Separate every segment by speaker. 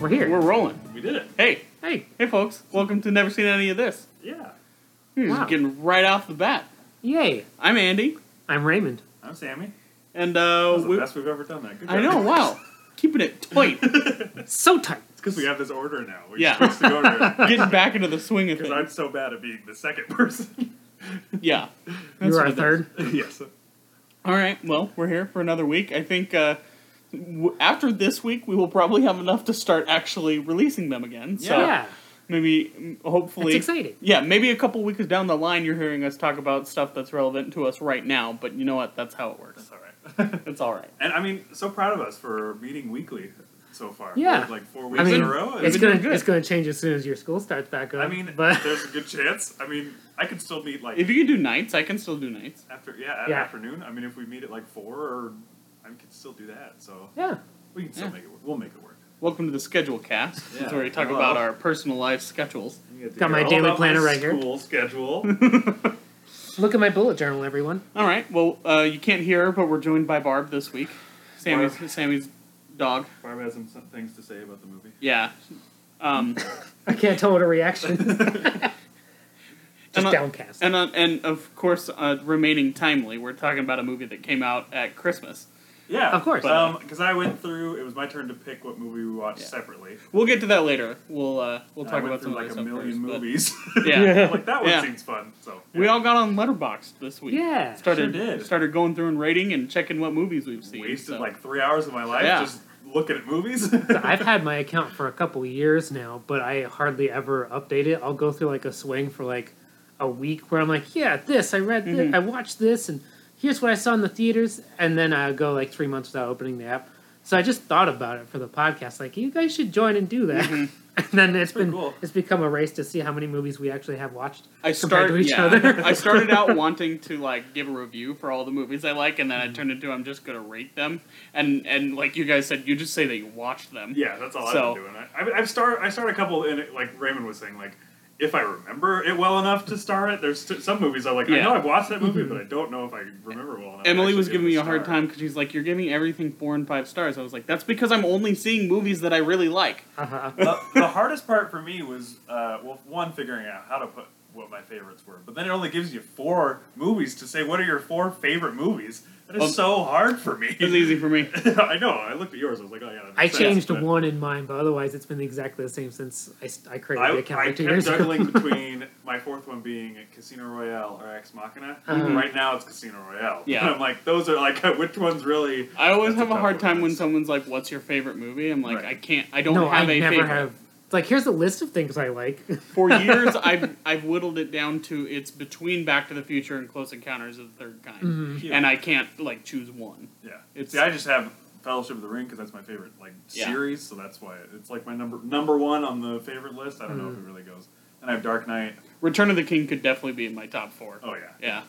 Speaker 1: We're rolling.
Speaker 2: We did it.
Speaker 1: Hey, hey, hey, folks! Welcome to Never Seen Any of This.
Speaker 2: Yeah.
Speaker 1: We're
Speaker 3: Wow.
Speaker 1: just getting right off the bat.
Speaker 3: Yay!
Speaker 1: I'm Andy,
Speaker 3: I'm Raymond.
Speaker 2: I'm Sammy.
Speaker 1: and
Speaker 2: That
Speaker 1: uh,
Speaker 2: was the
Speaker 1: we,
Speaker 2: best we've ever done that. Good
Speaker 1: I know. Wow, keeping it tight,
Speaker 2: it's
Speaker 3: So tight.
Speaker 2: because we have this order now. We're
Speaker 1: Yeah.
Speaker 2: supposed to go to
Speaker 1: getting back into the swing of
Speaker 2: Because I'm
Speaker 1: things.
Speaker 2: so bad at being the second person.
Speaker 1: Yeah, That's
Speaker 3: You're
Speaker 1: what
Speaker 3: our
Speaker 1: it is.
Speaker 3: third.
Speaker 2: yes.
Speaker 1: All right. Well, we're here for another week. I think uh, w- after this week, we will probably have enough to start actually releasing them again. So
Speaker 3: yeah,
Speaker 1: maybe, mm,
Speaker 3: that's
Speaker 1: hopefully,
Speaker 3: exciting.
Speaker 1: Yeah, maybe a couple weeks down the line, you're hearing us talk about stuff that's relevant to us right now. But you know what? That's how it works.
Speaker 2: That's all right.
Speaker 1: It's all right.
Speaker 2: and I mean, so proud of us for meeting weekly so far.
Speaker 3: Yeah.
Speaker 2: We had, like four weeks
Speaker 3: I mean,
Speaker 2: in a row.
Speaker 3: it's
Speaker 1: We've been
Speaker 3: gonna
Speaker 1: doing good.
Speaker 3: it's gonna change as soon as your school starts back up.
Speaker 2: I mean,
Speaker 3: but
Speaker 2: there's a good chance. I mean, I could still meet like
Speaker 1: If you can do nights, I can still do nights.
Speaker 2: after yeah,
Speaker 3: Yeah.
Speaker 2: afternoon. I mean, if we meet at like four, or I could still do that. So
Speaker 3: yeah,
Speaker 2: we can still
Speaker 1: Yeah.
Speaker 2: make it work. We'll make it work.
Speaker 1: Welcome to the schedule cast.
Speaker 2: Yeah.
Speaker 1: That's where we talk
Speaker 2: Hello.
Speaker 1: about our personal life schedules.
Speaker 2: You get to
Speaker 3: Got
Speaker 2: hear
Speaker 3: my
Speaker 2: all
Speaker 3: daily
Speaker 2: about
Speaker 3: planner
Speaker 2: my
Speaker 3: right here.
Speaker 2: School schedule.
Speaker 3: look at my bullet journal, everyone.
Speaker 1: All right. Well, uh, you can't hear her, but we're joined by Barb this week. Sammy's Sammy's dog.
Speaker 2: Barb has some, some things to say about the movie.
Speaker 1: Yeah. Um,
Speaker 3: I can't tell what a reaction. Just
Speaker 1: uh,
Speaker 3: downcast.
Speaker 1: and uh, and of course, uh, remaining timely, we're talking about a movie that came out at Christmas.
Speaker 2: Yeah,
Speaker 3: Of course.
Speaker 2: Because I went through. It was my turn to pick what movie we watched
Speaker 1: Yeah.
Speaker 2: separately.
Speaker 1: We'll get to that later. We'll uh, we'll
Speaker 2: And
Speaker 1: talk
Speaker 2: I went
Speaker 1: about some
Speaker 2: through
Speaker 1: of
Speaker 2: like
Speaker 1: that
Speaker 2: a
Speaker 1: stuff
Speaker 2: million
Speaker 1: first, but-
Speaker 2: movies.
Speaker 1: yeah.
Speaker 2: like that one
Speaker 1: Yeah.
Speaker 2: seems fun. So
Speaker 1: We all got on Letterboxd this week.
Speaker 3: yeah,
Speaker 1: Started
Speaker 2: Sure did.
Speaker 1: started going through and rating and checking what movies we've seen.
Speaker 2: wasted
Speaker 1: so-
Speaker 2: like three hours of my life
Speaker 1: Yeah.
Speaker 2: just looking at movies.
Speaker 3: I've had my account for a couple years now, but I hardly ever update it. I'll go through like a swing for like a week where I'm like, yeah, this I read, this,
Speaker 1: Mhm.
Speaker 2: Mm-hmm.
Speaker 3: I watched this, and here's what I saw in the theaters, and then I go like three months without opening the app. So I just thought about it for the podcast. Like, you guys should join and do that. and then it's
Speaker 2: Mm-hmm. pretty
Speaker 3: been
Speaker 2: cool.
Speaker 3: it's become a race to see how many movies we actually have watched.
Speaker 1: I
Speaker 3: compared
Speaker 1: start,
Speaker 3: to each
Speaker 1: yeah,
Speaker 3: other.
Speaker 1: I started out wanting to like give a review for all the movies I like, and then
Speaker 2: Mm-hmm.
Speaker 1: I turned into I'm just gonna rate them, and and like you guys said, you just say that you watched them.
Speaker 2: yeah, that's all
Speaker 1: So-
Speaker 2: I've been doing. I, I've, I've start I start a couple, and it, like Raymond was saying, like if I remember it well enough to star it. There's t- some movies I like. I
Speaker 1: Yeah. Mm-hmm.
Speaker 2: know I've watched that movie, but I don't know if I remember well enough. to
Speaker 1: Emily
Speaker 2: actually
Speaker 1: was
Speaker 2: give
Speaker 1: giving
Speaker 2: it
Speaker 1: me a hard
Speaker 2: star.
Speaker 1: time because she's like, "You're giving everything four and five stars." I was like, "That's because I'm only seeing movies that I really like."
Speaker 3: Uh-huh.
Speaker 2: the, the hardest part for me was uh, well, one figuring out how to put what my favorites were, but then it only gives you four movies to say what are your four favorite movies. That is
Speaker 1: Um,
Speaker 2: so hard for me.
Speaker 1: It's easy for me.
Speaker 2: I know. I looked at yours. I was like, oh yeah. that makes
Speaker 3: I
Speaker 2: sense,
Speaker 3: changed
Speaker 2: but
Speaker 3: one in mine, but otherwise it's been exactly the same since I, s- I created
Speaker 2: I,
Speaker 3: the account
Speaker 2: I
Speaker 3: like two
Speaker 2: kept
Speaker 3: years ago.
Speaker 2: juggling between my fourth one being Casino Royale or Ex Machina.
Speaker 3: Uh-huh.
Speaker 2: Right now it's Casino Royale.
Speaker 1: Yeah.
Speaker 2: And I'm like, those are like, which one's really?
Speaker 1: I always
Speaker 2: That's a
Speaker 1: have a
Speaker 2: tough
Speaker 1: hard
Speaker 2: one,
Speaker 1: time when
Speaker 2: yes.
Speaker 1: someone's like, "What's your favorite movie?" I'm like,
Speaker 2: Right.
Speaker 1: "I can't. I don't
Speaker 3: no,
Speaker 1: have
Speaker 3: I
Speaker 1: a
Speaker 3: never
Speaker 1: favorite."
Speaker 3: have. It's like here's a list of things I like.
Speaker 1: For years, I've I've whittled it down to it's between Back to the Future and Close Encounters of the Third Kind,
Speaker 3: Mhm.
Speaker 2: Mm-hmm. Yeah.
Speaker 1: and I can't like choose one.
Speaker 2: Yeah.
Speaker 1: It's-
Speaker 2: See, I just have Fellowship of the Ring because that's my favorite like
Speaker 1: Yeah.
Speaker 2: series, so that's why it's like my number number one on the favorite list. I don't know if it
Speaker 3: Mm.
Speaker 2: really goes. And I have Dark Knight.
Speaker 1: Return of the King could definitely be in my top four.
Speaker 2: Oh yeah.
Speaker 1: Yeah,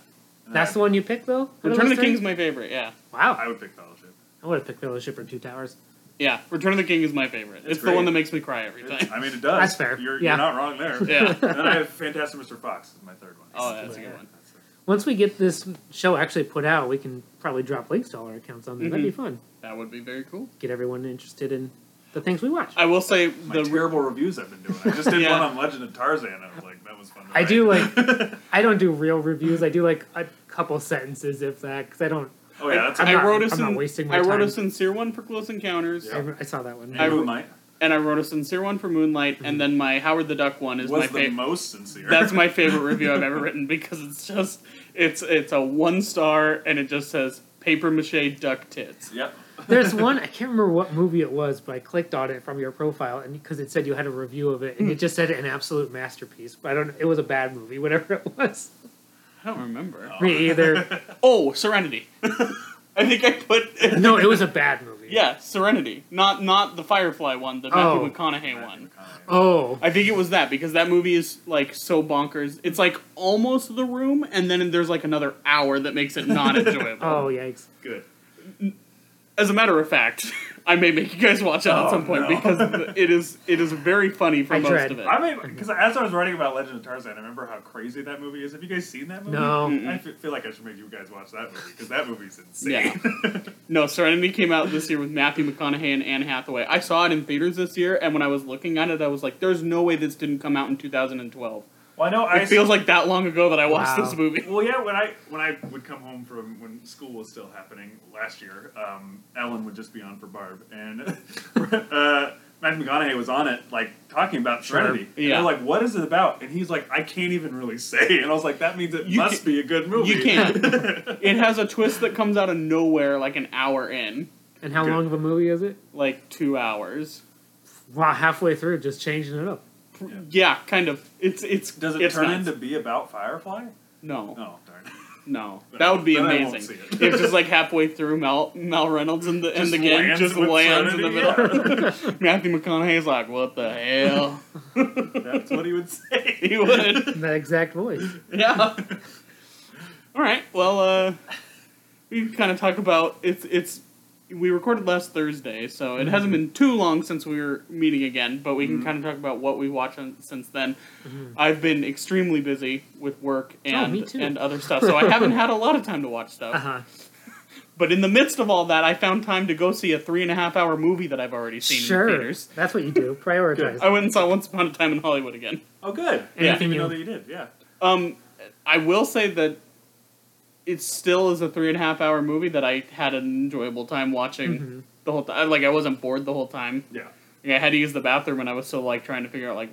Speaker 2: And
Speaker 3: That's the
Speaker 2: then
Speaker 3: one you picked though. Out
Speaker 1: Return
Speaker 3: those
Speaker 1: of the
Speaker 3: three?
Speaker 1: King's my favorite. Yeah,
Speaker 3: Wow,
Speaker 2: I, I would pick Fellowship.
Speaker 3: I would have picked Fellowship or Two Towers.
Speaker 1: yeah. Return of the King is my favorite. It's,
Speaker 2: It's
Speaker 1: the one
Speaker 2: great.
Speaker 1: that makes me cry every
Speaker 2: It's-
Speaker 1: time.
Speaker 2: I mean, it does.
Speaker 3: That's fair.
Speaker 2: You're,
Speaker 3: Yeah.
Speaker 2: you're not wrong there.
Speaker 1: Yeah.
Speaker 2: and then I have Fantastic Mr. Fox is my third one.
Speaker 1: Oh, that's a good one.
Speaker 2: That's it.
Speaker 3: Once we get this show actually put out, we can probably drop links to all our accounts on there. That'd be
Speaker 1: Mm-hmm.
Speaker 3: fun.
Speaker 1: That would be very cool.
Speaker 3: Get everyone interested in the things we watch. I,
Speaker 1: I will say
Speaker 2: My
Speaker 1: the
Speaker 2: terrible reviews I've been doing. I just did
Speaker 1: Yeah.
Speaker 2: one on Legend of Tarzan. I was like, that was fun. To
Speaker 3: I
Speaker 2: write.
Speaker 3: do, like- don't do real reviews. I do like a couple sentences, if that, because I don't.
Speaker 2: oh yeah, that's.
Speaker 3: I'm
Speaker 1: I
Speaker 3: not-
Speaker 1: wrote a
Speaker 3: I'm not wasting my
Speaker 1: I wrote a
Speaker 3: time.
Speaker 1: sincere one for Close Encounters,
Speaker 2: Yeah.
Speaker 3: I, I saw that one.
Speaker 2: And
Speaker 1: I-
Speaker 2: Moonlight
Speaker 1: and I wrote a sincere one for Moonlight, and then my Howard the Duck one is
Speaker 2: Mhm. was
Speaker 1: my
Speaker 2: the
Speaker 1: favorite.
Speaker 2: most sincere.
Speaker 1: That's my favorite review I've ever written because it's just it's it's a one star and it just says paper mache duck tits.
Speaker 2: Yep.
Speaker 3: There's one I can't remember what movie it was, but I clicked on it from your profile, and because it said you had a review of it, and
Speaker 1: Hmm.
Speaker 3: it just said an absolute masterpiece. But I don't. It was a bad movie, whatever it was.
Speaker 1: I don't remember.
Speaker 3: Me either.
Speaker 1: Oh, Serenity. I think I put
Speaker 3: No, it was a bad movie.
Speaker 1: yeah Serenity, not not the Firefly one, the Matthew
Speaker 3: Oh.
Speaker 1: McConaughey one.
Speaker 3: Oh,
Speaker 1: I think it was that because that movie is like so bonkers. It's like almost the room, and then there's like another hour that makes it not enjoyable.
Speaker 3: oh, yikes!
Speaker 2: Good.
Speaker 1: As a matter of fact, I may make you guys watch it
Speaker 2: Oh,
Speaker 1: at some point
Speaker 2: no.
Speaker 1: because it is it is very funny for
Speaker 3: I
Speaker 1: most
Speaker 3: tried.
Speaker 1: of it.
Speaker 2: I mean, because as I was writing about Legend of Tarzan, I remember how crazy that movie is. Have you guys seen that movie?
Speaker 3: No.
Speaker 1: Mm-mm.
Speaker 2: I fe- feel like I should make you guys watch that movie because that movie's insane.
Speaker 1: No, Serenity came out this year with Matthew McConaughey and Anne Hathaway. I saw it in theaters this year, and when I was looking at it, I was like, "There's no way this didn't come out in 2012."
Speaker 2: well, I know I
Speaker 1: it feels like that long ago that I watched
Speaker 3: Wow.
Speaker 1: this movie.
Speaker 2: Well, yeah, when I when I would come home from when school was still happening last year, um, Ellen would just be on for Barb, and uh, Matthew McConaughey was on it, like talking about
Speaker 3: Sure.
Speaker 2: Serenity. And
Speaker 1: Yeah.
Speaker 2: they're like, "What is it about?" And he's like, "I can't even really say." And I was like, "That means it
Speaker 1: You
Speaker 2: must
Speaker 1: can't-
Speaker 2: be a good movie."
Speaker 1: you can't. It has a twist that comes out of nowhere, like an hour in,
Speaker 3: And how
Speaker 2: Good.
Speaker 3: long of a movie is it?
Speaker 1: like two hours.
Speaker 3: Wow, halfway through, just changing it up.
Speaker 2: Yeah.
Speaker 1: Yeah, kind of. It's it's
Speaker 2: Does it
Speaker 1: it's
Speaker 2: turn
Speaker 1: nuts.
Speaker 2: into be about Firefly?
Speaker 1: no
Speaker 2: Oh darn.
Speaker 1: no
Speaker 2: Then
Speaker 1: that
Speaker 2: I-
Speaker 1: would be
Speaker 2: then I won't
Speaker 1: amazing.
Speaker 2: see it.
Speaker 1: If just like halfway through Mel Mel Reynolds and the and
Speaker 2: Just
Speaker 1: the gang
Speaker 2: lands
Speaker 1: just
Speaker 2: with
Speaker 1: lands in the
Speaker 2: Serenity,
Speaker 1: middle. Matthew McConaughey's like, what the hell?
Speaker 2: That's what he would say.
Speaker 1: he would.
Speaker 3: In that exact voice.
Speaker 1: Yeah. All right. Well, uh, we can kind of talk about it's it's. We recorded last Thursday, so it
Speaker 3: Mm-hmm.
Speaker 1: hasn't been too long since we were meeting again. But we can kind of talk about what we watched on, since then. I've been extremely busy with work and
Speaker 3: Mm-hmm. Oh, me too.
Speaker 1: and other stuff, so I haven't had a lot of time to watch stuff.
Speaker 3: Uh huh.
Speaker 1: But in the midst of all that, I found time to go see a three and a half hour movie that I've already seen in
Speaker 3: Sure.
Speaker 1: theaters.
Speaker 3: That's what you do. Prioritize.
Speaker 1: I went and saw Once Upon a Time in Hollywood again.
Speaker 2: Oh good.
Speaker 1: Yeah.
Speaker 2: I didn't
Speaker 3: Anything
Speaker 2: even know
Speaker 3: you.
Speaker 2: that you did. Yeah.
Speaker 1: Um, I will say that it still is a three and a half hour movie that I had an enjoyable time watching
Speaker 3: Mhm.
Speaker 1: the whole time. Like I wasn't bored the whole time.
Speaker 2: Yeah.
Speaker 1: Like, I had to use the bathroom, and I was still like trying to figure out like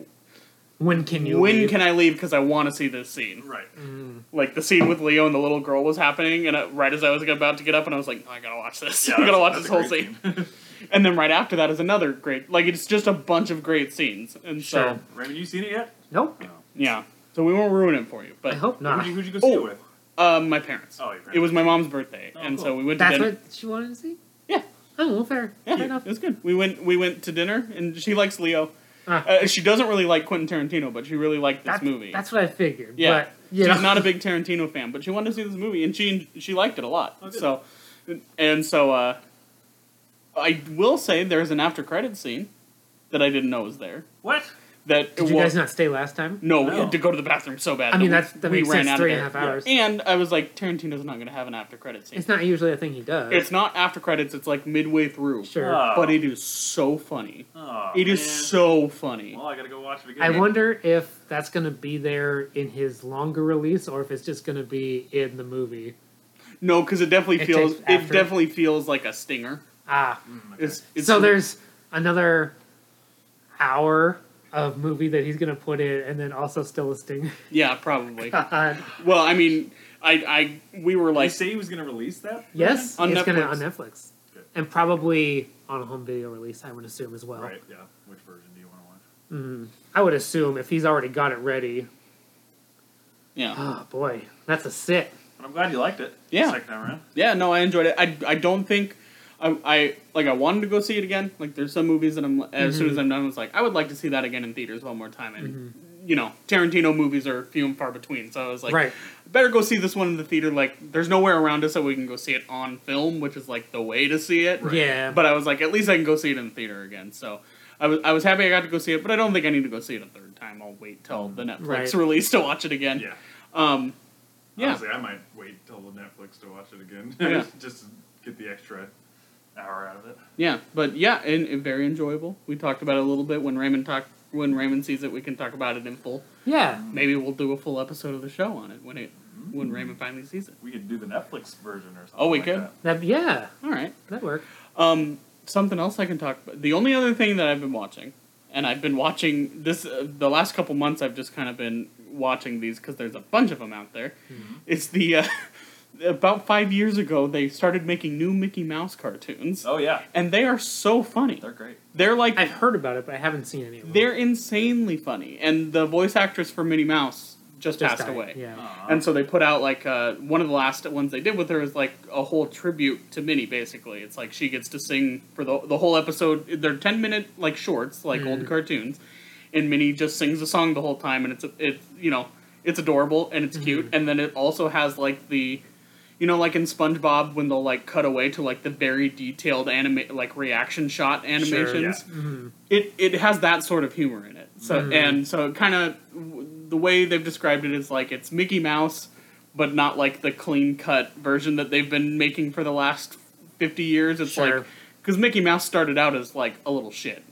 Speaker 3: When can you?
Speaker 1: when
Speaker 3: leave?
Speaker 1: can I leave because I want to see this scene.
Speaker 2: Right.
Speaker 3: Mm.
Speaker 1: Like the scene with Leo and the little girl was happening, and I, right as I was about to get up, and I was like, "No, I gotta watch this.
Speaker 2: Yeah,
Speaker 1: I gotta
Speaker 2: that's-
Speaker 1: watch
Speaker 2: that's a
Speaker 1: this whole
Speaker 2: great
Speaker 1: scene. and then right after that is another great. Like it's just a bunch of great scenes, and so
Speaker 3: Sure.
Speaker 2: Raymond, you seen it yet?
Speaker 3: Nope.
Speaker 1: yeah. So we won't ruin it for you, but
Speaker 3: I hope
Speaker 2: Who'd
Speaker 3: not.
Speaker 2: you, who'd you go see
Speaker 1: Oh.
Speaker 2: it with?
Speaker 1: um, my parents.
Speaker 2: Oh, your parents.
Speaker 1: It was my mom's birthday,
Speaker 2: Oh,
Speaker 1: and so
Speaker 2: cool.
Speaker 1: we went to
Speaker 3: That's
Speaker 1: dinner.
Speaker 3: what she wanted to see.
Speaker 1: Yeah.
Speaker 3: Oh, well, fair.
Speaker 1: Yeah, Uh,
Speaker 3: fair enough.
Speaker 1: it was good. We went we went to dinner, and she likes Leo.
Speaker 3: Ah.
Speaker 1: Uh, she doesn't really like Quentin Tarantino, but she really liked this
Speaker 3: That-
Speaker 1: movie.
Speaker 3: That's what I figured.
Speaker 1: Yeah.
Speaker 3: But, you know.
Speaker 1: She's not a big Tarantino fan, but she wanted to see this movie, and she she liked it a lot.
Speaker 2: Oh, good.
Speaker 1: so, and so uh, I will say there's an after credit scene that I didn't know was there.
Speaker 2: What?
Speaker 1: That
Speaker 3: Did you
Speaker 1: well,
Speaker 3: guys not stay last time?
Speaker 1: No, we
Speaker 2: No.
Speaker 1: had to go to the bathroom so bad.
Speaker 3: I mean,
Speaker 1: that
Speaker 3: that's, that
Speaker 1: we
Speaker 3: makes
Speaker 1: ran
Speaker 3: sense.
Speaker 1: out
Speaker 3: Three
Speaker 1: of
Speaker 3: and a
Speaker 1: there.
Speaker 3: half
Speaker 2: Yeah.
Speaker 3: hours.
Speaker 1: And I was like, Tarantino's not going to have an after credit scene.
Speaker 3: It's not usually a thing he does.
Speaker 1: It's not after credits. It's like midway through.
Speaker 3: Sure.
Speaker 2: Ah.
Speaker 1: But it is so funny.
Speaker 2: Oh,
Speaker 1: It is
Speaker 2: man.
Speaker 1: so funny.
Speaker 2: Well, I gotta go watch it again.
Speaker 3: I wonder if that's going to be there in his longer release or if it's just going to be in the movie.
Speaker 1: No, because it definitely
Speaker 3: It
Speaker 1: feels
Speaker 3: takes
Speaker 1: it
Speaker 3: after.
Speaker 1: definitely feels like a stinger.
Speaker 3: Ah.
Speaker 2: Mm, okay.
Speaker 1: It's, it's
Speaker 3: so there's another hour of movie that he's going to put in and then also still a Uh, stinger.
Speaker 1: yeah, probably.
Speaker 3: God.
Speaker 1: well, I mean, I I we were
Speaker 2: Did he
Speaker 1: like
Speaker 2: say he was gonna release that?
Speaker 3: Yes,
Speaker 1: On
Speaker 3: it's going to
Speaker 1: Netflix.
Speaker 3: on Netflix.
Speaker 2: Good.
Speaker 3: And probably on a home video release, I would assume as well.
Speaker 2: Right. Yeah. Which version do you want to watch?
Speaker 3: Mm, I would assume if he's already got it ready.
Speaker 1: yeah
Speaker 3: Oh boy, that's a sit.
Speaker 2: But I'm glad you liked it.
Speaker 1: Yeah.
Speaker 2: Second time around.
Speaker 1: yeah no I enjoyed it. I I don't think. I, I like I wanted to go see it again. Like there's some movies that I'm as
Speaker 3: Mm-hmm.
Speaker 1: soon as I'm done, I was like I would like to see that again in theaters one more time. And you know Tarantino movies are few and far between, so I was like,
Speaker 3: Mm-hmm. right.
Speaker 1: better go see this one in the theater. Like there's nowhere around us that we can go see it on film, which is like the way to see it.
Speaker 3: Yeah.
Speaker 1: But I was like, at least I can go see it in the theater again. So I was I was happy I got to go see it, but I don't think I need to go see it a third time. I'll wait till the Netflix
Speaker 3: Right.
Speaker 1: release to watch it again.
Speaker 2: Yeah.
Speaker 1: Um, yeah.
Speaker 2: Honestly, I might wait till the Netflix to watch it again,
Speaker 1: Yeah.
Speaker 2: just to get the extra hour out of it.
Speaker 1: yeah, but yeah, and, and very enjoyable. We talked about it a little bit when Raymond talked. When Raymond sees it, we can talk about it in full.
Speaker 3: yeah.
Speaker 1: Maybe we'll do a full episode of the show on it when it when Raymond finally sees it.
Speaker 2: We could do the Netflix version or something.
Speaker 1: Oh, we
Speaker 2: like
Speaker 1: could?
Speaker 2: That.
Speaker 3: That yeah,
Speaker 1: All right.
Speaker 3: that worked.
Speaker 1: Um, something else I can talk about. The only other thing that I've been watching, and I've been watching this uh, the last couple months. I've just kind of been watching these because there's a bunch of them out there.
Speaker 2: Mm-hmm.
Speaker 1: It's the uh, about five years ago they started making new Mickey Mouse cartoons,
Speaker 2: Oh yeah,
Speaker 1: and they are so funny.
Speaker 2: they're great.
Speaker 1: They're like
Speaker 3: I've heard about it, but I haven't seen any of them.
Speaker 1: they're insanely funny, and the voice actress for Minnie Mouse just,
Speaker 3: Just
Speaker 1: passed
Speaker 3: died,
Speaker 1: away. Oh.
Speaker 3: Yeah.
Speaker 2: Aw.
Speaker 1: And so they put out like uh, one of the last ones they did with her is like a whole tribute to Minnie. Basically, it's like she gets to sing for the the whole episode. They're ten minute like shorts, like old
Speaker 3: Mm.
Speaker 1: cartoons, and Minnie just sings a song the whole time, and it's it's you know it's adorable and it's cute, and then it also has like the you know, like in SpongeBob when they'll like cut away to like the very detailed anima- like reaction shot animations.
Speaker 3: Mhm.
Speaker 1: It it has that sort of humor in it. So
Speaker 3: Mhm.
Speaker 1: and so it kind of the way they've described it is like it's Mickey Mouse, but not like the clean cut version that they've been making for the last fifty years. It's
Speaker 3: Sure.
Speaker 1: like because Mickey Mouse started out as like a little shit,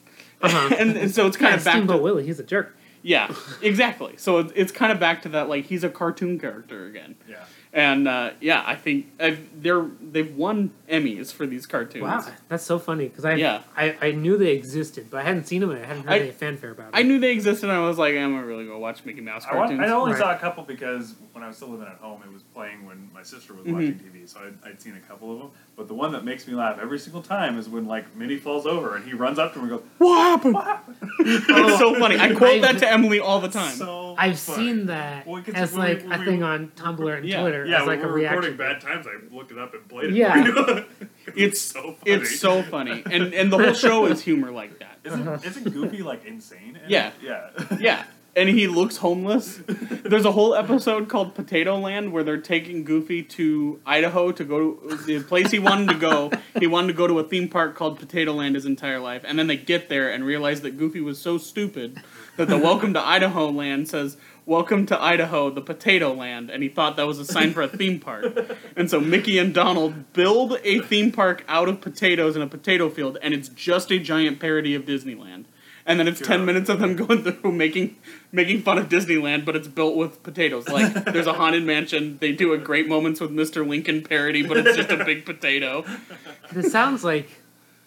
Speaker 3: Uh-huh.
Speaker 1: and, and so it's kind
Speaker 3: yeah,
Speaker 1: of back
Speaker 3: Steamboat
Speaker 1: to
Speaker 3: Willie. He's a jerk.
Speaker 1: yeah exactly. So it, it's kind of back to that like he's a cartoon character again.
Speaker 2: Yeah.
Speaker 1: And uh, yeah, I think i they're they've won Emmys for these cartoons.
Speaker 3: Wow, that's so funny because I,
Speaker 1: Yeah.
Speaker 3: I I knew they existed, but I hadn't seen them and I hadn't heard
Speaker 1: I-
Speaker 3: any fanfare about it.
Speaker 1: I knew they existed, and I was like, I'm gonna really go watch Mickey Mouse
Speaker 2: I, wa-
Speaker 1: cartoons.
Speaker 2: I only
Speaker 3: Right.
Speaker 2: saw a couple because when I was still living at home, it was playing when my sister was
Speaker 1: Mhm.
Speaker 2: watching TV, so I'd, I'd seen a couple of them. But the one that makes me laugh every single time is when like Minnie falls over and he runs up to her and goes,
Speaker 1: what happened? it's so funny. I quote
Speaker 3: I-
Speaker 1: that to Emily all the time.
Speaker 2: So
Speaker 3: I've
Speaker 2: funny.
Speaker 3: seen that
Speaker 2: Well, 'cause
Speaker 3: as
Speaker 2: when
Speaker 3: like
Speaker 2: we-
Speaker 3: a
Speaker 2: when we-
Speaker 3: thing on Tumblr and
Speaker 1: Yeah.
Speaker 3: Twitter
Speaker 2: Yeah,
Speaker 3: as like
Speaker 2: when
Speaker 3: a
Speaker 2: we were
Speaker 3: reaction.
Speaker 2: recording bad times. I looked it up and played it.
Speaker 3: Yeah.
Speaker 2: Yeah,
Speaker 1: It's-
Speaker 2: so funny.
Speaker 1: It's so funny, and and the whole show is humor like that.
Speaker 2: Isn't,
Speaker 3: Uh-huh.
Speaker 2: isn't Goofy like insane? in it?
Speaker 1: Yeah.
Speaker 2: yeah.
Speaker 1: Yeah. And he looks homeless. There's a whole episode called Potato Land where they're taking Goofy to Idaho to go to the place he wanted to go. He wanted to go to a theme park called Potato Land his entire life. And then they get there and realize that Goofy was so stupid that the Welcome to Idaho Land says, Welcome to Idaho, the Potato Land. And he thought that was a sign for a theme park. And so Mickey and Donald build a theme park out of potatoes in a potato field, and it's just a giant parody of Disneyland. And then it's ten
Speaker 2: God.
Speaker 1: minutes of them going through making making fun of Disneyland, but it's built with potatoes. Like there's a haunted mansion. They do a great moments with Mr. Lincoln parody, but it's just a big potato.
Speaker 3: This sounds like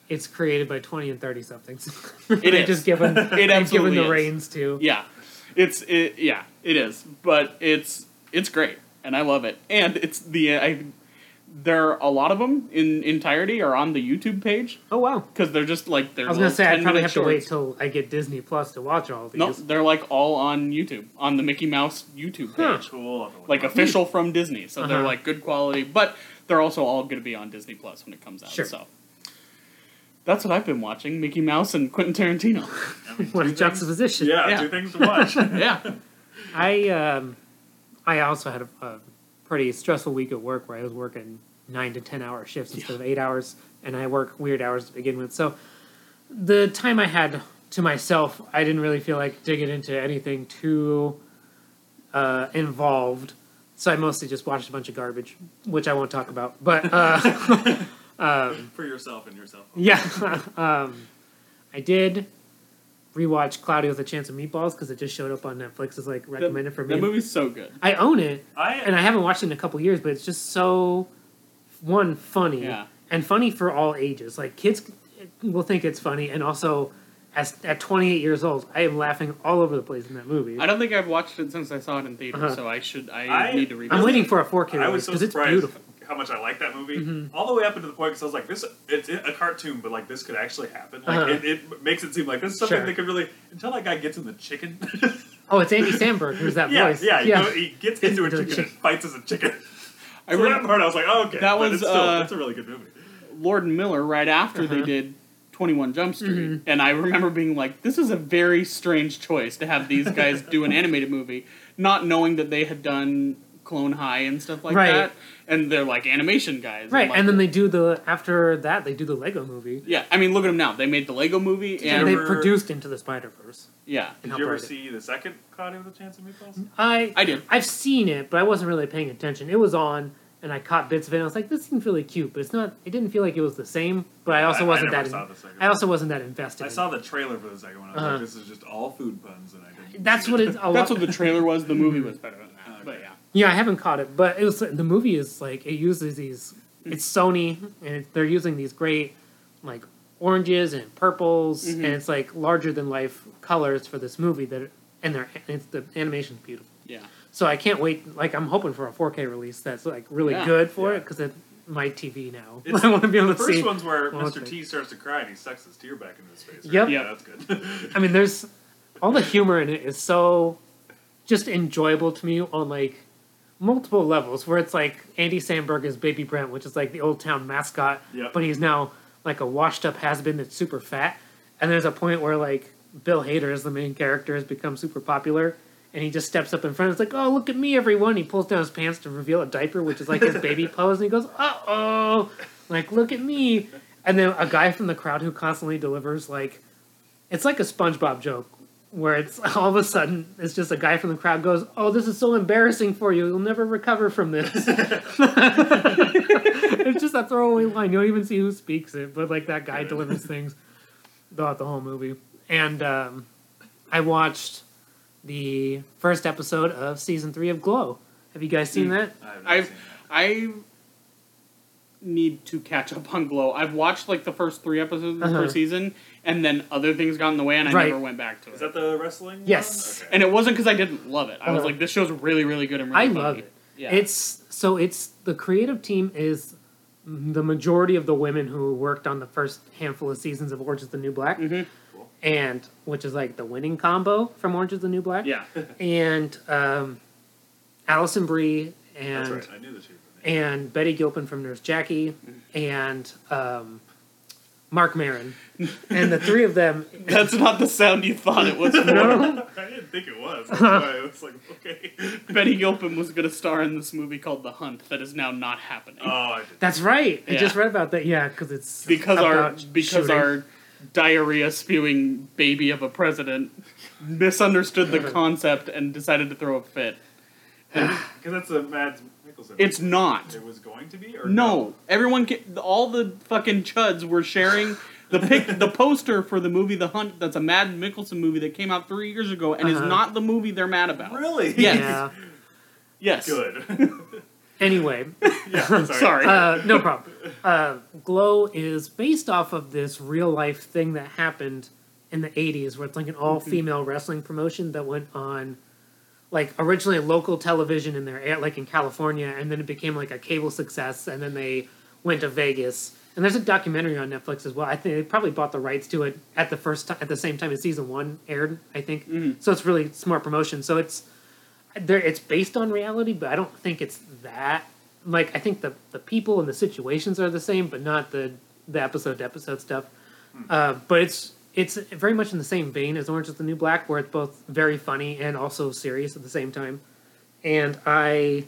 Speaker 3: it's created by twenty and thirty somethings.
Speaker 1: It
Speaker 3: They
Speaker 1: is.
Speaker 3: just given
Speaker 1: It
Speaker 3: they've given
Speaker 1: absolutely
Speaker 3: the
Speaker 1: is.
Speaker 3: reins to.
Speaker 1: Yeah, it's it, yeah it is, but it's it's great and I love it. And it's the I there are a lot of them in entirety are on the YouTube page
Speaker 3: Oh wow!
Speaker 1: because they're just like they're
Speaker 3: I was gonna
Speaker 1: little
Speaker 3: say I
Speaker 1: 10
Speaker 3: probably
Speaker 1: minute
Speaker 3: have to wait
Speaker 1: shorts.
Speaker 3: till I get Disney Plus to watch all these.
Speaker 1: No, they're like all on YouTube on the Mickey Mouse YouTube
Speaker 3: Huh.
Speaker 1: page.
Speaker 2: cool. I'll have to look
Speaker 1: like
Speaker 2: it up.
Speaker 1: official from Disney, so they're
Speaker 3: Hmm. Uh-huh.
Speaker 1: like good quality, but they're also all going to be on Disney Plus when it comes out.
Speaker 3: Sure.
Speaker 1: So that's what I've been watching: Mickey Mouse and Quentin Tarantino.
Speaker 2: I mean,
Speaker 3: What a
Speaker 2: two things-
Speaker 3: juxtaposition!
Speaker 2: Yeah,
Speaker 1: Yeah.
Speaker 2: two things to watch.
Speaker 1: yeah,
Speaker 3: I um, I also had a, a pretty stressful week at work where I was working nine to ten hour shifts instead of eight hours, and I work weird hours to begin with. So the time I had to myself, I didn't really feel like digging into anything too uh, involved. So I mostly just watched a bunch of garbage, which I won't talk about. But uh,
Speaker 2: For yourself and yourself.
Speaker 3: yeah, um, I did rewatch Cloudy with a Chance of Meatballs because it just showed up on Netflix as like recommended for me.
Speaker 1: That movie's so good.
Speaker 3: I own it,
Speaker 2: I
Speaker 3: and I haven't watched it in a couple years, but it's just so one funny
Speaker 1: Yeah.
Speaker 3: and funny for all ages. Like kids will think it's funny, and also as at 28 years old, I am laughing all over the place in that movie.
Speaker 1: I don't think I've watched it since I saw it in theater,
Speaker 3: Uh-huh.
Speaker 1: so I should. I,
Speaker 2: I-
Speaker 1: need to read.
Speaker 3: I'm
Speaker 1: it.
Speaker 3: waiting for a 4K
Speaker 2: I was
Speaker 3: release
Speaker 2: so
Speaker 3: because it's
Speaker 2: surprised
Speaker 3: beautiful. Mm-hmm.
Speaker 2: how much I like that movie, all the way up into the point because I was like, this it's a cartoon, but like this could actually happen. Like
Speaker 3: Uh-huh.
Speaker 2: it, it makes it seem like this is something
Speaker 3: Sure.
Speaker 2: that could really until that guy gets in the chicken.
Speaker 3: Oh, it's Andy Samberg who's that
Speaker 2: yeah,
Speaker 3: voice.
Speaker 2: yeah, you know, he gets into a
Speaker 3: into the
Speaker 2: chicken, and
Speaker 3: chicken.
Speaker 2: fights as a chicken.
Speaker 1: I
Speaker 2: so
Speaker 1: read
Speaker 2: that part I was like, oh, okay, but
Speaker 1: That
Speaker 2: it's
Speaker 1: was,
Speaker 2: still,
Speaker 1: uh,
Speaker 2: it's a really good movie.
Speaker 1: Lord and Miller right after they
Speaker 3: Uh-huh. Mm-hmm.
Speaker 1: did. 21 Jump Street. And I remember being like, this is a very strange choice to have these guys do an animated movie, not knowing that they had done Clone High and stuff like
Speaker 3: Right.
Speaker 1: that. And they're like animation guys.
Speaker 3: Right,
Speaker 1: like,
Speaker 3: and then they do the after that they do the Lego movie,
Speaker 1: Yeah, I mean, look at them now. They made the Lego movie,
Speaker 3: and
Speaker 1: and
Speaker 3: they
Speaker 2: ever-
Speaker 3: produced into the Spider Verse.
Speaker 1: yeah,
Speaker 3: and
Speaker 2: Did you ever
Speaker 3: upright.
Speaker 2: see the second Cloudy with a Chance of Meatballs?
Speaker 3: I
Speaker 1: I did.
Speaker 3: I've seen it, but I wasn't really paying attention. It was on, and I caught bits of it. and I was like, "This seems really cute," but it's not. It didn't feel like it was the same. But I also
Speaker 2: I- I
Speaker 3: wasn't
Speaker 2: never
Speaker 3: that.
Speaker 2: saw the second
Speaker 3: I also wasn't that invested.
Speaker 2: I
Speaker 3: in
Speaker 2: saw
Speaker 3: it.
Speaker 2: the trailer for the second one. I was
Speaker 3: Uh-huh.
Speaker 2: like, this is just all food puns, and I didn't.
Speaker 3: That's what it's. A lot,
Speaker 1: that's what the trailer was. The movie was better than that,
Speaker 2: Okay.
Speaker 1: but yeah,
Speaker 3: yeah, I haven't caught it, but it was the movie is like it uses these. It's Sony, and it, they're using these great like oranges and purples,
Speaker 2: Mm-hmm.
Speaker 1: Mhm.
Speaker 3: and it's like larger than life colors for this movie that, and they're it's the animation's beautiful.
Speaker 1: yeah.
Speaker 3: So I can't wait. Like I'm hoping for a 4K release that's like really
Speaker 1: Yeah.
Speaker 3: good for
Speaker 2: Yeah.
Speaker 3: it 'cause it because my TV now.
Speaker 2: It's-
Speaker 3: I want to be able
Speaker 2: The
Speaker 3: to see.
Speaker 2: first one's where
Speaker 3: Well,
Speaker 2: Mr.
Speaker 3: okay.
Speaker 2: T starts to cry and he sucks his tear back into his face. right?
Speaker 3: Yep.
Speaker 2: Yeah,
Speaker 1: Yep.
Speaker 2: that's good.
Speaker 3: I mean, there's all the humor in it is so just enjoyable to me on like multiple levels. Where it's like Andy Sandberg is Baby Brent, which is like the old town mascot,
Speaker 2: Yep.
Speaker 3: but he's now like a washed up has been that's super fat. And there's a point where like Bill Hader is the main character has become super popular, and he just steps up in front. It's like, oh, look at me, everyone. He pulls down his pants to reveal a diaper, which is like his baby pose, and he goes, uh oh, like look at me. And then a guy from the crowd who constantly delivers like, it's like a SpongeBob joke where it's all of a sudden it's just a guy from the crowd goes, oh, this is so embarrassing for you. You'll never recover from this. it's just a throwaway line. You don't even see who speaks it, but like that guy delivers things throughout the whole movie. And um, I watched the first episode of season three of Glow. Have you guys seen that?
Speaker 2: I have not
Speaker 1: I've
Speaker 2: seen that.
Speaker 1: I need to catch up on Glow. I've watched like the first three episodes of the
Speaker 3: Uh-huh.
Speaker 1: first season, and then other things got in the way, and I
Speaker 3: Right.
Speaker 1: never went back to it.
Speaker 2: Is that the wrestling?
Speaker 3: Yes.
Speaker 2: One? Okay.
Speaker 1: and it wasn't because I didn't love it. I was
Speaker 3: Uh-huh.
Speaker 1: like, this show's really, really good and really
Speaker 3: I
Speaker 1: funny.
Speaker 3: love it.
Speaker 1: Yeah.
Speaker 3: It's so it's the creative team is the majority of the women who worked on the first handful of seasons of Orange is the New Black,
Speaker 1: Mhm.
Speaker 2: Cool.
Speaker 3: and which is like the winning combo from Orange is the New Black.
Speaker 1: yeah.
Speaker 3: and um, Allison Brie and
Speaker 2: That's right. I knew that she was in it.
Speaker 3: and Betty Gilpin from Nurse Jackie
Speaker 1: Mm-hmm.
Speaker 3: and um, Mark Maron, and the three of them.
Speaker 1: That's not the sound you thought it was.
Speaker 3: No.
Speaker 2: I didn't think it was. That's why I was like, okay.
Speaker 1: Betty Gilpin was going to star in this movie called The Hunt that is now not happening
Speaker 2: Oh, I did.
Speaker 3: That's right. I
Speaker 1: Yeah.
Speaker 3: just read about that. Yeah, because it's
Speaker 1: because our
Speaker 3: about
Speaker 1: because
Speaker 3: shooting.
Speaker 1: our diarrhea spewing baby of a president misunderstood the concept and decided to throw a fit.
Speaker 2: Because that's a Mads Mikkelsen.
Speaker 1: It's not.
Speaker 2: It was going to be? or
Speaker 1: No, everyone, ca- all the fucking chuds were sharing the pic, the poster for the movie The Hunt. That's a Mad Mickelson movie that came out three years ago and is
Speaker 3: Uh-huh.
Speaker 1: not the movie they're mad about.
Speaker 2: Really?
Speaker 1: Yes.
Speaker 3: Yeah.
Speaker 1: Yes.
Speaker 2: Good.
Speaker 3: Anyway,
Speaker 2: yeah, sorry.
Speaker 1: Sorry.
Speaker 3: uh, no problem. Uh, Glow is based off of this real life thing that happened in the 80s where it's like an all female wrestling promotion that went on like originally local television in there like in California and then it became like a cable success and then they went to Vegas. And there's a documentary on Netflix as well. I think they probably bought the rights to it at the first time, at the same time as season 1 aired, I think. So it's really smart promotion. So it's there it's based on reality, but I don't think it's that like I think the the people and the situations are the same, but not the the episode to episode stuff. Uh, but it's it's very much in the same vein as Orange is the New Black, where it's both very funny and also serious at the same time. And I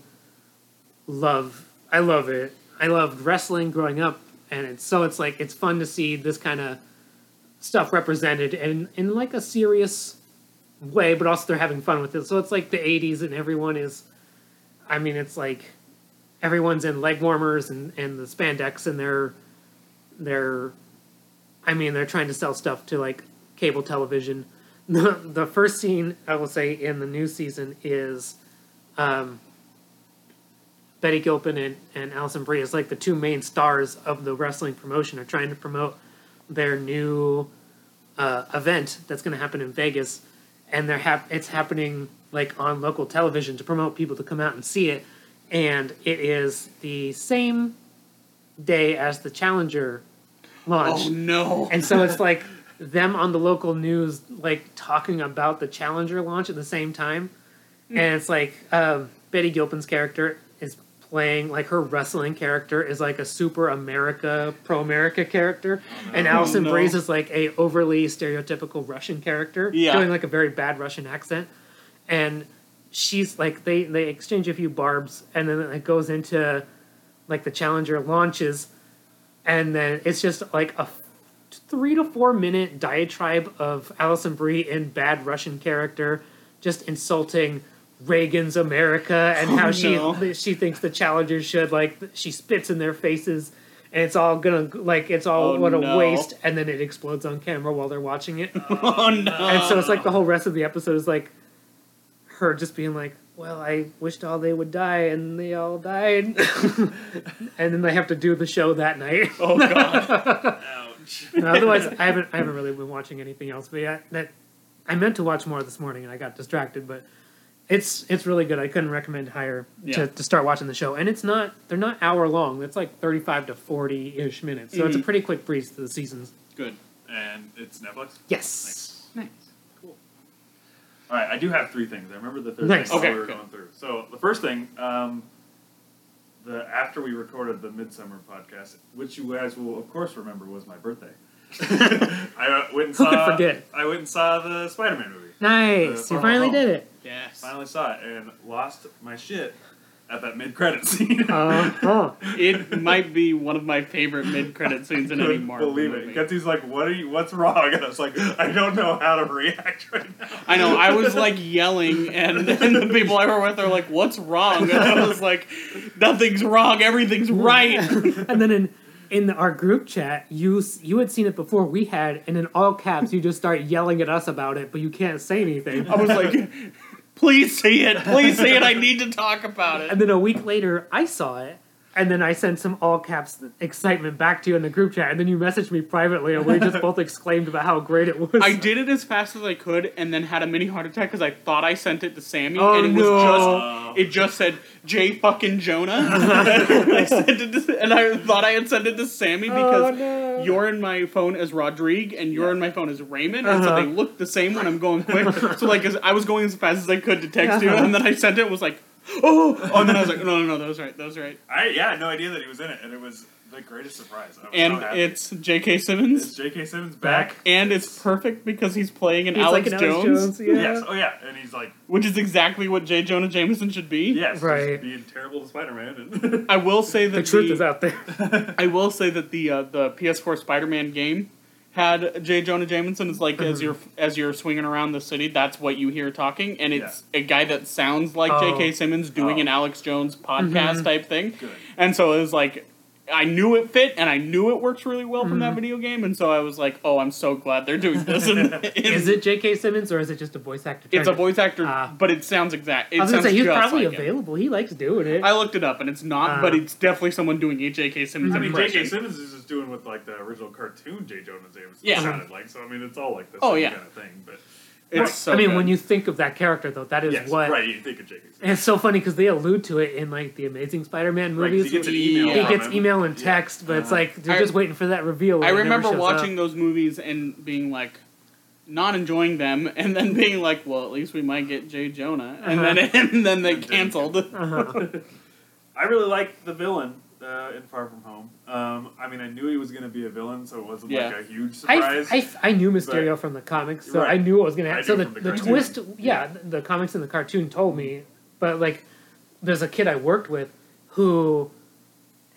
Speaker 3: love I love it. I loved wrestling growing up, and it's so it's like it's fun to see this kind of stuff represented and in like a serious way, but also they're having fun with it. So it's like the '80s, and everyone is. I mean, it's like everyone's in leg warmers and and the spandex, and they're they're. I mean, they're trying to sell stuff to like cable television. The, the first scene I will say in the new season is um, Betty Gilpin and, and Allison Brie is like the two main stars of the wrestling promotion are trying to promote their new uh, event that's going to happen in Vegas, and they're hap- it's happening like on local television to promote people to come out and see it, and it is the same day as the Challenger launch.
Speaker 1: oh no.
Speaker 3: And so it's like them on the local news, like talking about the Challenger launch at the same time.
Speaker 1: Hmm.
Speaker 3: And it's like um, Betty Gilpin's character is playing, like her wrestling character is like a super America, pro America character. And Allison
Speaker 1: Oh, no.
Speaker 3: Breeze is like a overly stereotypical Russian character,
Speaker 1: Yeah.
Speaker 3: doing like a very bad Russian accent. And she's like, they, they exchange a few barbs, and then it goes into like the Challenger launches. And then it's just like a three to four minute diatribe of Alison Brie in bad Russian character, just insulting Reagan's America and how
Speaker 1: Oh,
Speaker 3: she
Speaker 1: no.
Speaker 3: th- she thinks the challengers should like th- she spits in their faces, and it's all gonna like it's all
Speaker 1: Oh,
Speaker 3: what a
Speaker 1: no.
Speaker 3: waste, and then it explodes on camera while they're watching it,
Speaker 1: oh no.
Speaker 3: and so it's like the whole rest of the episode is like her just being like. Well, I wished all they would die, and they all died, and then they have to do the show that night.
Speaker 1: Oh god.
Speaker 2: Ouch.
Speaker 3: No, otherwise, I haven't. I haven't really been watching anything else. But yeah, that I meant to watch more this morning, and I got distracted. But it's it's really good. I couldn't recommend higher
Speaker 1: Yeah.
Speaker 3: to, to start watching the show. And it's not they're not hour long. It's like thirty five to forty ish minutes. So it's a
Speaker 1: Mhm.
Speaker 3: pretty quick breeze to the seasons.
Speaker 1: Good.
Speaker 2: And it's Netflix?
Speaker 3: Yes.
Speaker 1: Nice.
Speaker 2: All right, I do have three things. I remember the third
Speaker 3: Nice.
Speaker 2: thing
Speaker 1: Okay,
Speaker 2: we were
Speaker 1: good.
Speaker 2: going through. So the first thing, um, the after we recorded the Midsummer podcast, which you guys will of course remember was my birthday. I uh, went and
Speaker 3: Who could
Speaker 2: saw.
Speaker 3: forget?
Speaker 2: I went and saw the Spider-Man movie.
Speaker 3: Nice. You
Speaker 2: Uh,
Speaker 3: finally
Speaker 2: oh.
Speaker 3: did it.
Speaker 1: Yes.
Speaker 2: Finally saw it and lost my shit at that mid credit scene.
Speaker 3: Uh-huh.
Speaker 1: It might be one of my favorite mid-credit scenes in any
Speaker 2: Couldn't
Speaker 1: Marvel
Speaker 2: believe
Speaker 1: movie.
Speaker 2: it. Getsy's like, "What are you? What's wrong?" And I was like, "I don't know how to react right now."
Speaker 1: I know. I was like yelling, and, and the people I were with are like, "What's wrong?" And I was like, "Nothing's wrong. Everything's right."
Speaker 3: and then in in our group chat, you s- you had seen it before we had, and in all caps, you just start yelling at us about it, but you can't say anything.
Speaker 1: I was like, "Please see it. Please see it. I need to talk about it."
Speaker 3: And then a week later, I saw it, and then I sent some all caps excitement back to you in the group chat, and then you messaged me privately, and we just both exclaimed about how great it was.
Speaker 1: I did it as fast as I could, and then had a mini heart attack because I thought I sent it to Sammy,
Speaker 3: Oh,
Speaker 1: and it
Speaker 3: no.
Speaker 2: Uh,
Speaker 1: was just it just said J fucking Jonah. and, I sent it to, and I thought I had sent it to Sammy because
Speaker 3: Oh, no.
Speaker 1: you're in my phone as Rodrigue, and you're in my phone as Raymond, and so
Speaker 3: Uh-huh.
Speaker 1: they look the same when I'm going quick. so like, as, I was going as fast as I could to text you,
Speaker 3: Uh-huh.
Speaker 1: and then I sent it and was like, oh, oh, and then I was like, no, no, no, that was right, that was right,
Speaker 2: I yeah, I had no idea that he was in it, and it was the greatest surprise. I was
Speaker 1: and
Speaker 2: so happy.
Speaker 1: it's J.K.
Speaker 2: It's
Speaker 1: Simmons,
Speaker 2: J.K. Simmons back.
Speaker 1: and it's perfect because he's playing an,
Speaker 3: It's
Speaker 1: Alex,
Speaker 3: like an Alex
Speaker 1: Jones.
Speaker 3: Jones, yeah.
Speaker 2: Yes. Oh yeah. And he's like,
Speaker 1: which is exactly what J. Jonah Jameson should be.
Speaker 2: yes,
Speaker 3: Right.
Speaker 2: just being terrible to Spider-Man. And
Speaker 1: I will say that
Speaker 3: the truth is out there.
Speaker 1: I will say that the uh, the PS4 Spider-Man game had J. Jonah Jameson as like
Speaker 3: Mm-hmm.
Speaker 1: as you're as you're swinging around the city. That's what you hear talking, and it's a guy that sounds like
Speaker 3: Oh. Mm-hmm.
Speaker 1: J.K. Simmons doing
Speaker 2: Oh.
Speaker 1: an Alex Jones podcast type thing.
Speaker 2: Good.
Speaker 1: And so it was like I knew it fit, and I knew it works really well from that
Speaker 3: Mm-hmm.
Speaker 1: video game, and so I was like, "Oh, I'm so glad they're doing this." In, in-
Speaker 3: Is it J.K. Simmons or is it just a voice actor?
Speaker 1: It's a
Speaker 3: turned-
Speaker 1: voice actor,
Speaker 3: Ah.
Speaker 1: but it sounds exact. It
Speaker 3: I was gonna
Speaker 1: sounds
Speaker 3: say he's
Speaker 1: just
Speaker 3: probably
Speaker 1: like him.
Speaker 3: available. He likes doing it.
Speaker 1: I looked it up, and it's not,
Speaker 3: Uh.
Speaker 1: but it's definitely someone doing a J.K. Simmons
Speaker 3: Mm-hmm.
Speaker 2: I mean, J.K.
Speaker 1: impression.
Speaker 2: Simmons is just doing with like the original cartoon J. Jonah Jameson
Speaker 1: Yeah.
Speaker 2: sounded like. So I mean, it's all like this
Speaker 1: Oh, yeah.
Speaker 2: kind of thing. But
Speaker 1: It's so
Speaker 3: I mean,
Speaker 1: good.
Speaker 3: when you think of that character, though, that is
Speaker 2: yes,
Speaker 3: what.
Speaker 2: right? You think of J.K. Simmons.
Speaker 3: And it's so funny because they allude to it in like the Amazing Spider-Man
Speaker 2: Right, 'cause
Speaker 3: movies.
Speaker 2: he gets an email.
Speaker 1: He
Speaker 2: from
Speaker 3: gets
Speaker 2: him.
Speaker 3: email and
Speaker 2: Yeah.
Speaker 3: text, but it's
Speaker 2: Uh-huh.
Speaker 3: like they're
Speaker 1: I-
Speaker 3: just waiting for that reveal.
Speaker 1: I
Speaker 3: and it never
Speaker 1: remember
Speaker 3: shows
Speaker 1: watching
Speaker 3: up.
Speaker 1: those movies and being like, not enjoying them, and then being like, well, at least we might get J. Jonah, and then and then they
Speaker 2: didn't.
Speaker 1: canceled.
Speaker 3: Uh-huh.
Speaker 2: I really liked the villain uh, in Far From Home. Um, I mean, I knew he was going to be a villain, so it wasn't
Speaker 1: Yeah.
Speaker 2: like a huge
Speaker 3: I,
Speaker 2: surprise.
Speaker 3: I, I knew Mysterio from the comics, so I
Speaker 2: Right.
Speaker 3: knew what was going to
Speaker 2: I
Speaker 3: happen. So
Speaker 2: knew
Speaker 3: the,
Speaker 2: from the
Speaker 3: the
Speaker 2: cartoon.
Speaker 3: twist, yeah, the, the comics and the cartoon told me. But like, there's a kid I worked with who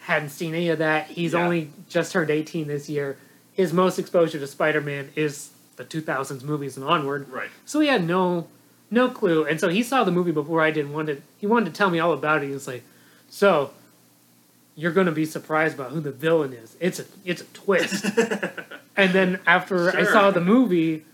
Speaker 3: hadn't seen any of that. He's
Speaker 2: Yeah.
Speaker 3: only just turned 18 this year. His most exposure to Spider-Man is the 2000s movies and onward.
Speaker 2: right.
Speaker 3: So he had no no clue, and so he saw the movie before I did. and Wanted he wanted to tell me all about it. He was like, "So you're going to be surprised about who the villain is. It's a it's a twist." and then after I
Speaker 2: Sure.
Speaker 3: saw the movie,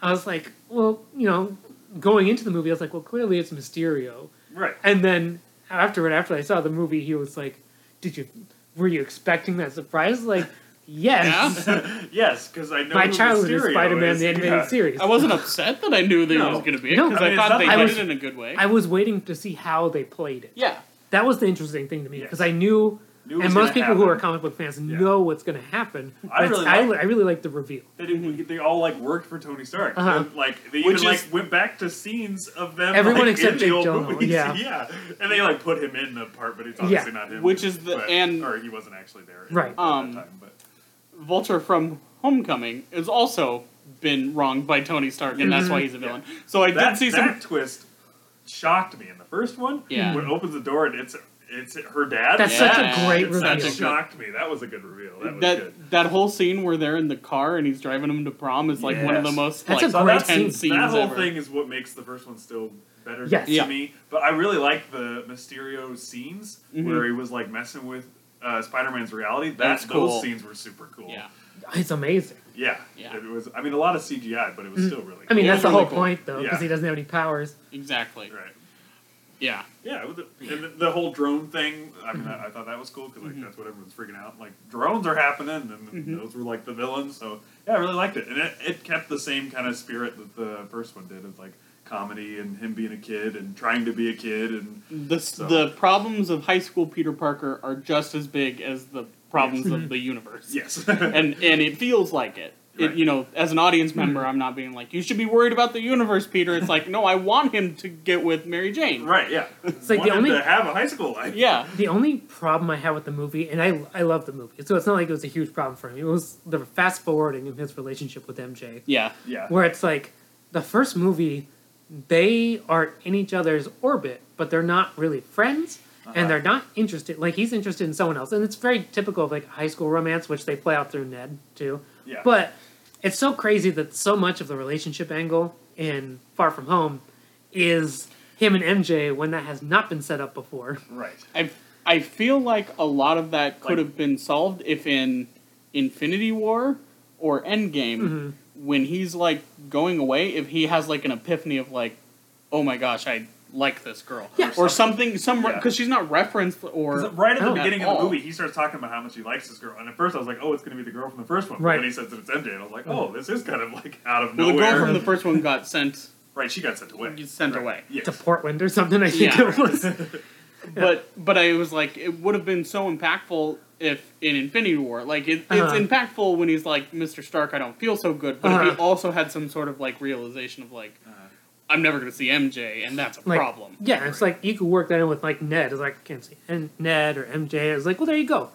Speaker 3: I was like, "Well, you know." Going into the movie, I was like, "Well, clearly it's Mysterio."
Speaker 2: Right.
Speaker 3: And then afterward, after I saw the movie, he was like, "Did you were you expecting that surprise?" Like, yes,
Speaker 2: yes, because I know
Speaker 3: my
Speaker 2: who
Speaker 3: childhood is
Speaker 2: Mysterio
Speaker 3: Spider-Man:
Speaker 2: is.
Speaker 3: The Animated
Speaker 2: yeah.
Speaker 3: Series.
Speaker 1: I wasn't upset that I knew that
Speaker 2: No.
Speaker 1: it was going to be
Speaker 3: No,
Speaker 1: because
Speaker 2: I mean, it's
Speaker 1: I thought
Speaker 2: not
Speaker 1: they
Speaker 2: like-
Speaker 1: did
Speaker 3: I was-
Speaker 1: it in a good way.
Speaker 3: I was waiting to see how they played it.
Speaker 1: yeah,
Speaker 3: That was the interesting thing to me
Speaker 2: Yes.
Speaker 3: because I knew,
Speaker 2: Knew it was
Speaker 3: and most
Speaker 2: gonna
Speaker 3: people who
Speaker 2: happen.
Speaker 3: are comic book fans
Speaker 2: Yeah.
Speaker 3: know what's going to happen.
Speaker 2: I
Speaker 3: But
Speaker 2: really
Speaker 3: I,
Speaker 2: like-
Speaker 3: I really like the reveal.
Speaker 2: They didn't. They all like worked for Tony Stark.
Speaker 3: Uh-huh.
Speaker 2: And, like they
Speaker 1: Which
Speaker 2: even
Speaker 1: is-
Speaker 2: like went back to scenes of them.
Speaker 3: Everyone
Speaker 2: like,
Speaker 3: except
Speaker 2: in
Speaker 3: Jake
Speaker 2: the old
Speaker 3: Gyllenhaal,
Speaker 2: movies.
Speaker 3: yeah.
Speaker 2: and they like put him in the part, but it's obviously not him.
Speaker 1: Which is the-
Speaker 2: But-
Speaker 1: and-
Speaker 2: or he wasn't actually there. at
Speaker 3: Right.
Speaker 2: that
Speaker 1: Um,
Speaker 2: time, but
Speaker 1: Vulture from Homecoming has also been wronged by Tony Stark, and
Speaker 3: Mm-hmm.
Speaker 1: that's why he's a villain. So I
Speaker 2: that,
Speaker 1: did see
Speaker 2: that
Speaker 1: some.
Speaker 2: twist shocked me in the first one.
Speaker 1: Yeah.
Speaker 2: when it opens the door and it's it's her dad.
Speaker 3: That's
Speaker 1: such a
Speaker 2: That-
Speaker 1: great
Speaker 2: That
Speaker 1: reveal.
Speaker 2: shocked me. That was a good reveal. That was good.
Speaker 1: That that whole scene where they're in the car and he's driving him to prom is like one of the
Speaker 2: Yes.
Speaker 1: most
Speaker 3: That's
Speaker 1: like
Speaker 3: a great
Speaker 1: tense
Speaker 3: scene.
Speaker 1: scenes
Speaker 2: that whole
Speaker 1: ever.
Speaker 2: thing is what makes the first one still better
Speaker 3: Yes.
Speaker 2: to
Speaker 1: Yeah.
Speaker 2: me. But I really like the Mysterio scenes where he was like messing with uh, Spider-Man's reality. That
Speaker 1: Mm-hmm. That's cool.
Speaker 2: those scenes were super cool.
Speaker 1: Yeah.
Speaker 3: It's amazing.
Speaker 2: yeah,
Speaker 1: Yeah. Mm-hmm.
Speaker 2: It was. I mean, a lot of CGI, but it was still really.
Speaker 3: I mean,
Speaker 1: Yeah,
Speaker 3: that's
Speaker 1: it's
Speaker 3: the
Speaker 1: really
Speaker 3: whole
Speaker 1: cool.
Speaker 3: point, though, because
Speaker 2: Yeah.
Speaker 3: he doesn't have any powers.
Speaker 1: Exactly.
Speaker 2: cool. right.
Speaker 1: Yeah.
Speaker 2: Yeah, with the, and the, the whole drone thing. I mean, I, I thought that was cool because like
Speaker 1: Mm-hmm.
Speaker 2: that's what everyone's freaking out. Like drones are happening, and those were like the villains. So yeah, I really liked it, and it, it kept the same kind of spirit that the first one did of like comedy and him being a kid and trying to be a kid and
Speaker 1: The
Speaker 2: So-
Speaker 1: the problems of high school Peter Parker are just as big as the problems of the universe.
Speaker 2: yes,
Speaker 1: And and it feels like it. It,
Speaker 2: Right. Mm-hmm.
Speaker 1: you know, as an audience member, I'm not being like, you should be worried about the universe, Peter. It's like, no, I want him to get with Mary Jane.
Speaker 2: right, yeah. It's
Speaker 3: like the only-
Speaker 2: to have a high school life.
Speaker 1: Yeah.
Speaker 3: The only problem I had with the movie, and I I love the movie, so it's not like it was a huge problem for him. It was the fast forwarding of his relationship with MJ,
Speaker 1: Yeah.
Speaker 2: yeah,
Speaker 3: where it's like the first movie, they are in each other's orbit, but they're not really friends.
Speaker 2: Uh-huh.
Speaker 3: And they're not interested. Like he's interested in someone else, and it's very typical of like high school romance, which they play out through Ned too.
Speaker 2: Yeah.
Speaker 3: But it's so crazy that so much of the relationship angle in Far From Home is him and MJ when that has not been set up before.
Speaker 2: Right.
Speaker 1: I I feel like a lot of that could
Speaker 2: Like-
Speaker 1: have been solved if in Infinity War or Endgame,
Speaker 2: Mm-hmm.
Speaker 1: when he's like going away, if he has like an epiphany of like, oh my gosh, I like this girl,
Speaker 3: Yeah.
Speaker 1: or something, some
Speaker 2: Yeah.
Speaker 1: because she's not referenced or
Speaker 2: 'Cause Right at the
Speaker 3: Oh.
Speaker 2: beginning
Speaker 1: At
Speaker 2: of the
Speaker 1: all.
Speaker 2: movie, he starts talking about how much he likes this girl, and at first I was like, "Oh, it's going to be the girl from the first one." But
Speaker 3: Right.
Speaker 2: Then he says that it's MJ, and I was like, "Oh, this is kind of like out of
Speaker 1: well, the
Speaker 2: nowhere."
Speaker 1: girl from the first one got sent
Speaker 2: right, she got sent away.
Speaker 1: sent
Speaker 2: Right.
Speaker 1: away.
Speaker 2: Yes.
Speaker 3: To Portland or something, I think
Speaker 1: Yeah.
Speaker 3: it was.
Speaker 1: But but I was like, it would have been so impactful if in Infinity War, like it,
Speaker 3: Uh-huh.
Speaker 1: it's impactful when he's like, Mister Stark, I don't feel so good. But if he
Speaker 3: Uh-huh.
Speaker 1: also had some sort of like realization of like,
Speaker 2: Uh,
Speaker 1: I'm never going to see MJ, and that's a
Speaker 3: Like,
Speaker 1: problem.
Speaker 3: Yeah, it's like you could work that in with like Ned. It's like I can't see and Ned or MJ. It's like, well, there you go.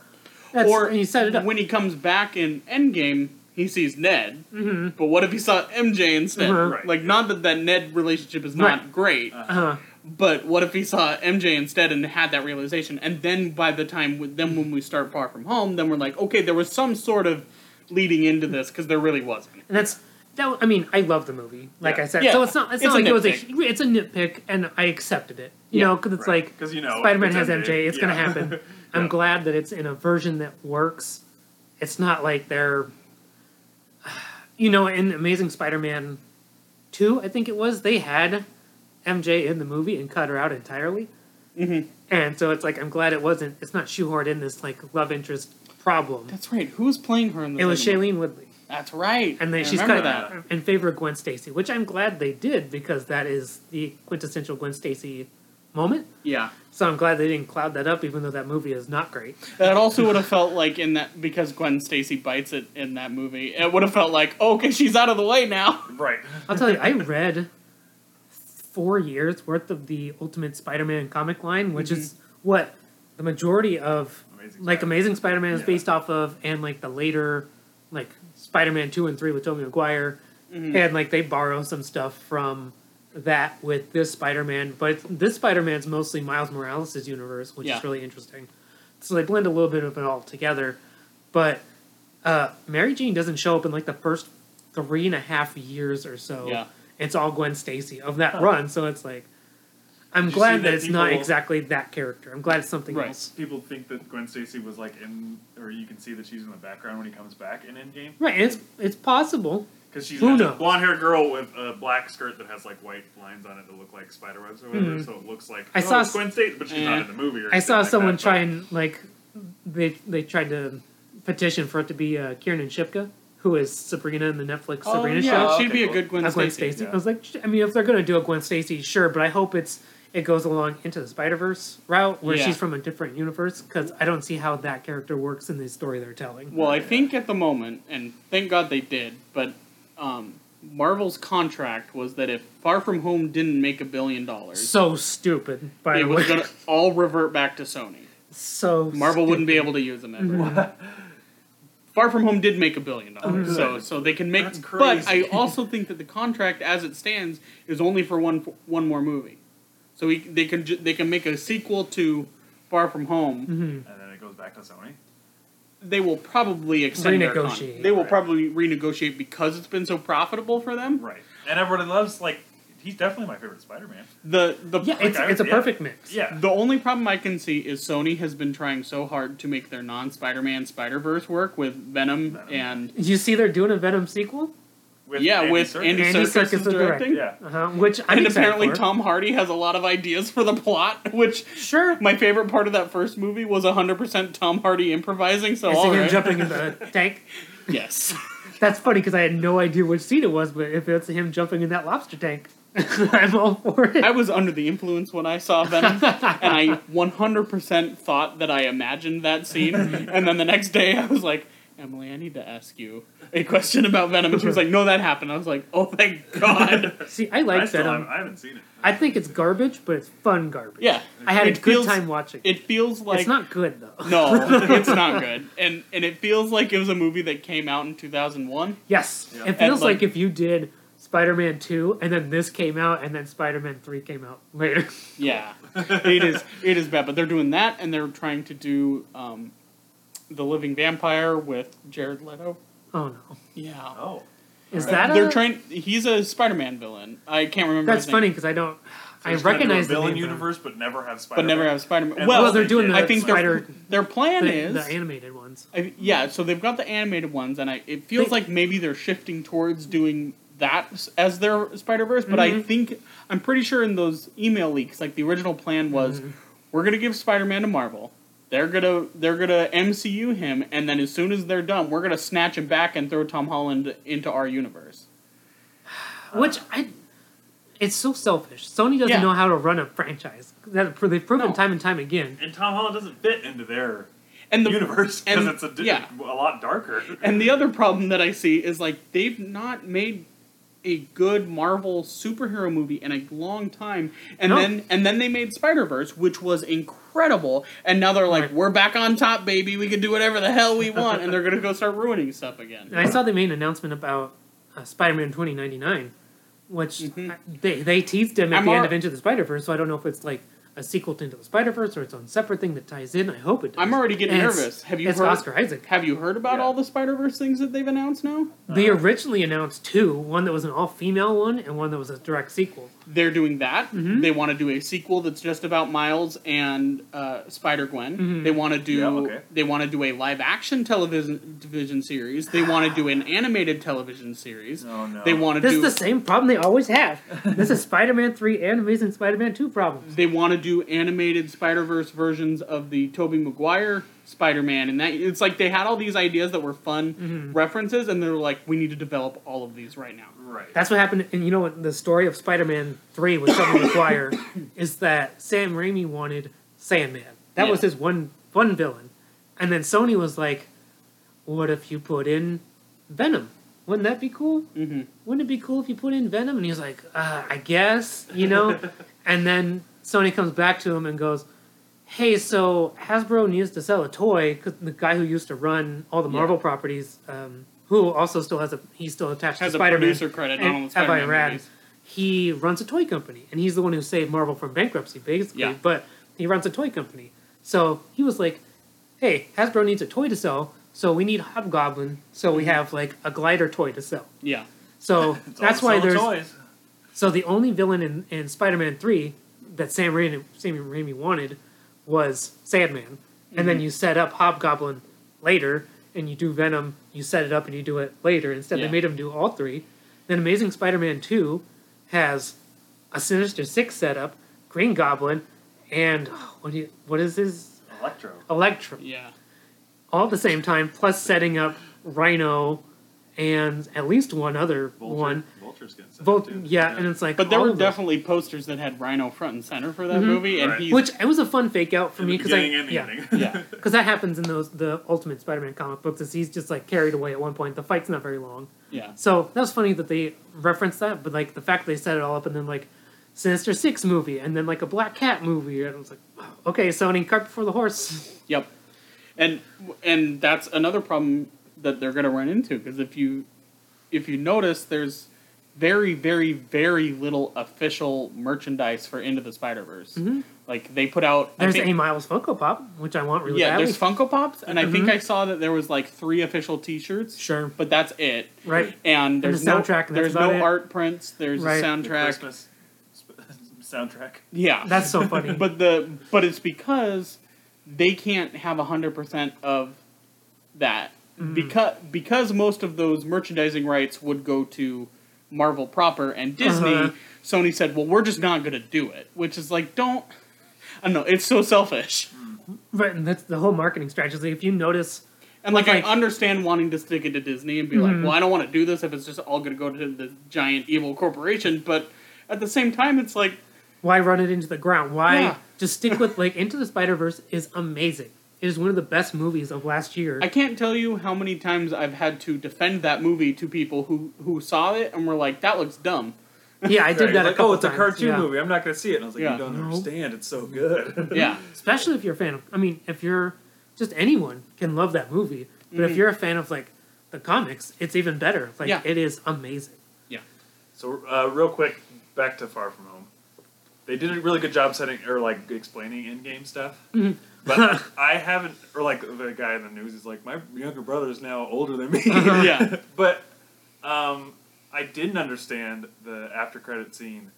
Speaker 3: That's,
Speaker 1: or
Speaker 3: and you set it up.
Speaker 1: when he comes back in Endgame, he sees Ned.
Speaker 3: hmm
Speaker 1: But what if he saw MJ instead?
Speaker 3: Uh-huh.
Speaker 2: Right.
Speaker 1: Like, not that that Ned relationship is not
Speaker 3: Right.
Speaker 1: great,
Speaker 2: Uh-huh.
Speaker 3: uh-huh.
Speaker 1: but what if he saw MJ instead and had that realization? And then by the time, with- then when we start Far From Home, then we're like, okay, there was some sort of leading into this because there really wasn't.
Speaker 3: And that's that. I mean, I love the movie. Like I said,
Speaker 1: Yeah.
Speaker 3: so it's not. It's,
Speaker 1: It's
Speaker 3: not
Speaker 1: a
Speaker 3: like it was
Speaker 1: nitpick.
Speaker 3: a. It's a nitpick, and I accepted it. You
Speaker 1: Yeah,
Speaker 3: know, 'cause know, because it's
Speaker 2: right.
Speaker 3: like
Speaker 2: 'Cause you know
Speaker 3: Spider-Man
Speaker 2: it's
Speaker 3: has MJ. It's gonna
Speaker 2: Yeah.
Speaker 3: happen. I'm
Speaker 2: Yeah.
Speaker 3: glad that it's in a version that works. It's not like they're, you know, in Amazing Spider-Man two, I think it was they had MJ in the movie and cut her out entirely.
Speaker 2: Mm-hmm.
Speaker 1: Mhm.
Speaker 3: And so it's like I'm glad it wasn't. It's not shoehorned in this like love interest problem.
Speaker 1: That's right. Who was playing her in the?
Speaker 3: It was
Speaker 1: second one?
Speaker 3: Shailene Woodley
Speaker 1: That's right.
Speaker 3: and
Speaker 1: I
Speaker 3: then she's
Speaker 1: remember
Speaker 3: cut
Speaker 1: that.
Speaker 3: in favor of Gwen Stacy, which I'm glad they did because that is the quintessential Gwen Stacy moment.
Speaker 1: Yeah.
Speaker 3: So I'm glad they didn't cloud that up, even though that movie is not great.
Speaker 1: That also would have felt like in that because Gwen Stacy bites it in that movie. It would have felt like oh, okay, she's out of the way now.
Speaker 2: Right.
Speaker 3: I'll tell you, I read four years worth of the Ultimate Spider-Man comic line, which is what the majority of
Speaker 2: Amazing
Speaker 3: like
Speaker 2: Spider-Man.
Speaker 3: Amazing Spider-Man is
Speaker 2: Yeah.
Speaker 3: based off of, and like the later like Spider-Man two and three with Tobey Maguire, and like they borrow some stuff from that with this Spider-Man, but it's- this Spider-Man's mostly Miles Morales' universe, which
Speaker 1: Yeah.
Speaker 3: is really interesting. So they blend a little bit of it all together, but uh, Mary Jane doesn't show up in like the first three and a half years or so.
Speaker 1: Yeah.
Speaker 3: It's all Gwen Stacy of that
Speaker 2: Oh.
Speaker 3: run, so it's like
Speaker 2: Did
Speaker 3: I'm
Speaker 2: you see
Speaker 3: glad that,
Speaker 2: that
Speaker 3: it's not
Speaker 2: people-
Speaker 3: exactly that character. I'm glad it's something
Speaker 1: Right.
Speaker 3: else.
Speaker 2: People think that Gwen Stacy was like in, or you can see that she's in the background when he comes back in Endgame
Speaker 3: Right, and it's it's possible.
Speaker 2: because she's
Speaker 3: Who
Speaker 2: a
Speaker 3: knows?
Speaker 2: blonde-haired girl with a black skirt that has like white lines on it that look like spider webs or whatever. So it looks like
Speaker 3: Mm-hmm. I
Speaker 2: oh,
Speaker 3: saw
Speaker 2: it's
Speaker 3: s- Mm.
Speaker 2: Gwen Stacy, but she's
Speaker 1: Yeah.
Speaker 2: not in the movie. Or
Speaker 3: I
Speaker 2: anything
Speaker 3: saw
Speaker 2: like
Speaker 3: someone
Speaker 2: that,
Speaker 3: try and like they they tried to petition for it to be uh, Kiernan Shipka, who is Sabrina in the Netflix Sabrina show.
Speaker 2: Oh,
Speaker 1: she'd
Speaker 2: okay,
Speaker 1: be a
Speaker 2: cool.
Speaker 1: good Gwen
Speaker 3: That's Gwen
Speaker 1: Stacy.
Speaker 3: Stacy.
Speaker 2: yeah.
Speaker 3: I was like, sh- I mean, if they're gonna do a Gwen Stacy, sure, but I hope it's it goes along into the Spider Verse route where
Speaker 1: Yeah.
Speaker 3: she's from a different universe because I don't see how that character works in the story they're telling.
Speaker 1: Well, I think at the moment, and thank God they did, but um, Marvel's contract was that if Far From Home didn't make a billion dollars,
Speaker 3: So stupid. By
Speaker 1: it
Speaker 3: the way,
Speaker 1: was gonna all revert back to Sony.
Speaker 3: so
Speaker 1: Marvel wouldn't be
Speaker 3: stupid.
Speaker 1: able to use them ever. Far From Home did make a billion dollars, so so they can make.
Speaker 2: That's
Speaker 1: But I
Speaker 2: crazy.
Speaker 1: also think that the contract, as it stands, is only for one one more movie. So we, they can ju- they can make a sequel to Far From Home.
Speaker 2: but- and then it goes back to Sony.
Speaker 1: They will probably extend their con-
Speaker 3: Renegotiate.
Speaker 1: They will probably renegotiate because it's been so profitable for them.
Speaker 2: Right. And everybody loves like he's definitely my favorite Spider-Man.
Speaker 1: The the
Speaker 3: Yeah, it's,
Speaker 2: I-
Speaker 3: it's a
Speaker 2: yeah.
Speaker 3: perfect mix.
Speaker 2: Yeah.
Speaker 1: The only problem I can see is Sony has been trying so hard to make their non Spider Man Spider Verse work with Venom,
Speaker 2: Venom.
Speaker 1: and
Speaker 3: You see, they're doing a Venom sequel.
Speaker 2: With
Speaker 1: yeah,
Speaker 2: Andy
Speaker 1: with
Speaker 2: Serkis.
Speaker 1: Andy,
Speaker 3: Andy
Speaker 1: Serkis,
Speaker 3: Serkis
Speaker 1: is
Speaker 3: is directing.
Speaker 1: directing.
Speaker 2: Yeah.
Speaker 3: Uh-huh, which I'm
Speaker 1: And
Speaker 3: excited
Speaker 1: apparently
Speaker 3: for.
Speaker 1: Tom Hardy has a lot of ideas for the plot, which
Speaker 3: Sure.
Speaker 1: my favorite part of that first movie was 100% Tom Hardy improvising, so
Speaker 3: I see
Speaker 1: all
Speaker 3: him
Speaker 1: right.
Speaker 3: jumping in the tank.
Speaker 1: Yes.
Speaker 3: That's funny because I had no idea which scene it was, but if it's him jumping in that lobster tank, I'm all for it.
Speaker 1: I was under the influence when I saw Venom, and I 100% thought that I imagined that scene. And then the next day, I was like, Emily, I need to ask you a question about Venom. And she was like, No, that happened. I was like, Oh, thank God.
Speaker 3: See, I
Speaker 2: I
Speaker 3: like
Speaker 2: still
Speaker 3: Venom.
Speaker 2: haven't, I haven't seen it.
Speaker 3: I think it's garbage, but it's fun garbage.
Speaker 1: Yeah.
Speaker 3: I had
Speaker 1: It
Speaker 3: a good
Speaker 1: feels-
Speaker 3: time watching.
Speaker 1: It feels like.
Speaker 3: it's not good though.
Speaker 1: no, it's not good. And, and it feels like it was a movie that came out in 2001.
Speaker 3: Yes,
Speaker 2: Yeah.
Speaker 3: it feels
Speaker 1: And, like-
Speaker 3: like if you did Spider-Man Two, and then this came out, and then Spider-Man Three came out later.
Speaker 1: Yeah, it is. It is bad, but they're doing that, and they're trying to do um, the Living Vampire with Jared Leto.
Speaker 3: oh no,
Speaker 1: Yeah,
Speaker 2: Oh.
Speaker 3: is
Speaker 2: Alright.
Speaker 3: that a,
Speaker 1: they're trying. He's a Spider-Man villain. I can't remember.
Speaker 3: That's
Speaker 1: his name,
Speaker 3: funny because I don't. I
Speaker 2: They're trying to do
Speaker 3: recognize
Speaker 2: a
Speaker 3: the
Speaker 2: villain
Speaker 3: name, but-
Speaker 2: universe, but never have Spider.
Speaker 1: but never have Spider-Man.
Speaker 2: And
Speaker 1: Well,
Speaker 3: Well, they're doing the
Speaker 2: I
Speaker 1: I think their-
Speaker 3: Spider
Speaker 1: their plan
Speaker 3: the,
Speaker 1: is
Speaker 3: the animated ones.
Speaker 1: I, yeah, so they've got the animated ones, and I, it feels
Speaker 3: They-
Speaker 1: like maybe they're shifting towards doing that s- as their Spider Verse. But I
Speaker 3: Mhm.
Speaker 1: think I'm pretty sure in those email leaks, like the original plan was,
Speaker 3: Mm-hmm.
Speaker 1: we're gonna give Spider Man to Marvel. They're gonna they're gonna MCU him, and then as soon as they're done, we're gonna snatch him back and throw Tom Holland into our universe.
Speaker 3: Which I, it's so selfish. Sony doesn't
Speaker 1: Yeah.
Speaker 3: know how to run a franchise. That they've proven
Speaker 1: No.
Speaker 3: time and time again.
Speaker 2: And Tom Holland doesn't fit into their
Speaker 1: And the
Speaker 2: universe because
Speaker 1: and-
Speaker 2: it's a, di-
Speaker 1: yeah.
Speaker 2: a lot darker.
Speaker 1: And the other problem that I see is like they've not made a good Marvel superhero movie in a long time. And
Speaker 3: No.
Speaker 1: then and then they made Spider-Verse, which was incredible. And now they're like,
Speaker 3: Right.
Speaker 1: we're back on top, baby. We can do whatever the hell we want and they're going to go start ruining stuff
Speaker 3: And
Speaker 1: again.
Speaker 3: I saw they made an announcement about uh, Spider-Man 2099, which I- they they teased him at
Speaker 1: Mm-hmm. I'm
Speaker 3: the end
Speaker 1: al-
Speaker 3: of Into the Spider-Verse. So I don't know if it's like a sequel to Into the Spider-Verse or its own separate thing that ties in. I hope it does.
Speaker 1: I'm already getting
Speaker 3: And it's-
Speaker 1: nervous. Have you
Speaker 3: it's
Speaker 1: heard
Speaker 3: Oscar Isaac.
Speaker 1: Have you heard about
Speaker 2: Yeah.
Speaker 1: all the Spider-Verse things that they've announced now?
Speaker 3: They originally announced two: one that was an all-female one, and one that was a direct sequel.
Speaker 1: They're doing that.
Speaker 3: Mm-hmm.
Speaker 1: They want to do a sequel that's just about Miles and uh, Spider Gwen.
Speaker 3: Mm-hmm.
Speaker 1: They want to do.
Speaker 2: Yeah, okay.
Speaker 1: They want to do a live action television division series. They want to do an animated television series.
Speaker 2: Oh, no.
Speaker 1: They want to
Speaker 3: This
Speaker 1: do.
Speaker 3: is the same problem they always have. this is Spider-Man 3 and Amazing Spider-Man 2 problems.
Speaker 1: they want to do animated Spider Verse versions of the Tobey Maguire Spider Man, and that it's like they had all these ideas that were fun
Speaker 3: Mm-hmm.
Speaker 1: references, and they were like, we need to develop all of these right now.
Speaker 2: right.
Speaker 3: That's what happened, and you know what? The story of Spider-Man 3 with Tobey Maguire is that Sam Raimi wanted Sandman. That was
Speaker 1: Yeah.
Speaker 3: his one one villain, and then Sony was like, "What if you put in Venom? Wouldn't that be cool?
Speaker 1: Mm-hmm.
Speaker 3: Wouldn't it be cool if you put in Venom?" And he's like, uh, "I guess, you know." and then Sony comes back to him and goes, "Hey, so Hasbro needs to sell a toy because the guy who used to run all the
Speaker 1: Yeah.
Speaker 3: Marvel properties." Um, who also still has a he's still attached
Speaker 1: Has
Speaker 3: to
Speaker 1: a
Speaker 3: Spider-Man
Speaker 1: producer credit on all the
Speaker 3: and have I
Speaker 1: Spider Man
Speaker 3: read?
Speaker 1: movies.
Speaker 3: He runs a toy company, and he's the one who saved Marvel from bankruptcy, basically.
Speaker 1: Yeah.
Speaker 3: But he runs a toy company, so he was like, "Hey, Hasbro needs a toy to sell, so we need Hobgoblin, so
Speaker 1: Mm-hmm.
Speaker 3: we have like a glider toy to sell."
Speaker 1: Yeah.
Speaker 3: So
Speaker 2: It's all
Speaker 3: that's why
Speaker 2: selling
Speaker 3: there's
Speaker 2: toys.
Speaker 3: so the only villain in, in Spider-Man Three that Sam Raimi, Sam Raimi wanted was Sandman, and
Speaker 2: Mm-hmm.
Speaker 3: then you set up Hobgoblin later, and you do Venom. You set it up and you do it later. Instead,
Speaker 1: Yeah.
Speaker 3: they made him do all three. Then Amazing Spider-Man Two has a Sinister Six setup, Green Goblin, and what do you, what is his
Speaker 2: Electro.
Speaker 3: Electro
Speaker 1: Yeah.
Speaker 3: all at the same time, plus setting up Rhino and at least one other
Speaker 2: Vulture.
Speaker 3: one.
Speaker 2: Vulture's good. stuff,
Speaker 3: Both,
Speaker 2: too.
Speaker 3: yeah, and it's like,
Speaker 1: But there
Speaker 3: all
Speaker 1: were
Speaker 3: of those.
Speaker 1: definitely posters that had Rhino front and center for that
Speaker 3: Mhm.
Speaker 1: movie, and
Speaker 2: Right.
Speaker 1: he's
Speaker 3: which it was a fun fake out for
Speaker 2: In
Speaker 3: me
Speaker 2: the
Speaker 3: because I
Speaker 2: beginning and the
Speaker 3: yeah
Speaker 2: ending.
Speaker 1: yeah,
Speaker 3: because that happens in those the Ultimate Spider-Man comic books is he's just like carried away at one point. The fight's not very long,
Speaker 1: yeah,
Speaker 3: so that was funny that they referenced that. But like the fact they set it all up and then like Sinister Six movie and then like a Black Cat movie, and I was like, okay, Sony cart before the horse.
Speaker 1: yep, and and that's another problem that they're going to run into because if you if you notice, there's very very very little official merchandise for Into the Spider Verse. Like they put out
Speaker 3: Mm-hmm.
Speaker 1: I
Speaker 3: There's
Speaker 1: think-
Speaker 3: a Miles Funko Pop, which I want really
Speaker 1: yeah,
Speaker 3: badly.
Speaker 1: there's Funko Pops, and I think I saw that there was like three official T-shirts.
Speaker 3: Mm-hmm. Sure.
Speaker 1: but that's it.
Speaker 3: right?
Speaker 1: And there's
Speaker 3: the soundtrack,
Speaker 1: no
Speaker 3: and that's
Speaker 1: there's
Speaker 3: about
Speaker 1: no
Speaker 3: it.
Speaker 1: art prints. There's
Speaker 3: Right. The
Speaker 1: a
Speaker 2: The
Speaker 1: soundtrack.
Speaker 2: Christmas sp- soundtrack.
Speaker 1: Yeah,
Speaker 3: That's so funny.
Speaker 1: but the but it's because they can't have hundred percent of that because because most of those merchandising rights would go to Marvel proper and Disney.
Speaker 3: Uh-huh.
Speaker 1: Sony said, "Well, we're just not going to do it," which is like, don't. I don't know. It's so selfish,
Speaker 3: Right, and that's the whole marketing strategy. If you notice,
Speaker 1: and like,
Speaker 3: Like-
Speaker 1: I understand wanting to stick it to Disney and be like, "Well, I don't want to do this if it's just all going to go to the giant evil corporation." But at the same time, it's like,
Speaker 3: why run it into the ground? Why
Speaker 1: Yeah.
Speaker 3: just stick with like Into the Spider Verse is amazing. It is one of the best movies of last year.
Speaker 1: I can't tell you how many times I've had to defend that movie to people who who saw it and were like, "That looks dumb."
Speaker 3: yeah, I did
Speaker 2: Right,
Speaker 3: that.
Speaker 2: like,
Speaker 3: a couple
Speaker 2: oh, it's
Speaker 3: times,
Speaker 2: a cartoon
Speaker 3: yeah.
Speaker 2: movie. I'm not going to see it. And I was like,
Speaker 1: Yeah.
Speaker 2: you don't
Speaker 3: No.
Speaker 2: understand. It's so good.
Speaker 1: Yeah,
Speaker 3: especially if you're a fan of. I mean, if you're just anyone can love that movie,
Speaker 2: Mm-hmm.
Speaker 3: but if you're a fan of like the comics, it's even better. Like
Speaker 1: Yeah.
Speaker 3: it is amazing.
Speaker 1: yeah.
Speaker 2: So uh, real quick, back to Far From Home. They did a really good job setting or like explaining in-game stuff.
Speaker 1: Mm-hmm.
Speaker 2: But I haven't, or like the guy in the news is like, my younger brother is now older than me.
Speaker 1: Yeah.
Speaker 2: but um, I didn't understand the after credit scene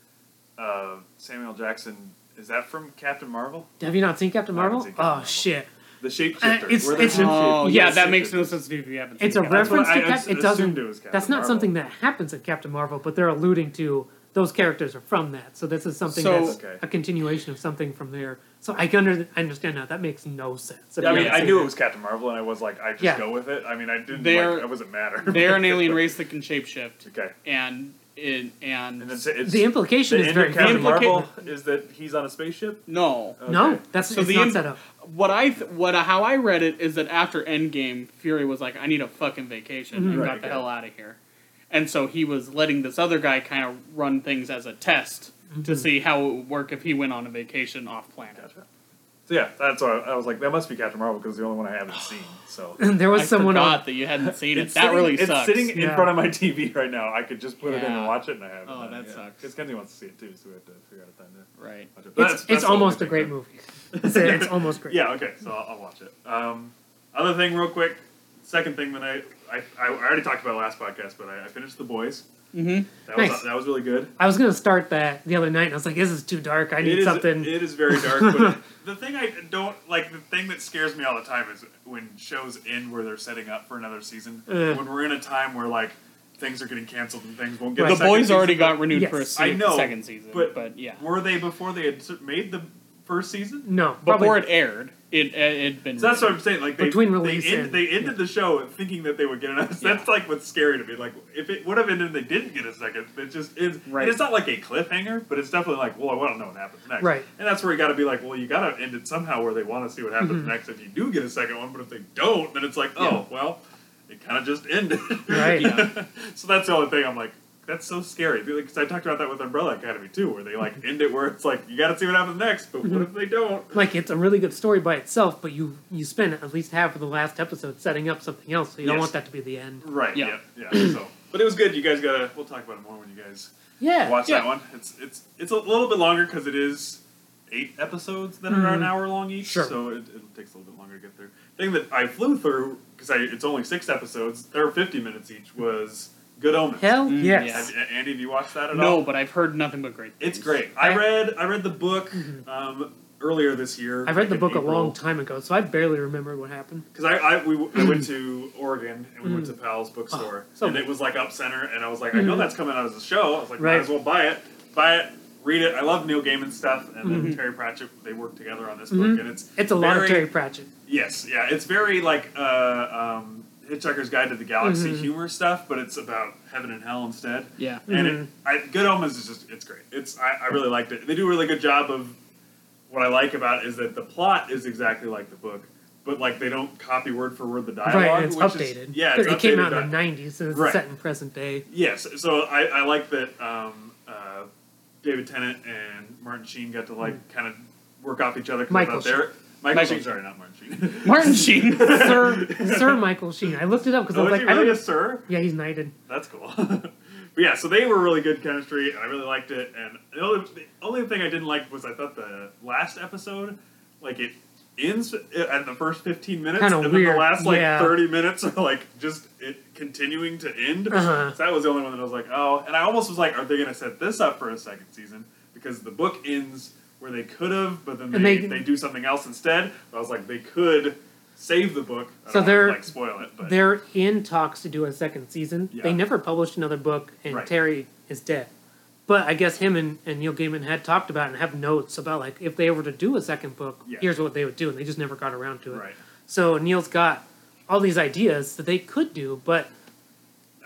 Speaker 2: of Samuel Jackson. Is that from Captain Marvel?
Speaker 3: Have you not seen Captain
Speaker 2: I haven't
Speaker 3: Marvel?
Speaker 2: seen
Speaker 3: oh
Speaker 2: Captain Marvel.
Speaker 3: shit!
Speaker 2: The shapeshifter.
Speaker 3: Uh, it's-
Speaker 2: where they
Speaker 3: it's-
Speaker 2: shapeshift.
Speaker 1: Oh, yeah,
Speaker 2: Yes,
Speaker 1: that makes
Speaker 2: shapeshifter.
Speaker 1: no sense to you if you haven't.
Speaker 3: It's a
Speaker 1: seen Captain
Speaker 2: That's what
Speaker 3: reference to
Speaker 2: I
Speaker 3: Cap-
Speaker 2: assumed
Speaker 3: it doesn't.
Speaker 2: it was Captain
Speaker 3: that's not
Speaker 2: Marvel.
Speaker 3: something that happens in Captain Marvel, but they're alluding to those characters are from that. So this is something
Speaker 1: So-
Speaker 3: that's
Speaker 2: Okay.
Speaker 3: a continuation of something from there. So I can under- I understand now. That makes no sense. if
Speaker 2: Yeah, I
Speaker 3: you
Speaker 2: mean,
Speaker 3: haven't
Speaker 2: I
Speaker 3: seen
Speaker 2: knew
Speaker 3: that.
Speaker 2: it was Captain Marvel, and I was like, I just
Speaker 3: Yeah.
Speaker 2: go with it. I mean, I didn't.
Speaker 1: They're-
Speaker 2: like, I wasn't matter.
Speaker 1: They are an alien race that can shapeshift,
Speaker 2: Okay.
Speaker 1: and in and,
Speaker 2: And it's, it's
Speaker 3: The implication
Speaker 2: the
Speaker 3: is
Speaker 2: end
Speaker 3: very
Speaker 2: of Captain
Speaker 1: the
Speaker 3: vague.
Speaker 1: implica-
Speaker 2: Marvel is that he's on a spaceship.
Speaker 1: no.
Speaker 2: Okay.
Speaker 3: No, that's
Speaker 1: So
Speaker 3: it's
Speaker 1: the
Speaker 3: not
Speaker 1: im-
Speaker 3: set up.
Speaker 1: What I th- what how I read it is that after Endgame, Fury was like, "I need a fucking vacation
Speaker 3: Mm-hmm.
Speaker 1: and
Speaker 2: Right,
Speaker 1: got the
Speaker 2: yeah.
Speaker 1: hell out of here," and so he was letting this other guy kind of run things as a test
Speaker 3: Mm-hmm.
Speaker 1: to see how it would work if he went on a vacation off planet.
Speaker 2: Gotcha. So yeah, that's why I was like, that must be Captain Marvel because it's the only one I haven't seen. So
Speaker 3: there was
Speaker 1: I
Speaker 3: someone
Speaker 1: forgot
Speaker 3: on.
Speaker 1: that you hadn't seen it.
Speaker 2: It's
Speaker 1: That
Speaker 2: sitting-
Speaker 1: really
Speaker 2: it's
Speaker 1: sucks.
Speaker 2: sitting in
Speaker 3: Yeah.
Speaker 2: front of my TV right now. I could just put it in
Speaker 1: Yeah.
Speaker 2: and watch it, and I haven't.
Speaker 1: Oh,
Speaker 2: done it
Speaker 1: that
Speaker 2: yet.
Speaker 1: sucks.
Speaker 2: Because Kenzie wants to see it too, so we have to figure out a time to
Speaker 1: right.
Speaker 2: watch it. But
Speaker 3: It's,
Speaker 2: that's-
Speaker 3: it's
Speaker 2: that's what we're
Speaker 3: almost a
Speaker 2: thinking.
Speaker 3: great movie. It's, it's almost great.
Speaker 2: Yeah, okay, so I'll, I'll watch it. Um, other thing, real quick. Second thing that I, I I already talked about last podcast, but I, I finished The Boys.
Speaker 1: Mm-hmm.
Speaker 2: That
Speaker 3: Nice.
Speaker 2: was that was really good.
Speaker 3: I was gonna start that the other night, and I was like, "This is too dark. I
Speaker 2: It
Speaker 3: need
Speaker 2: is-
Speaker 3: something."
Speaker 2: It is very dark. But the thing I don't like, the thing that scares me all the time is when shows end where they're setting up for another season.
Speaker 1: Uh.
Speaker 3: Ugh.
Speaker 2: When we're in a time where like things are getting canceled and things won't get.
Speaker 3: Right.
Speaker 2: a
Speaker 1: The
Speaker 2: second
Speaker 1: boys
Speaker 2: season,
Speaker 1: already
Speaker 2: but
Speaker 1: got renewed for a
Speaker 3: Yes.
Speaker 1: se-
Speaker 2: I know,
Speaker 1: second season, but,
Speaker 2: but-
Speaker 1: yeah,
Speaker 2: Were they before they had s- made the first season?
Speaker 3: no, probably
Speaker 1: before it aired, it it had been.
Speaker 2: So that's what
Speaker 1: renewed.
Speaker 2: I'm saying. Like they,
Speaker 3: Between
Speaker 2: they
Speaker 3: release
Speaker 2: end-
Speaker 3: and-
Speaker 2: they ended the show thinking that they would get another. That's like what's scary to me. Like if it would have ended, and they didn't get a second. It just is. and
Speaker 1: Right.
Speaker 2: It's not like a cliffhanger, but it's definitely like, well, I want to know what happens next.
Speaker 3: Right.
Speaker 2: And that's where you got to be like, well, you got to end it somehow where they want to see what happens
Speaker 3: Mm-hmm.
Speaker 2: next. If you do get a second one, but if they don't, then it's like, oh
Speaker 1: Yeah.
Speaker 2: well, it kind of just ended.
Speaker 3: Right.
Speaker 1: Yeah.
Speaker 2: so that's the only thing I'm like. That's so scary because I talked about that with Umbrella Academy too, where they like end it where it's like you got to see what happens next, but
Speaker 3: Mm-hmm.
Speaker 2: what if they don't?
Speaker 3: like it's a really good story by itself, but you you spend at least half of the last episode setting up something else, so you don't
Speaker 2: Yes.
Speaker 3: want that to be the end.
Speaker 2: Right.
Speaker 1: Yeah.
Speaker 2: Yeah. Yeah. so, but it was good. You guys gotta. We'll talk about it more when you guys
Speaker 3: Yeah,
Speaker 2: watch
Speaker 1: yeah.
Speaker 2: that one. It's it's it's a little bit longer because it is eight episodes that are an hour long each.
Speaker 3: Mm-hmm. Sure.
Speaker 2: So it, it takes a little bit longer to get through. Thing that I flew through because it's only six episodes. They're fifty minutes each. Was Good Omens.
Speaker 3: hell
Speaker 1: Mm,
Speaker 3: yes.
Speaker 2: Have, Andy, have you watched that at all?
Speaker 1: no, but I've heard nothing but great.
Speaker 2: It's
Speaker 1: things.
Speaker 2: great. I
Speaker 3: I- Mm-hmm.
Speaker 2: read I read the book um, earlier this year.
Speaker 3: I read
Speaker 2: like
Speaker 3: the
Speaker 2: in
Speaker 3: book a
Speaker 2: April.
Speaker 3: long time ago, so I barely remember what happened.
Speaker 2: Because I, I, we, I went to Oregon and we went to Powell's bookstore
Speaker 3: Hmm. Oh, so- Hmm.
Speaker 2: and it was like up center and I was like, I know that's coming out as a show. I was like,
Speaker 3: Right.
Speaker 2: might as well buy it, buy it, read it. I love Neil Gaiman stuff and then Terry Pratchett. They work together on this book and it's
Speaker 3: Hmm. It's a lot of
Speaker 2: very-
Speaker 3: Terry Pratchett.
Speaker 2: Yes, yeah, it's very like uh, um, Hitchhiker's Guide to the Galaxy
Speaker 3: Hmm.
Speaker 2: humor stuff, but it's about heaven and hell instead.
Speaker 1: Yeah.
Speaker 2: And it,
Speaker 3: Mm-hmm.
Speaker 2: I, Good Omens is just it's great. It's I, I really liked it. They do a really good job of what I like about it is that the plot is exactly like the book, but like they don't copy word for word the dialogue.
Speaker 3: Right, and it's
Speaker 2: which
Speaker 3: updated.
Speaker 2: Is, yeah,
Speaker 3: because
Speaker 2: it's
Speaker 3: it came
Speaker 2: updated
Speaker 3: out in
Speaker 2: di-
Speaker 3: the '90s, so it's
Speaker 2: Right.
Speaker 3: set in present day.
Speaker 2: Yes, so I, I like that um, uh, David Tennant and Martin Sheen got to like kind of work off each other. 'cause I
Speaker 3: Mm. Michael
Speaker 2: thought they're- Michael,
Speaker 1: Michael
Speaker 2: Sheen, sorry, not Martin Sheen.
Speaker 1: Martin Sheen.
Speaker 3: Sir Sir Michael Sheen. I looked it up because I
Speaker 2: oh,
Speaker 3: was
Speaker 2: is
Speaker 3: like,
Speaker 2: he
Speaker 3: I
Speaker 2: really a
Speaker 3: don't.
Speaker 2: sir?
Speaker 3: Yeah, he's knighted.
Speaker 2: That's cool. but yeah, so they were really good chemistry, and I really liked it. And the only, the only thing I didn't like was I thought the last episode, like it ends uh, at the first fifteen minutes,
Speaker 3: Kinda
Speaker 2: and then
Speaker 3: weird,
Speaker 2: the last like
Speaker 3: yeah.
Speaker 2: thirty minutes are like just it continuing to end.
Speaker 3: Uh-huh.
Speaker 2: So that was the only one that I was like, oh. And I almost was like, are they going to set this up for a second season? Because the book ends where they could have, but then
Speaker 3: And
Speaker 2: they,
Speaker 3: they-
Speaker 2: they do something else instead. But I was like, they could save the book. I don't
Speaker 3: So
Speaker 2: wanna,
Speaker 3: they're-
Speaker 2: like spoil it, but
Speaker 3: They're in talks to do a second season. They
Speaker 2: Yeah.
Speaker 3: never published another book, and
Speaker 2: Right.
Speaker 3: Terry is dead. But I guess him and, and Neil Gaiman had talked about and have notes about like if they were to do a second book,
Speaker 2: Yeah.
Speaker 3: here's what they would do, and they just never got around to it.
Speaker 2: right.
Speaker 3: So Neil's got all these ideas that they could do, but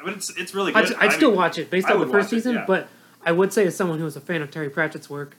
Speaker 2: But it's it's really good.
Speaker 3: I'd, I'd still
Speaker 2: mean-
Speaker 3: watch it based
Speaker 2: I
Speaker 3: on the
Speaker 2: would
Speaker 3: first
Speaker 2: watch it,
Speaker 3: season.
Speaker 2: yeah.
Speaker 3: But I would say, as someone who is a fan of Terry Pratchett's work,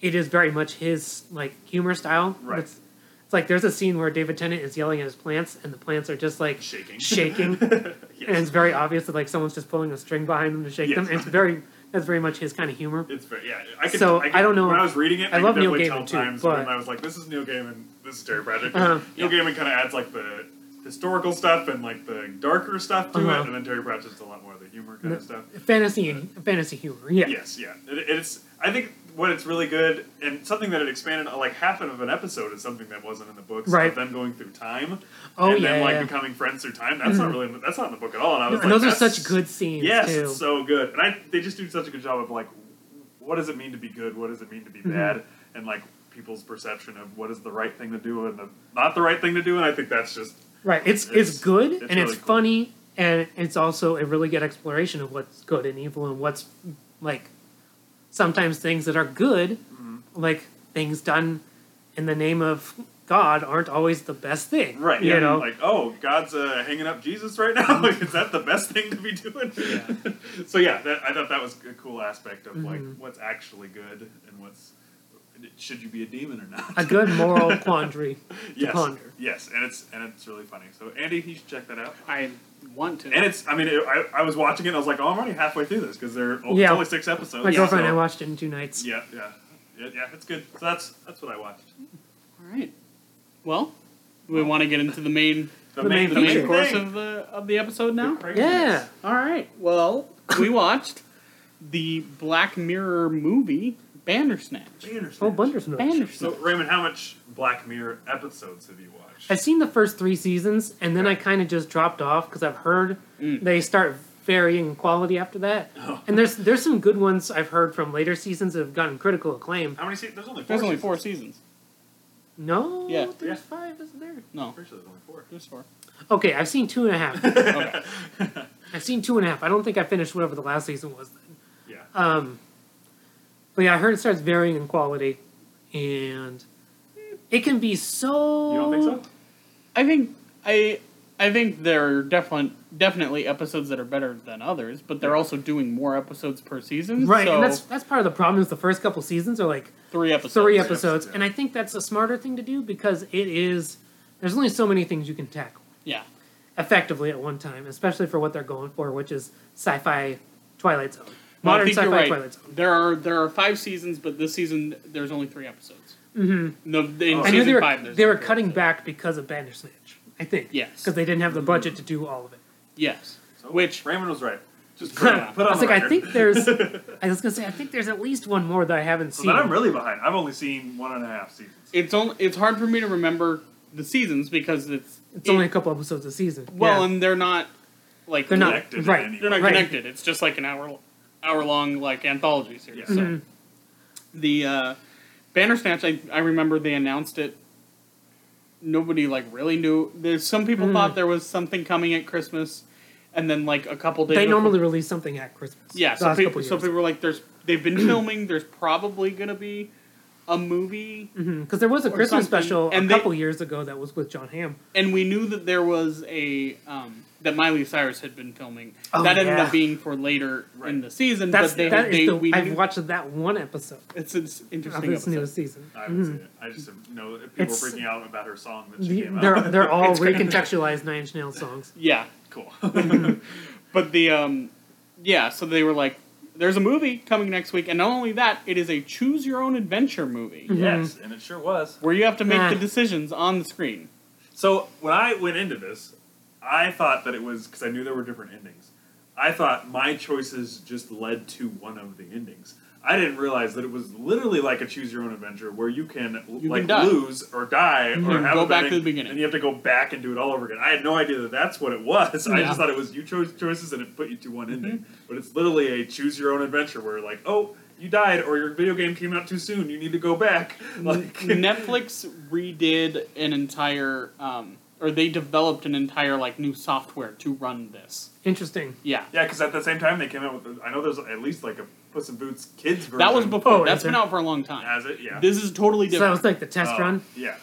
Speaker 3: it is very much his like humor style.
Speaker 2: Right.
Speaker 3: It's, it's like there's a scene where David Tennant is yelling at his plants, and the plants are just like
Speaker 2: Shaking.
Speaker 3: shaking, and it's very obvious that like someone's just pulling a string behind them to shake them.
Speaker 2: Yes.
Speaker 3: And it's very that's very much his kind of humor.
Speaker 2: It's very yeah. I could,
Speaker 3: So,
Speaker 2: I, could,
Speaker 3: I don't know-
Speaker 2: When I was reading it,
Speaker 3: I
Speaker 2: I,
Speaker 3: love
Speaker 2: could
Speaker 3: Neil
Speaker 2: definitely tell
Speaker 3: Gaiman too,
Speaker 2: times
Speaker 3: but-
Speaker 2: when I was like, "This is Neil Gaiman. This is Terry Pratchett."
Speaker 3: Uh-huh.
Speaker 2: Neil Gaiman kind of adds like the historical stuff and like the darker stuff to
Speaker 3: Uh-huh.
Speaker 2: it, and then Terry Pratchett's a lot more of the humor kind of stuff.
Speaker 3: fantasy and fantasy humor. Yeah.
Speaker 2: Yes, yeah. It, it's I think what it's really good and something that it expanded on, like half of an episode is something that wasn't in the books.
Speaker 3: Right.
Speaker 2: Of them going through time.
Speaker 3: Oh,
Speaker 2: and
Speaker 3: yeah,
Speaker 2: then like
Speaker 3: yeah. Mm-hmm.
Speaker 2: becoming friends through time. That's not really that's not in the book at all. And I was
Speaker 3: and
Speaker 2: like,
Speaker 3: those are
Speaker 2: that's-
Speaker 3: such good scenes
Speaker 2: Yes,
Speaker 3: too.
Speaker 2: it's so good. And I they just do such a good job of like what does it mean to be good? What does it mean to be
Speaker 3: Mm-hmm.
Speaker 2: bad? And like people's perception of what is the right thing to do and the, not the right thing to do. And I think that's just
Speaker 3: right. It's it's,
Speaker 2: It's-
Speaker 3: good
Speaker 2: it's
Speaker 3: and
Speaker 2: really
Speaker 3: it's
Speaker 2: cool.
Speaker 3: funny and it's also a really good exploration of what's good and evil and what's like sometimes things that are good,
Speaker 2: Mm-hmm.
Speaker 3: like things done in the name of God aren't always the best thing.
Speaker 2: right.
Speaker 3: You
Speaker 2: yeah,
Speaker 3: know. Mm-hmm.
Speaker 2: like oh, God's uh, hanging up Jesus right now. like, is that the best thing to be doing? so yeah, that, I thought that was a cool aspect of like
Speaker 3: Mm-hmm.
Speaker 2: what's actually good and what's should you be a demon or not?
Speaker 3: a good moral quandary to
Speaker 2: yes,
Speaker 3: ponder.
Speaker 2: yes, and it's and it's really funny. So Andy, you should check that out.
Speaker 1: I want to.
Speaker 2: And it's, I mean, it, I, I was watching it and I was like, oh, I'm already halfway through this because there are
Speaker 3: Yeah.
Speaker 2: it's only six episodes.
Speaker 3: My
Speaker 2: Oh, so-
Speaker 3: girlfriend and I watched it in two nights.
Speaker 2: Yeah, yeah. Yeah, yeah, it's good. So that's that's what I watched.
Speaker 1: All right. Well, we want to get into the main
Speaker 3: The main
Speaker 1: the main
Speaker 3: Feature.
Speaker 1: course
Speaker 2: thing.
Speaker 1: of the of the episode now.
Speaker 2: The craziness.
Speaker 3: Yeah.
Speaker 1: All right. Well, we watched the Black Mirror movie Bandersnatch.
Speaker 2: Bandersnatch.
Speaker 3: Oh, Bandersnatch.
Speaker 2: So
Speaker 1: Bandersnatch.
Speaker 2: Raymond, how much Black Mirror episodes have you watched?
Speaker 3: I've seen the first three seasons, and then I kind of just dropped off because I've heard
Speaker 2: Mm.
Speaker 3: they start varying in quality after that.
Speaker 2: Oh.
Speaker 3: And there's there's some good ones I've heard from later seasons that have gotten critical acclaim.
Speaker 2: how many seasons? There's only four.
Speaker 1: There's only four
Speaker 2: seasons.
Speaker 1: seasons.
Speaker 3: No,
Speaker 1: Yeah.
Speaker 3: there's
Speaker 2: Yeah.
Speaker 3: five, isn't there?
Speaker 1: No,
Speaker 2: Pretty sure there's only four.
Speaker 1: there's four.
Speaker 3: Okay, I've seen two and a half.
Speaker 1: Okay.
Speaker 3: I've seen two and a half. I don't think I finished whatever the last season was. Then.
Speaker 2: Yeah.
Speaker 3: Um, but yeah, I heard it starts varying in quality, and it can be so.
Speaker 2: you don't think so?
Speaker 1: I think I I think there are definitely definitely episodes that are better than others, but they're also doing more episodes per season.
Speaker 3: Right,
Speaker 1: so
Speaker 3: and that's that's part of the problem is the first couple seasons are like
Speaker 1: three episodes.
Speaker 3: three
Speaker 2: episodes,
Speaker 3: episodes,
Speaker 2: yeah.
Speaker 3: and I think that's a smarter thing to do because it is there's only so many things you can tackle
Speaker 1: Yeah.
Speaker 3: effectively at one time, especially for what they're going for, which is sci-fi Twilight Zone,
Speaker 1: No, I
Speaker 3: modern
Speaker 1: think
Speaker 3: sci-fi
Speaker 1: you're right.
Speaker 3: Twilight Zone.
Speaker 1: There are there are five seasons, but this season there's only three episodes. Mm-hmm. No, in
Speaker 2: I
Speaker 1: season
Speaker 3: I knew they were
Speaker 1: five there's
Speaker 3: they were
Speaker 1: only three
Speaker 3: cutting
Speaker 1: episodes.
Speaker 3: back because of Bandersnatch, I think.
Speaker 1: Yes.
Speaker 3: because they didn't have the budget to do all of it.
Speaker 1: Yes,
Speaker 2: So
Speaker 1: which
Speaker 2: Oh, Raymond was right. Just put, it- put it on
Speaker 3: I was
Speaker 2: the
Speaker 3: like, I
Speaker 2: record.
Speaker 3: think there's. I was gonna say, I think there's at least one more that I haven't
Speaker 2: So
Speaker 3: seen.
Speaker 2: then I'm really behind. I've only seen one and a half seasons.
Speaker 1: it's only it's hard for me to remember the seasons because it's
Speaker 3: it's only a couple episodes a season.
Speaker 1: well,
Speaker 3: Yeah.
Speaker 1: and they're not like
Speaker 3: They're not-
Speaker 2: Connected in
Speaker 3: right.
Speaker 2: any
Speaker 1: they're not
Speaker 3: Right.
Speaker 1: connected. It's just like an hour hour long like anthology series.
Speaker 2: Yeah.
Speaker 1: So
Speaker 3: Mm-hmm.
Speaker 1: the uh, Bandersnatch, I I remember they announced it. Nobody like really knew. There's some people
Speaker 3: Mm-hmm.
Speaker 1: thought there was something coming at Christmas, and then like a couple days.
Speaker 3: they
Speaker 1: before-
Speaker 3: normally release something at Christmas.
Speaker 1: Yeah,
Speaker 3: the
Speaker 1: so,
Speaker 3: last
Speaker 1: pe-
Speaker 3: couple
Speaker 1: so people were like, "There's they've been filming. There's probably gonna be a movie,
Speaker 3: Because there was a
Speaker 1: or
Speaker 3: Christmas
Speaker 1: something,
Speaker 3: special
Speaker 1: and
Speaker 3: a
Speaker 1: they-
Speaker 3: couple years ago that was with John Hamm.
Speaker 1: and we knew that there was a um, that Miley Cyrus had been filming.
Speaker 3: Oh,
Speaker 1: that ended
Speaker 3: yeah.
Speaker 1: up being for later
Speaker 2: Right.
Speaker 1: in the season,
Speaker 3: That's
Speaker 1: but they,
Speaker 3: that is
Speaker 1: they
Speaker 3: the,
Speaker 1: we
Speaker 3: I've
Speaker 1: knew-
Speaker 3: watched that one episode
Speaker 1: it's an s-
Speaker 3: of
Speaker 1: interesting
Speaker 3: this
Speaker 1: episode. Uh,
Speaker 3: newest season.
Speaker 2: I haven't seen it. I just know that people
Speaker 3: Mm-hmm. It's-
Speaker 2: were freaking out about her song that she
Speaker 3: The-
Speaker 2: came
Speaker 3: they're
Speaker 2: out.
Speaker 3: they're all
Speaker 1: It's great.
Speaker 3: recontextualized Nine Inch Nails songs.
Speaker 1: Yeah,
Speaker 2: cool.
Speaker 3: Mm-hmm.
Speaker 1: but the um, yeah, so they were like, "There's a movie coming next week," and not only that, it is a choose your own adventure movie
Speaker 3: Mm.
Speaker 2: yes, and it sure was.
Speaker 1: where you have to make
Speaker 3: Nah.
Speaker 1: the decisions on the screen.
Speaker 2: So when I went into this, I thought that it was because I knew there were different endings. I thought my choices just led to one of the endings. I didn't realize that it was literally like a choose your own adventure where you can
Speaker 1: can
Speaker 2: like
Speaker 1: die.
Speaker 2: lose or die or
Speaker 1: Mhm.
Speaker 2: have
Speaker 1: Go
Speaker 2: a
Speaker 1: back to
Speaker 2: ending,
Speaker 1: the beginning.
Speaker 2: and you have to go back and do it all over again. I had no idea that that's what it was. I
Speaker 1: Yeah. Mm-hmm.
Speaker 2: just thought it was you chose choices and it put you to one ending. But it's literally a choose your own adventure where like oh you died or your video game came out too soon. You need to go back. Like
Speaker 1: Netflix redid an entire, um, or they developed an entire like new software to run this.
Speaker 3: Interesting.
Speaker 1: Yeah,
Speaker 2: Yeah, because at the same time they came out with. I know there's at least like a Puss in Boots kids version.
Speaker 1: that was before.
Speaker 3: Oh,
Speaker 1: That's been
Speaker 3: okay.
Speaker 1: out for a long time.
Speaker 2: Has it? Yeah.
Speaker 1: This is totally
Speaker 3: So that
Speaker 1: different
Speaker 3: was like the test
Speaker 2: Oh,
Speaker 3: run
Speaker 2: Yeah.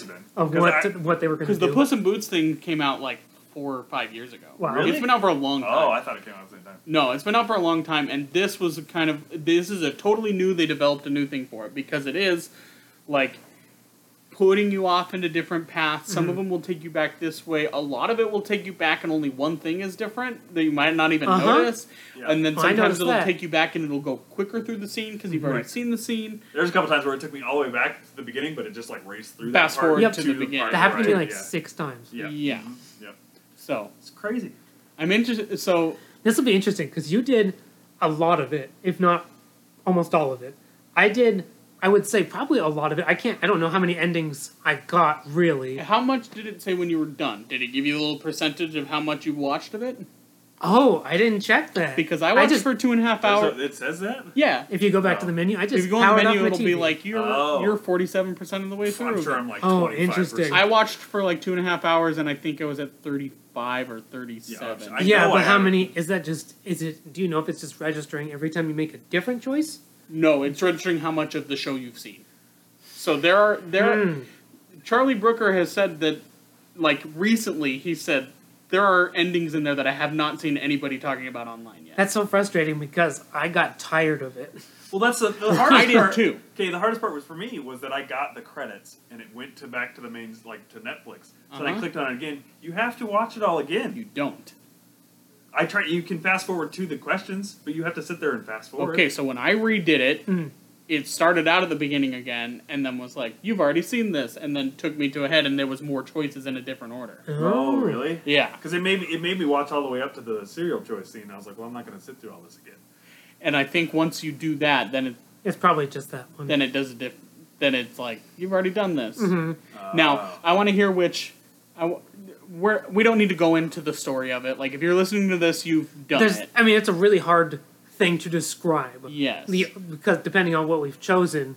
Speaker 2: Must have been.
Speaker 3: of
Speaker 2: 'Cause
Speaker 3: what
Speaker 2: I-
Speaker 3: what they were going to
Speaker 1: because
Speaker 3: do.
Speaker 1: the Puss in Boots thing came out like four or five years ago.
Speaker 3: Wow.
Speaker 2: Really?
Speaker 1: It's been out for a long time.
Speaker 2: oh, I thought it came out at the same time.
Speaker 1: No, it's been out for a long time, and this was a kind of this is a totally new. They developed a new thing for it because it is like putting you off into different paths. Some
Speaker 3: Mm-hmm.
Speaker 1: of them will take you back this way. A lot of it will take you back, and only one thing is different that you might not even
Speaker 3: Uh-huh.
Speaker 1: notice.
Speaker 2: Yeah.
Speaker 1: And then
Speaker 3: Oh, I
Speaker 1: sometimes
Speaker 3: noticed
Speaker 1: it'll
Speaker 3: that. Mm-hmm.
Speaker 1: take you back, and it'll go quicker through the scene because you've already
Speaker 3: Right.
Speaker 1: seen the scene.
Speaker 2: There's a couple times where it took me all the way back to the beginning, but it just like raced through
Speaker 1: Fast
Speaker 2: that part
Speaker 1: forward
Speaker 3: Yep.
Speaker 1: to
Speaker 2: to
Speaker 1: the
Speaker 2: part
Speaker 1: beginning.
Speaker 3: That happened to me
Speaker 2: where I-
Speaker 3: like six times.
Speaker 2: Yeah.
Speaker 1: Yeah.
Speaker 2: Mhm. Yep.
Speaker 1: So
Speaker 2: It's crazy.
Speaker 1: I'm interested. So
Speaker 3: This will be interesting because you did a lot of it, if not almost all of it. I did, I would say probably a lot of it. I can't, I don't know how many endings I got really.
Speaker 1: how much did it say when you were done? Did it give you a little percentage of how much you watched of it?
Speaker 3: Oh, I didn't check that.
Speaker 1: Because I watched
Speaker 3: just,
Speaker 1: for two and a half
Speaker 2: There's
Speaker 1: hours.
Speaker 2: a- it says that.
Speaker 1: Yeah.
Speaker 3: if you go back to
Speaker 2: Oh.
Speaker 3: the menu, I just
Speaker 1: If you go on
Speaker 3: powered
Speaker 1: the
Speaker 3: up
Speaker 1: menu,
Speaker 3: my
Speaker 1: it'll
Speaker 3: TV.
Speaker 1: be like you're
Speaker 2: Oh.
Speaker 1: you're forty seven percent of the way through.
Speaker 2: I'm sure I'm like
Speaker 3: Oh,
Speaker 2: 25%.
Speaker 3: interesting.
Speaker 1: I watched for like two and a half hours, and I think I was at thirty-five or
Speaker 2: Yeah,
Speaker 1: thirty-seven.
Speaker 2: I
Speaker 3: yeah,
Speaker 2: know
Speaker 3: but
Speaker 2: I
Speaker 3: how
Speaker 2: have it.
Speaker 3: many is that? Just is it? Do you know if it's just registering every time you make a different choice?
Speaker 1: no, it's registering how much of the show you've seen. So there are there.
Speaker 3: Hmm.
Speaker 1: Charlie Brooker has said that, like recently, he said there are endings in there that I have not seen anybody talking about online yet.
Speaker 3: That's so frustrating because I got tired of it.
Speaker 2: Well, that's the, the
Speaker 1: I
Speaker 2: hardest
Speaker 1: did
Speaker 2: part
Speaker 1: too.
Speaker 2: Okay, the hardest part was for me was that I got the credits and it went to back to the main like to Netflix. So then I
Speaker 1: Uh-huh.
Speaker 2: clicked on it again. You have to watch it all again.
Speaker 1: You don't.
Speaker 2: I try. You can fast forward to the questions, but you have to sit there and fast forward.
Speaker 1: Okay, so when I redid it,
Speaker 3: Mm.
Speaker 1: it started out at the beginning again, and then was like, "You've already seen this," and then took me to a head, and there was more choices in a different order.
Speaker 2: Oh, really?
Speaker 1: Yeah,
Speaker 2: Because it made me, it made me watch all the way up to the cereal choice scene. I was like, well, I'm not going to sit through all this again.
Speaker 1: and I think once you do that, then it
Speaker 3: It's probably just that one.
Speaker 1: then it does a diff- then it's like you've already done this.
Speaker 3: Mhm.
Speaker 2: Uh,
Speaker 1: Now I want to hear which. I w- we're, we don't need to go into the story of it. Like if you're listening to this, you've done
Speaker 3: There's,
Speaker 1: it.
Speaker 3: I mean, it's a really hard thing to describe.
Speaker 1: Yes.
Speaker 3: The- because depending on what we've chosen,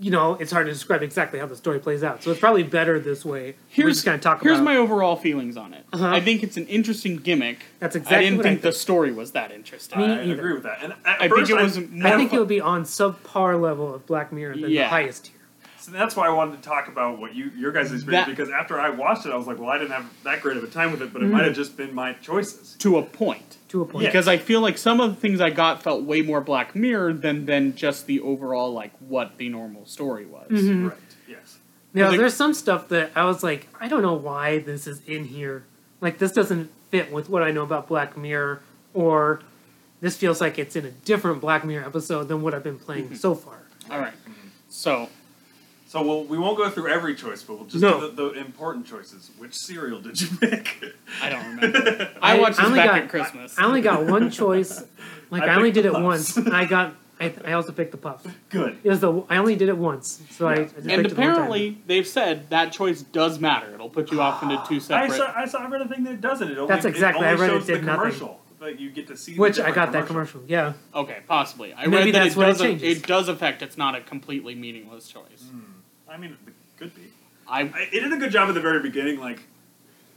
Speaker 3: you know, it's hard to describe exactly how the story plays out. So it's probably better this way. We're
Speaker 1: here's
Speaker 3: just gonna talk
Speaker 1: here's
Speaker 3: about.
Speaker 1: my overall feelings on it.
Speaker 3: Uh-huh.
Speaker 1: I think it's an interesting gimmick.
Speaker 3: That's
Speaker 1: I
Speaker 3: exactly
Speaker 1: didn't
Speaker 3: what
Speaker 1: think,
Speaker 3: I
Speaker 1: the
Speaker 3: think.
Speaker 1: story was that interesting.
Speaker 3: Me
Speaker 2: I
Speaker 3: either.
Speaker 2: agree with that. And at
Speaker 1: I think
Speaker 2: first
Speaker 1: it was more.
Speaker 3: I think
Speaker 1: fu-
Speaker 3: it would be on subpar level of Black Mirror than
Speaker 1: Yeah.
Speaker 3: the highest tier.
Speaker 2: So that's why I wanted to talk about what you your guys' experience
Speaker 1: That- Mm-hmm.
Speaker 2: because after I watched it, I was like, well, I didn't have that great of a time with it, but it might have just been my choices.
Speaker 1: to a point.
Speaker 3: to a point.
Speaker 2: Yeah.
Speaker 1: Because I feel like some of the things I got felt way more Black Mirror than than just the overall like what the normal story was.
Speaker 3: Mhm.
Speaker 2: Right. Yes.
Speaker 3: Now,
Speaker 1: Like-
Speaker 3: there's some stuff that I was like, I don't know why this is in here. Like, this doesn't fit with what I know about Black Mirror, or this feels like it's in a different Black Mirror episode than what I've been playing so far.
Speaker 1: All right. So
Speaker 2: So we'll, we won't go through every choice, but we'll just
Speaker 3: No.
Speaker 2: do the, the important choices. Which cereal did you pick?
Speaker 1: I don't remember. I watched this
Speaker 3: only
Speaker 1: back
Speaker 3: got-
Speaker 1: at Christmas.
Speaker 3: I only got one choice. Like,
Speaker 2: I
Speaker 3: I, only
Speaker 2: picked the
Speaker 3: did it
Speaker 2: puffs.
Speaker 3: once. and I got. I, I also picked the puff.
Speaker 2: Good.
Speaker 3: It was the. I only did it once, so I, I
Speaker 2: Yeah.
Speaker 3: just picked
Speaker 1: and
Speaker 3: it one time.
Speaker 1: apparently they've said that choice does matter. It'll put you off into two
Speaker 2: I
Speaker 1: separate.
Speaker 2: saw, I saw I read a thing that it doesn't. It only,
Speaker 3: That's exactly-
Speaker 2: It
Speaker 3: I
Speaker 2: only
Speaker 3: read it
Speaker 2: shows
Speaker 3: did
Speaker 2: the
Speaker 3: nothing.
Speaker 2: commercial that you get to see. the
Speaker 3: which I
Speaker 2: different
Speaker 3: got that commercial. Yeah,
Speaker 1: okay, possibly. I
Speaker 3: Maybe
Speaker 1: read that
Speaker 3: that's
Speaker 1: it
Speaker 3: what it
Speaker 1: does. It,
Speaker 3: changes.
Speaker 1: does affect. It's not a completely meaningless choice.
Speaker 2: I mean, it could be.
Speaker 1: Mm. I
Speaker 2: I- It did a good job at the very beginning, like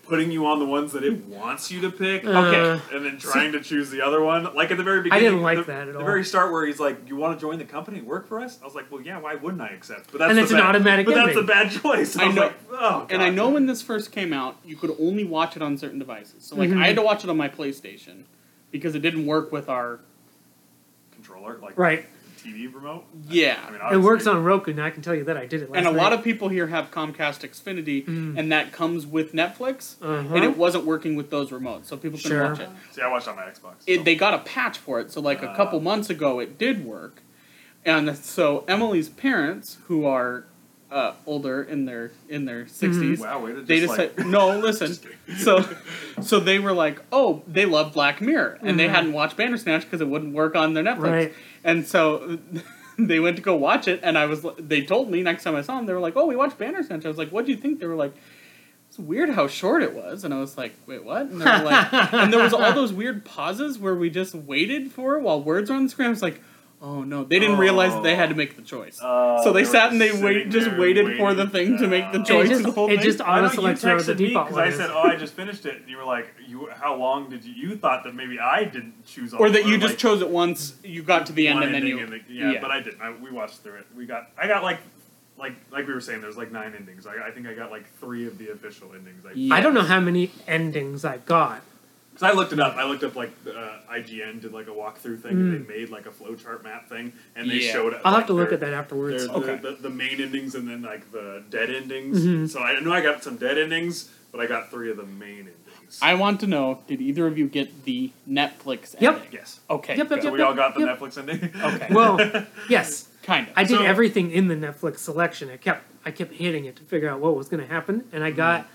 Speaker 2: putting you on the ones that it wants you to pick.
Speaker 3: Uh,
Speaker 2: and then trying to choose the other one. Like at the very
Speaker 3: I
Speaker 2: beginning,
Speaker 3: didn't like
Speaker 2: the,
Speaker 3: that at
Speaker 2: the
Speaker 3: all.
Speaker 2: very start where he's like, "You want to join the company and work for us?" I was like, "Well, yeah. Why wouldn't I accept?" But that's
Speaker 3: And
Speaker 2: the
Speaker 3: it's an
Speaker 2: bad-
Speaker 3: automatic
Speaker 2: But that's a
Speaker 3: ending.
Speaker 2: bad choice. And
Speaker 1: I
Speaker 2: I was
Speaker 1: know.
Speaker 2: like, "Oh."
Speaker 1: and I
Speaker 2: God.
Speaker 1: know when this first came out, you could only watch it on certain devices. So like
Speaker 3: Mhm.
Speaker 1: I had to watch it on my PlayStation because it didn't work with our
Speaker 2: controller, like
Speaker 3: right.
Speaker 2: TV remote.
Speaker 1: yeah.
Speaker 2: I mean,
Speaker 3: It
Speaker 2: obviously-
Speaker 3: works on Roku, and I can tell you that I did it. Last
Speaker 1: and a lot
Speaker 3: night.
Speaker 1: of people here have Comcast Xfinity,
Speaker 3: Mm.
Speaker 1: and that comes with Netflix,
Speaker 3: Uh-huh.
Speaker 1: and it wasn't working with those remotes, so people couldn't
Speaker 3: Sure.
Speaker 1: watch it.
Speaker 2: See, I watched on my Xbox.
Speaker 1: it. They got a patch for it, so like a couple
Speaker 2: Ah.
Speaker 1: months ago, it did work. And so Emily's parents, who are uh, older in their in their 60s
Speaker 2: wow, way to just
Speaker 1: they
Speaker 2: like,
Speaker 1: decided no listen so so they were like oh they love black mirror and they
Speaker 3: Mhm.
Speaker 1: hadn't watched bandersnatch because it wouldn't work on their netflix
Speaker 3: Right.
Speaker 1: and so they went to go watch it and i was they told me next time i saw them they were like oh we watched bandersnatch i was like what do you think they were like it's weird how short it was and i was like wait what and they were like and there was all those weird pauses where we just waited for it while words were on the screen i was like oh no they didn't realize that they had to make the choice
Speaker 2: Oh,
Speaker 1: so they,
Speaker 2: were
Speaker 1: sat and they
Speaker 2: sitting
Speaker 1: wait, just
Speaker 2: there
Speaker 1: waited for the
Speaker 2: waiting.
Speaker 1: thing to make the
Speaker 2: Ah.
Speaker 1: choice.
Speaker 3: It just-
Speaker 1: of the whole
Speaker 3: it
Speaker 1: thing.
Speaker 3: just
Speaker 2: I know
Speaker 3: honestly,
Speaker 2: you
Speaker 3: like, whatever the
Speaker 2: texted me
Speaker 3: default
Speaker 2: because
Speaker 3: one
Speaker 2: I
Speaker 3: is.
Speaker 2: said, "Oh, I just finished it," and you were like, "You, how long did you? You thought that maybe I didn't choose, all
Speaker 1: or that you
Speaker 2: like,
Speaker 1: just chose it once, you got to the end,
Speaker 2: one
Speaker 1: and then
Speaker 2: ending
Speaker 1: you.
Speaker 2: and the- yeah, But I didn't. I, we watched through it. We got. I got like, like, like we were saying. There's like nine endings. I, I think I got like three of the official endings. I,
Speaker 1: Yeah.
Speaker 3: I don't know how many endings I got,
Speaker 2: Because I looked it up. I looked up like uh, IGN did like a walkthrough thing. and They made like a flowchart map thing, and they
Speaker 1: Mm. Yeah.
Speaker 2: showed.
Speaker 3: I'll
Speaker 2: like,
Speaker 3: have to look
Speaker 2: their-
Speaker 3: at that afterwards.
Speaker 2: there's
Speaker 1: Okay.
Speaker 2: the, the, the main endings and then like the dead endings.
Speaker 3: Mm-hmm.
Speaker 2: So I know I got some dead endings, but I got three of the main endings.
Speaker 1: I want to know did either of you get the Netflix
Speaker 3: Yep.
Speaker 1: ending?
Speaker 2: yes.
Speaker 1: Okay.
Speaker 3: Yep, yep,
Speaker 1: good.
Speaker 2: So we all got the Netflix ending.
Speaker 1: Okay.
Speaker 3: Well, yes,
Speaker 1: Kind of.
Speaker 3: I did
Speaker 2: So-
Speaker 3: everything in the Netflix selection. I kept I kept hitting it to figure out what was going to happen, and I got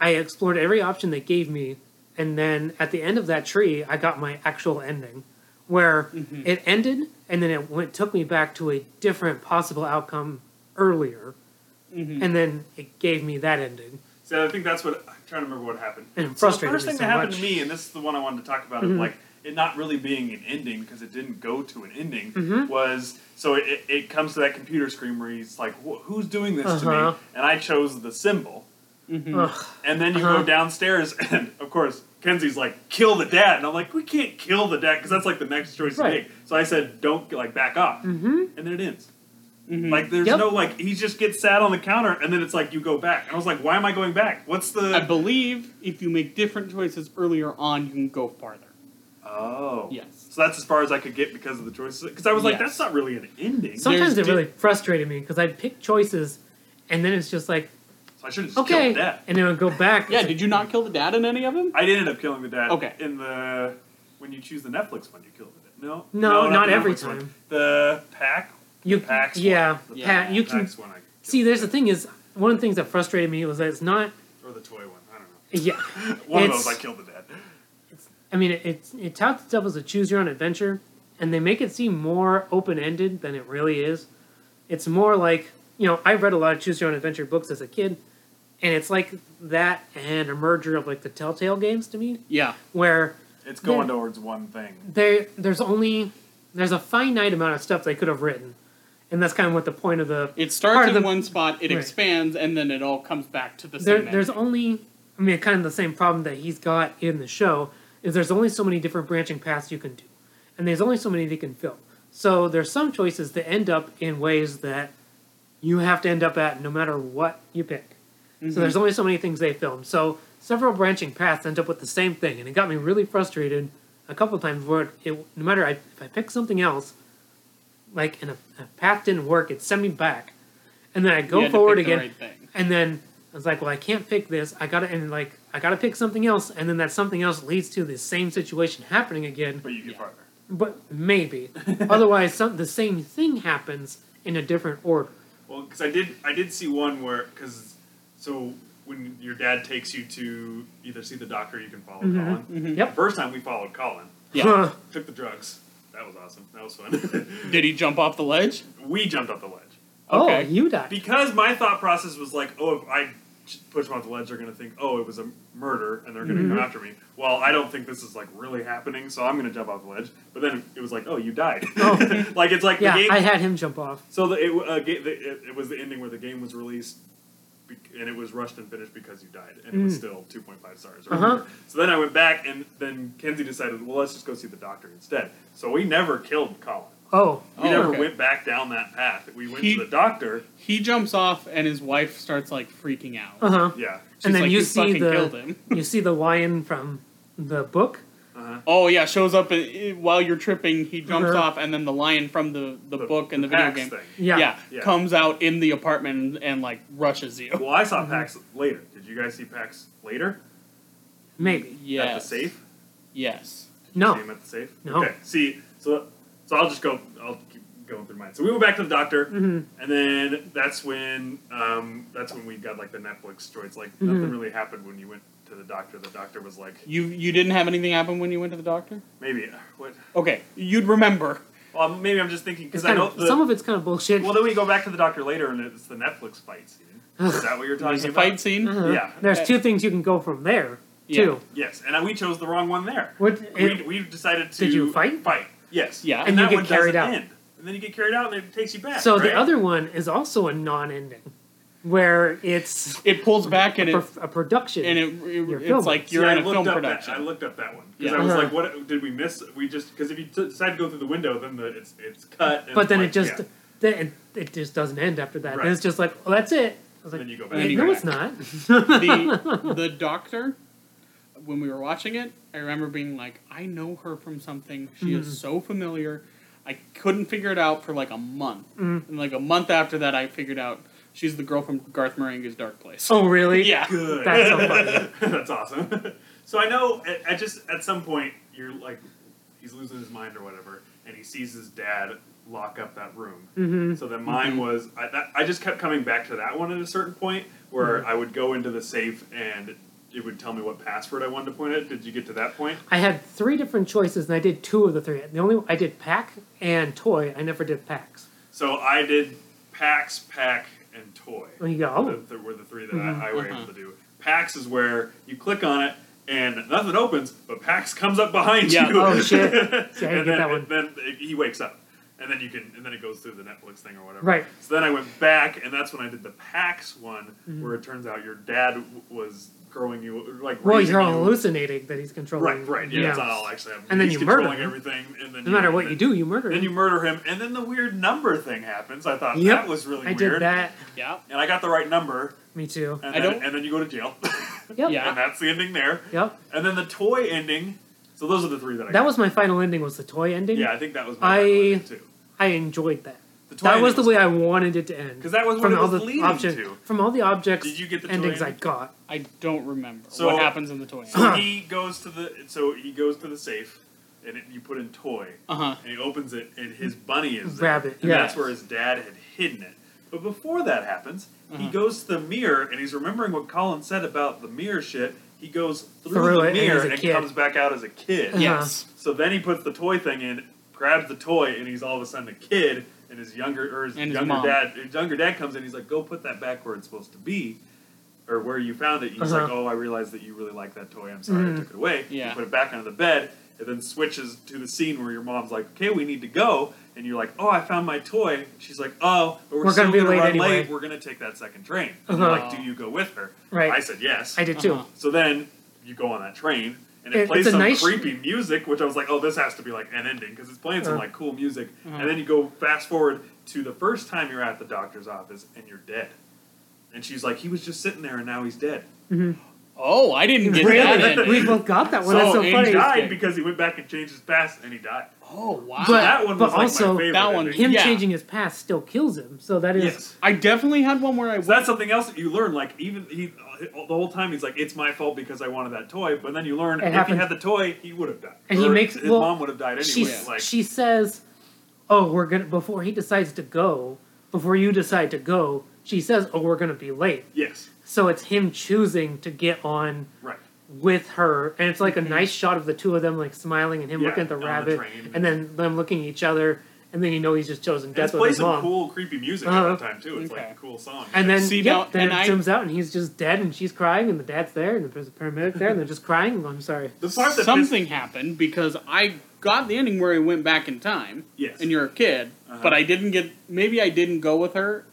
Speaker 3: I explored every option they gave me, and then at the end of that tree, I got my actual ending, where it ended, and then it went took me back to a different possible outcome earlier, and then it gave me that ending.
Speaker 2: So I think that's what I'm trying to remember what happened.
Speaker 3: And it
Speaker 2: so the
Speaker 3: frustrated
Speaker 2: first
Speaker 3: me
Speaker 2: thing
Speaker 3: so
Speaker 2: that happened
Speaker 3: much. Mm-hmm.
Speaker 2: to me, and this is the one I wanted to talk about, is like it not really being an ending because it didn't go to an ending.
Speaker 3: Mm-hmm.
Speaker 2: Was so it, it, it comes to that computer screen where he's like, "Wh- "Who's doing this to
Speaker 3: Uh-huh.
Speaker 2: me?" And I chose the symbol.
Speaker 3: Ugh.
Speaker 2: And then you
Speaker 3: Uh-huh.
Speaker 2: go downstairs, and of course, Kenzie's like, kill the dad. And I'm like, we can't kill the dad because that's like the next choice to
Speaker 3: Right.
Speaker 2: make. So I said, don't, like, back off. Mm-hmm. And then it ends.
Speaker 1: Mm-hmm.
Speaker 2: Like, there's
Speaker 3: Yep.
Speaker 2: no, like, he just gets sat on the counter, and then it's like, you go back. And I was like, why am I going back? What's
Speaker 1: I
Speaker 2: the.
Speaker 1: believe if you make different choices earlier on, you can go farther.
Speaker 2: oh.
Speaker 1: Yes.
Speaker 2: So that's as far as I could get because of the choices. Because I was like,
Speaker 1: Yes.
Speaker 2: that's not really an ending. So,
Speaker 3: Sometimes
Speaker 1: There's
Speaker 3: it
Speaker 1: di-
Speaker 3: really frustrated me because I'd pick choices, and then it's just like
Speaker 2: I should have just
Speaker 3: okay,
Speaker 2: killed the dad.
Speaker 3: and then I'd go back.
Speaker 1: Yeah, did you not kill the dad in any of them?
Speaker 2: I ended up killing the dad.
Speaker 1: Okay.
Speaker 2: In the when you choose the Netflix one, you kill the dad. No.
Speaker 3: No,
Speaker 2: the
Speaker 3: not every
Speaker 2: Netflix one.
Speaker 3: time.
Speaker 2: The pack.
Speaker 3: You-
Speaker 2: the packs
Speaker 3: yeah,
Speaker 2: one.
Speaker 1: yeah,
Speaker 2: pack-
Speaker 3: you can-
Speaker 2: packs one I killed
Speaker 3: See, there's
Speaker 2: the
Speaker 3: the thing is, one of the things that frustrated me was that it's not.
Speaker 2: dad. or the toy one. I don't
Speaker 3: Yeah,
Speaker 2: know. One
Speaker 3: It's-
Speaker 2: of those I killed the dad.
Speaker 3: I mean, it it, it touts itself as a choose your own adventure, and they make it seem more open ended than it really is. It's more like you know, I read a lot of choose your own adventure books as a kid, and it's like that and a merger of like the Telltale games to me,
Speaker 1: Yeah.
Speaker 3: where
Speaker 2: It's going
Speaker 3: Yeah.
Speaker 2: towards one thing.
Speaker 3: there there's only there's a finite amount of stuff they could have written, and that's kind of what the point of the
Speaker 1: It
Speaker 3: Part
Speaker 1: starts
Speaker 3: of
Speaker 1: in
Speaker 3: the-
Speaker 1: one spot, it
Speaker 3: Right.
Speaker 1: expands, and then it all comes back to the
Speaker 3: there,
Speaker 1: same.
Speaker 3: there's
Speaker 1: ending.
Speaker 3: only i mean kind of the same problem that he's got in the show is there's only so many different branching paths you can do and there's only so many they can fill so there's some choices that end up in ways that you have to end up at no matter what you pick so
Speaker 1: Mm-hmm.
Speaker 3: there's only so many things they film so several branching paths end up with the same thing and it got me really frustrated a couple of times where it, no matter I, if i pick something else like and a, a path didn't work it sent me back and then i
Speaker 1: You
Speaker 3: go
Speaker 1: had to
Speaker 3: forward
Speaker 1: pick the
Speaker 3: again
Speaker 1: right thing.
Speaker 3: and then I was like, well, I can't pick this. I gotta and like I gotta pick something else, and then that something else leads to the same situation happening again.
Speaker 2: But you get
Speaker 1: Yeah.
Speaker 2: farther.
Speaker 3: But maybe otherwise, some, the same thing happens in a different order.
Speaker 2: Well, because I did, I did see one where because so when your dad takes you to either see the doctor, or you can follow Colin.
Speaker 3: Mm-hmm, Yep.
Speaker 2: The first time we followed Colin,
Speaker 1: Yeah.
Speaker 2: took the drugs. That was awesome. That was fun.
Speaker 1: Did he jump off the ledge?
Speaker 2: we jumped off the ledge.
Speaker 3: Oh,
Speaker 1: Okay.
Speaker 3: you died.
Speaker 2: because my thought process was like, oh, if I push them off the ledge, they're going to think, oh, it was a murder, and they're going to
Speaker 3: Mm-hmm.
Speaker 2: come after me. Well, I don't think this is like really happening, so I'm going to jump off the ledge. But then it was like, oh, you died.
Speaker 3: Oh.
Speaker 2: like it's like
Speaker 3: yeah,
Speaker 2: the game.
Speaker 3: I had him jump off.
Speaker 2: so the, it, uh, ga- the, it, it was the ending where the game was released. bec- And it was rushed and finished because you died, and it was still 2.5 stars. Or
Speaker 3: Mm. Uh-huh.
Speaker 2: whatever. So then I went back, and then Kenzie decided, well, let's just go see the doctor instead. So we never killed Colin.
Speaker 3: Oh,
Speaker 2: We
Speaker 1: Oh,
Speaker 2: never
Speaker 1: okay.
Speaker 2: went back down that path. We went
Speaker 1: He-
Speaker 2: to the doctor.
Speaker 1: He jumps off, and his wife starts like freaking out.
Speaker 3: uh huh.
Speaker 2: Yeah.
Speaker 1: She's
Speaker 3: And then
Speaker 1: like,
Speaker 3: you
Speaker 1: "You
Speaker 3: see
Speaker 1: fucking killed
Speaker 3: the
Speaker 1: him."
Speaker 3: you see the lion from the book.
Speaker 2: Uh-huh.
Speaker 1: Oh yeah, shows up and, while you're tripping. He jumps
Speaker 3: Uh-huh.
Speaker 1: off, and then the lion from the, the, book and the, video
Speaker 2: Pax
Speaker 1: game,
Speaker 2: Thing.
Speaker 3: Yeah.
Speaker 2: Yeah.
Speaker 1: comes out in the apartment and, like rushes you.
Speaker 2: Well, I saw Pax later. Did you guys see Pax later
Speaker 3: Maybe.
Speaker 1: Yes.
Speaker 2: at the safe?
Speaker 1: Yes.
Speaker 3: No.
Speaker 2: See him at the safe.
Speaker 3: No.
Speaker 2: Okay. See, so so I'll just go. I'll keep going through mine. So we went back to the doctor,
Speaker 3: Mm-hmm.
Speaker 2: and then that's when um that's when we got like the Netflix droids. Like
Speaker 3: Mm-hmm.
Speaker 2: nothing really happened when you went to the doctor. The doctor was like,
Speaker 1: You you didn't have anything happen when you went to the doctor.
Speaker 2: maybe uh, what?
Speaker 1: Okay, you'd remember.
Speaker 2: Well, maybe I'm just thinking
Speaker 3: It's
Speaker 2: because I
Speaker 3: kind
Speaker 2: know
Speaker 3: of,
Speaker 2: the,
Speaker 3: some of it's kind of bullshit.
Speaker 2: Well, then we go back to the doctor later, and it's the Netflix fight scene. Is that what you're talking
Speaker 1: There's a
Speaker 2: about?
Speaker 1: fight scene.
Speaker 3: Uh-huh.
Speaker 2: yeah.
Speaker 3: There's two things you can go from there
Speaker 1: Yeah.
Speaker 3: too.
Speaker 2: Yes, and we chose the wrong one there.
Speaker 3: What-
Speaker 2: we, we decided to.
Speaker 3: Did you fight?
Speaker 2: Fight. Yes.
Speaker 1: Yeah.
Speaker 2: And,
Speaker 1: And
Speaker 3: you
Speaker 2: that
Speaker 3: get
Speaker 2: one
Speaker 3: carried
Speaker 2: doesn't
Speaker 3: out.
Speaker 2: End. And then you get carried out, and it takes you back.
Speaker 3: So the
Speaker 2: right?
Speaker 3: other one is also a non-ending, where it's
Speaker 1: It pulls back and
Speaker 3: a,
Speaker 1: it
Speaker 3: pro- a production.
Speaker 1: and it, it-
Speaker 3: You're
Speaker 1: it's
Speaker 3: filming.
Speaker 1: like
Speaker 2: See,
Speaker 1: you're
Speaker 2: I
Speaker 1: in a
Speaker 2: looked
Speaker 1: film
Speaker 2: up
Speaker 1: production.
Speaker 2: That, I looked up that one because
Speaker 1: Yeah.
Speaker 2: I was
Speaker 3: Uh-huh.
Speaker 2: like, "What did we miss? We just because if you t- decide to go through the window, then the, it's it's cut." And
Speaker 3: but then
Speaker 2: like,
Speaker 3: it just
Speaker 2: yeah.
Speaker 3: then it, it just doesn't end after that.
Speaker 2: Right.
Speaker 3: And it's just like, well, that's it. I was like,
Speaker 2: Then you go
Speaker 3: "Eh,
Speaker 2: back.
Speaker 1: you
Speaker 3: no,
Speaker 1: go
Speaker 3: it's not.
Speaker 1: the the doctor when we were watching it, I remember being like, I know her from something. She
Speaker 3: Mm-hmm.
Speaker 1: is so familiar. I couldn't figure it out for like a month.
Speaker 3: Mm.
Speaker 1: And like a month after that, I figured out she's the girl from Garth Marenghi's Dark Place.
Speaker 3: Oh, really?
Speaker 1: yeah.
Speaker 2: Good.
Speaker 3: That's so funny.
Speaker 2: That's awesome. so I know at, at just at some point you're like he's losing his mind or whatever, and he sees his dad lock up that room.
Speaker 3: Mhm.
Speaker 2: So then mine
Speaker 1: Mhm.
Speaker 2: was I, that, I just kept coming back to that one at a certain point where
Speaker 3: Mm-hmm.
Speaker 2: I would go into the safe and it would tell me what password I wanted to point at. Did you get to that point?
Speaker 3: I had three different choices, and I did two of the three. The only I did pack and toy. I never did packs.
Speaker 2: So I did PAX, pack, and toy.
Speaker 3: There you go. "Oh,
Speaker 2: Th- th- were the three that
Speaker 3: Mhm.
Speaker 2: I, I were
Speaker 1: Uh-huh.
Speaker 2: able to do. PAX is where you click on it and nothing opens, but PAX comes up behind
Speaker 1: Yeah.
Speaker 2: you.
Speaker 3: Oh, shit. See, I didn't
Speaker 2: and
Speaker 3: get
Speaker 2: then,
Speaker 3: that one.
Speaker 2: and then it- he wakes up, and then you can, and then it goes through the Netflix thing or whatever.
Speaker 3: Right.
Speaker 2: So then I went back, and that's when I did the PAX one,
Speaker 3: Mm-hmm.
Speaker 2: where it turns out your dad w- was growing you like
Speaker 3: Well,
Speaker 2: raising
Speaker 3: you're
Speaker 2: you.
Speaker 3: hallucinating that he's controlling.
Speaker 2: Right, right. Yeah, that's not all actually happening.
Speaker 3: And then
Speaker 2: He's
Speaker 3: you murder
Speaker 2: controlling
Speaker 3: him.
Speaker 2: everything, and then
Speaker 3: No matter what you do, you murder.
Speaker 2: Then
Speaker 3: him.
Speaker 2: you murder him, and then the weird number thing happens. I thought
Speaker 3: Yep.
Speaker 2: that was really
Speaker 3: I
Speaker 2: weird. Uh,
Speaker 3: did that.
Speaker 1: Yeah.
Speaker 2: And I got the right number,
Speaker 3: Me too.
Speaker 2: and
Speaker 1: I
Speaker 2: then,
Speaker 1: don't-
Speaker 2: and then you go to jail.
Speaker 3: Yep.
Speaker 1: Yeah.
Speaker 2: and that's the ending there.
Speaker 3: Yep.
Speaker 2: And then the toy ending. So those are the three that I
Speaker 3: That
Speaker 2: got.
Speaker 3: was my final ending. Was the toy ending?
Speaker 2: yeah, I think that was
Speaker 3: I-
Speaker 2: my final ending, too.
Speaker 3: I enjoyed that.
Speaker 2: The toy
Speaker 3: That was the
Speaker 2: ending
Speaker 3: way I wanted it to end.
Speaker 2: 'Cause that was what
Speaker 3: from
Speaker 2: it
Speaker 3: all
Speaker 2: was
Speaker 3: the
Speaker 2: leading
Speaker 3: object-
Speaker 2: to.
Speaker 3: From all the objects.
Speaker 2: Did you get the toy
Speaker 3: endings I
Speaker 2: ending?
Speaker 3: got?
Speaker 1: I don't remember
Speaker 2: So-
Speaker 1: what happens in the toy.
Speaker 2: So he goes to the so he goes to the safe, and it, you put in toy,
Speaker 1: Uh huh.
Speaker 2: and he opens it, and his bunny is there,
Speaker 3: Rabbit,
Speaker 2: and
Speaker 3: Uh-huh. yeah.
Speaker 2: that's where his dad had hidden it. But before that happens, he
Speaker 1: Uh-huh.
Speaker 2: goes to the mirror, and he's remembering what Colin said about the mirror shit. He goes through,
Speaker 3: Through it,
Speaker 2: the
Speaker 3: and
Speaker 2: mirror
Speaker 3: he's a
Speaker 2: and,
Speaker 3: kid.
Speaker 2: comes back out as a kid.
Speaker 3: Yeah.
Speaker 1: Yes.
Speaker 2: So then he puts the toy thing in, grabs the toy, and he's all of a sudden a kid. And his younger or his
Speaker 1: And his
Speaker 2: younger
Speaker 1: mom.
Speaker 2: dad, his younger dad comes in. He's like, "Go put that back where it's supposed to be, or where you found it." He's
Speaker 3: Uh-huh.
Speaker 2: like, "Oh, I realized that you really like that toy. I'm sorry
Speaker 3: Mhm.
Speaker 2: I took it away."
Speaker 1: Yeah.
Speaker 2: You put it back under the bed, and then switches to the scene where your mom's like, "Okay, we need to go," and you're like, "Oh, I found my toy." She's like, "Oh, but we're,
Speaker 3: We're
Speaker 2: still
Speaker 3: gonna be late
Speaker 2: run
Speaker 3: anyway."
Speaker 2: late. We're gonna take that second train." And you're
Speaker 1: Uh-huh.
Speaker 2: like, "Do you go with her?"
Speaker 3: Right.
Speaker 2: I said yes.
Speaker 3: I did too.
Speaker 1: Uh-huh.
Speaker 2: So then you go on that train, and it,
Speaker 3: It-
Speaker 2: plays
Speaker 3: it's a
Speaker 2: some
Speaker 3: nice-
Speaker 2: creepy music, which I was like, oh, this has to be like an ending because it's playing some
Speaker 3: Uh.
Speaker 2: like cool music.
Speaker 1: Uh-huh.
Speaker 2: And then you go fast forward to the first time you're at the doctor's office and you're dead. And she's like, he was just sitting there and now he's dead.
Speaker 1: Oh, I didn't get that
Speaker 3: Really?
Speaker 1: ending.
Speaker 3: we both got that one.
Speaker 1: So
Speaker 3: That's so
Speaker 1: in
Speaker 2: He
Speaker 3: funny.
Speaker 1: guy-
Speaker 2: died
Speaker 1: Interesting.
Speaker 2: because he went back and changed his past and he died.
Speaker 1: Oh wow.
Speaker 3: But-
Speaker 2: that one was like
Speaker 3: also-
Speaker 2: my favorite.
Speaker 1: That one-
Speaker 2: ending.
Speaker 3: Him
Speaker 1: Yeah.
Speaker 3: changing his past still kills him. So that is.
Speaker 2: Yes.
Speaker 1: I definitely had one where I
Speaker 2: So that's something else that you learn. Like even he, the whole time he's like, "It's my fault because I wanted that toy." But then you learn
Speaker 3: It
Speaker 2: if
Speaker 3: happened.
Speaker 2: he had the toy, he would have died.
Speaker 3: And he
Speaker 2: Or
Speaker 3: makes-
Speaker 2: his
Speaker 3: well,
Speaker 2: mom would have died anyway.
Speaker 3: she
Speaker 2: like
Speaker 3: she says, "Oh, we're gonna." Before he decides to go, before you decide to go, she says, "Oh, we're gonna be late."
Speaker 2: yes,
Speaker 3: So it's him choosing to get on
Speaker 2: right.
Speaker 3: with her, and it's like a nice shot of the two of them like smiling and him
Speaker 2: Mm-hmm. Yeah,
Speaker 3: looking at the
Speaker 2: on the
Speaker 3: rabbit,
Speaker 2: train.
Speaker 3: and then them looking at each other, and then you know he's just chosen
Speaker 2: It's
Speaker 3: death with
Speaker 2: plays
Speaker 3: his
Speaker 2: some
Speaker 3: mom.
Speaker 2: cool, creepy music
Speaker 3: Uh-huh.
Speaker 2: at that time too. It's
Speaker 1: Okay.
Speaker 2: like a cool song.
Speaker 3: And then,
Speaker 1: See,
Speaker 3: yep,
Speaker 1: now-
Speaker 3: then
Speaker 1: and
Speaker 3: it
Speaker 1: I-
Speaker 3: zooms out, and he's just dead, and she's crying, and the dad's there, and there's a paramedic there, and they're just crying. I'm sorry.
Speaker 2: the part that
Speaker 1: something
Speaker 2: pissed-
Speaker 1: happened because I got the ending where I went back in time.
Speaker 2: Yes.
Speaker 1: And you're a kid,
Speaker 2: Uh-huh.
Speaker 1: but I didn't get. Maybe I didn't go with her,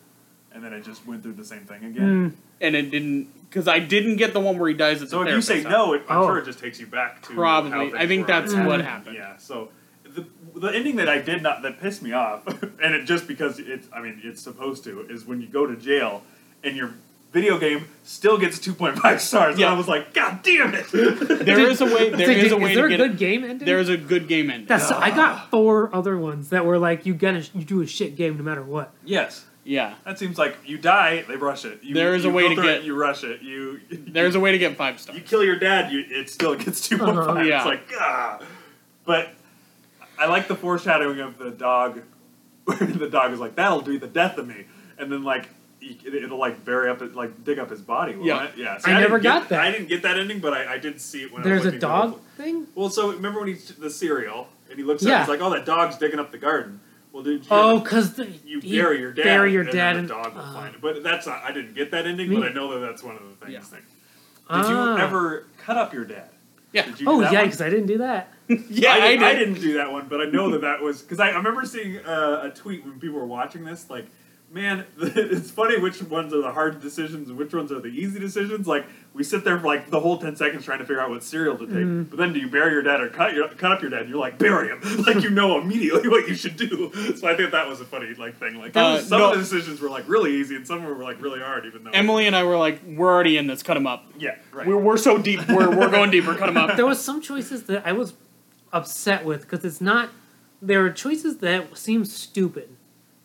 Speaker 2: and then it just went through the same thing
Speaker 3: Mm.
Speaker 2: again.
Speaker 1: and it didn't because I didn't get the one where he dies at
Speaker 2: So
Speaker 1: the
Speaker 2: if you say
Speaker 1: therapist
Speaker 2: no, it, I'm
Speaker 3: Oh. Mm-hmm.
Speaker 2: sure it just takes you back to
Speaker 1: Probably.
Speaker 2: how things
Speaker 1: I think
Speaker 2: were at
Speaker 1: that's
Speaker 2: the time.
Speaker 1: what happened.
Speaker 2: Yeah. So the the ending that I did not that pissed me off, and it just because it's I mean it's supposed to is when you go to jail and your video game still gets 2.5 stars.
Speaker 1: Yeah.
Speaker 2: And I was like, God damn it!
Speaker 1: house. There is a way. There
Speaker 3: Did-
Speaker 1: is a way
Speaker 3: is there
Speaker 1: to
Speaker 3: a
Speaker 1: get.
Speaker 3: good
Speaker 1: it.
Speaker 3: game ending?
Speaker 1: There is a good game ending.
Speaker 3: That's I
Speaker 2: Ah.
Speaker 3: got four other ones that were like you gotta you do a shit game no matter what.
Speaker 2: yes.
Speaker 1: yeah.
Speaker 2: That seems like you die, they rush it. You,
Speaker 1: There is
Speaker 2: you
Speaker 1: a way
Speaker 2: go
Speaker 1: to
Speaker 2: through it,
Speaker 1: get-
Speaker 2: you rush it. You
Speaker 1: There's a way to get five
Speaker 2: you
Speaker 1: stars.
Speaker 2: kill your dad, you, it still gets 2.5.
Speaker 3: Uh-huh.
Speaker 1: Yeah.
Speaker 2: It's like, ah. But I like the foreshadowing of the dog. the dog is like, that'll be the death of me. And then, like, he- it- it'll, like, bury up, it, like, dig up his body. won't
Speaker 1: Yeah.
Speaker 2: it? Yeah.
Speaker 3: I never
Speaker 2: didn't get-
Speaker 3: got that.
Speaker 2: I didn't get that ending, but I, I did see it when I
Speaker 3: There's
Speaker 2: was
Speaker 3: a
Speaker 2: looking through
Speaker 3: dog
Speaker 2: the-
Speaker 3: thing.
Speaker 2: Well, so remember when he's the cereal and he looks
Speaker 3: Yeah.
Speaker 2: up, he's like, oh, that dog's digging up the garden. Well, dude, you
Speaker 3: Oh, cause the,
Speaker 2: you
Speaker 3: he-
Speaker 2: bury your dad.
Speaker 3: Bury your
Speaker 2: and
Speaker 3: dad.
Speaker 2: Then
Speaker 3: and-
Speaker 2: the dog will
Speaker 3: uh,
Speaker 2: find it. But that's not. I didn't get that ending,
Speaker 3: Me-
Speaker 2: but I know that that's one of the things.
Speaker 1: Yeah.
Speaker 2: that- Did
Speaker 3: Ah.
Speaker 2: you ever cut up your dad?
Speaker 1: Yeah.
Speaker 2: Did you do
Speaker 3: Oh
Speaker 2: that
Speaker 3: yeah,
Speaker 2: one?
Speaker 3: because I didn't do that.
Speaker 1: Yeah,
Speaker 2: I,
Speaker 1: I,
Speaker 2: did,
Speaker 1: did.
Speaker 2: I didn't do that one, but I know that that was because I, I remember seeing uh, a tweet when people were watching this, like man, it's funny which ones are the hard decisions and which ones are the easy decisions. Like we sit there for like the whole ten seconds trying to figure out what cereal to take, but then do you bury your dad or cut your, cut up your dad? And you're like bury him, like you know immediately what you should do. So I think that was a funny like thing. Like
Speaker 1: Uh,
Speaker 2: some
Speaker 1: no.
Speaker 2: of the decisions were like really easy and some of them were like really hard, even though
Speaker 1: Emily and I were like, we're already in this. Cut him up.
Speaker 2: yeah, right.
Speaker 1: We're, we're so deep. We're, we're going deeper. Cut him up.
Speaker 3: there was some choices that I was upset with because it's not. There are choices that seem stupid,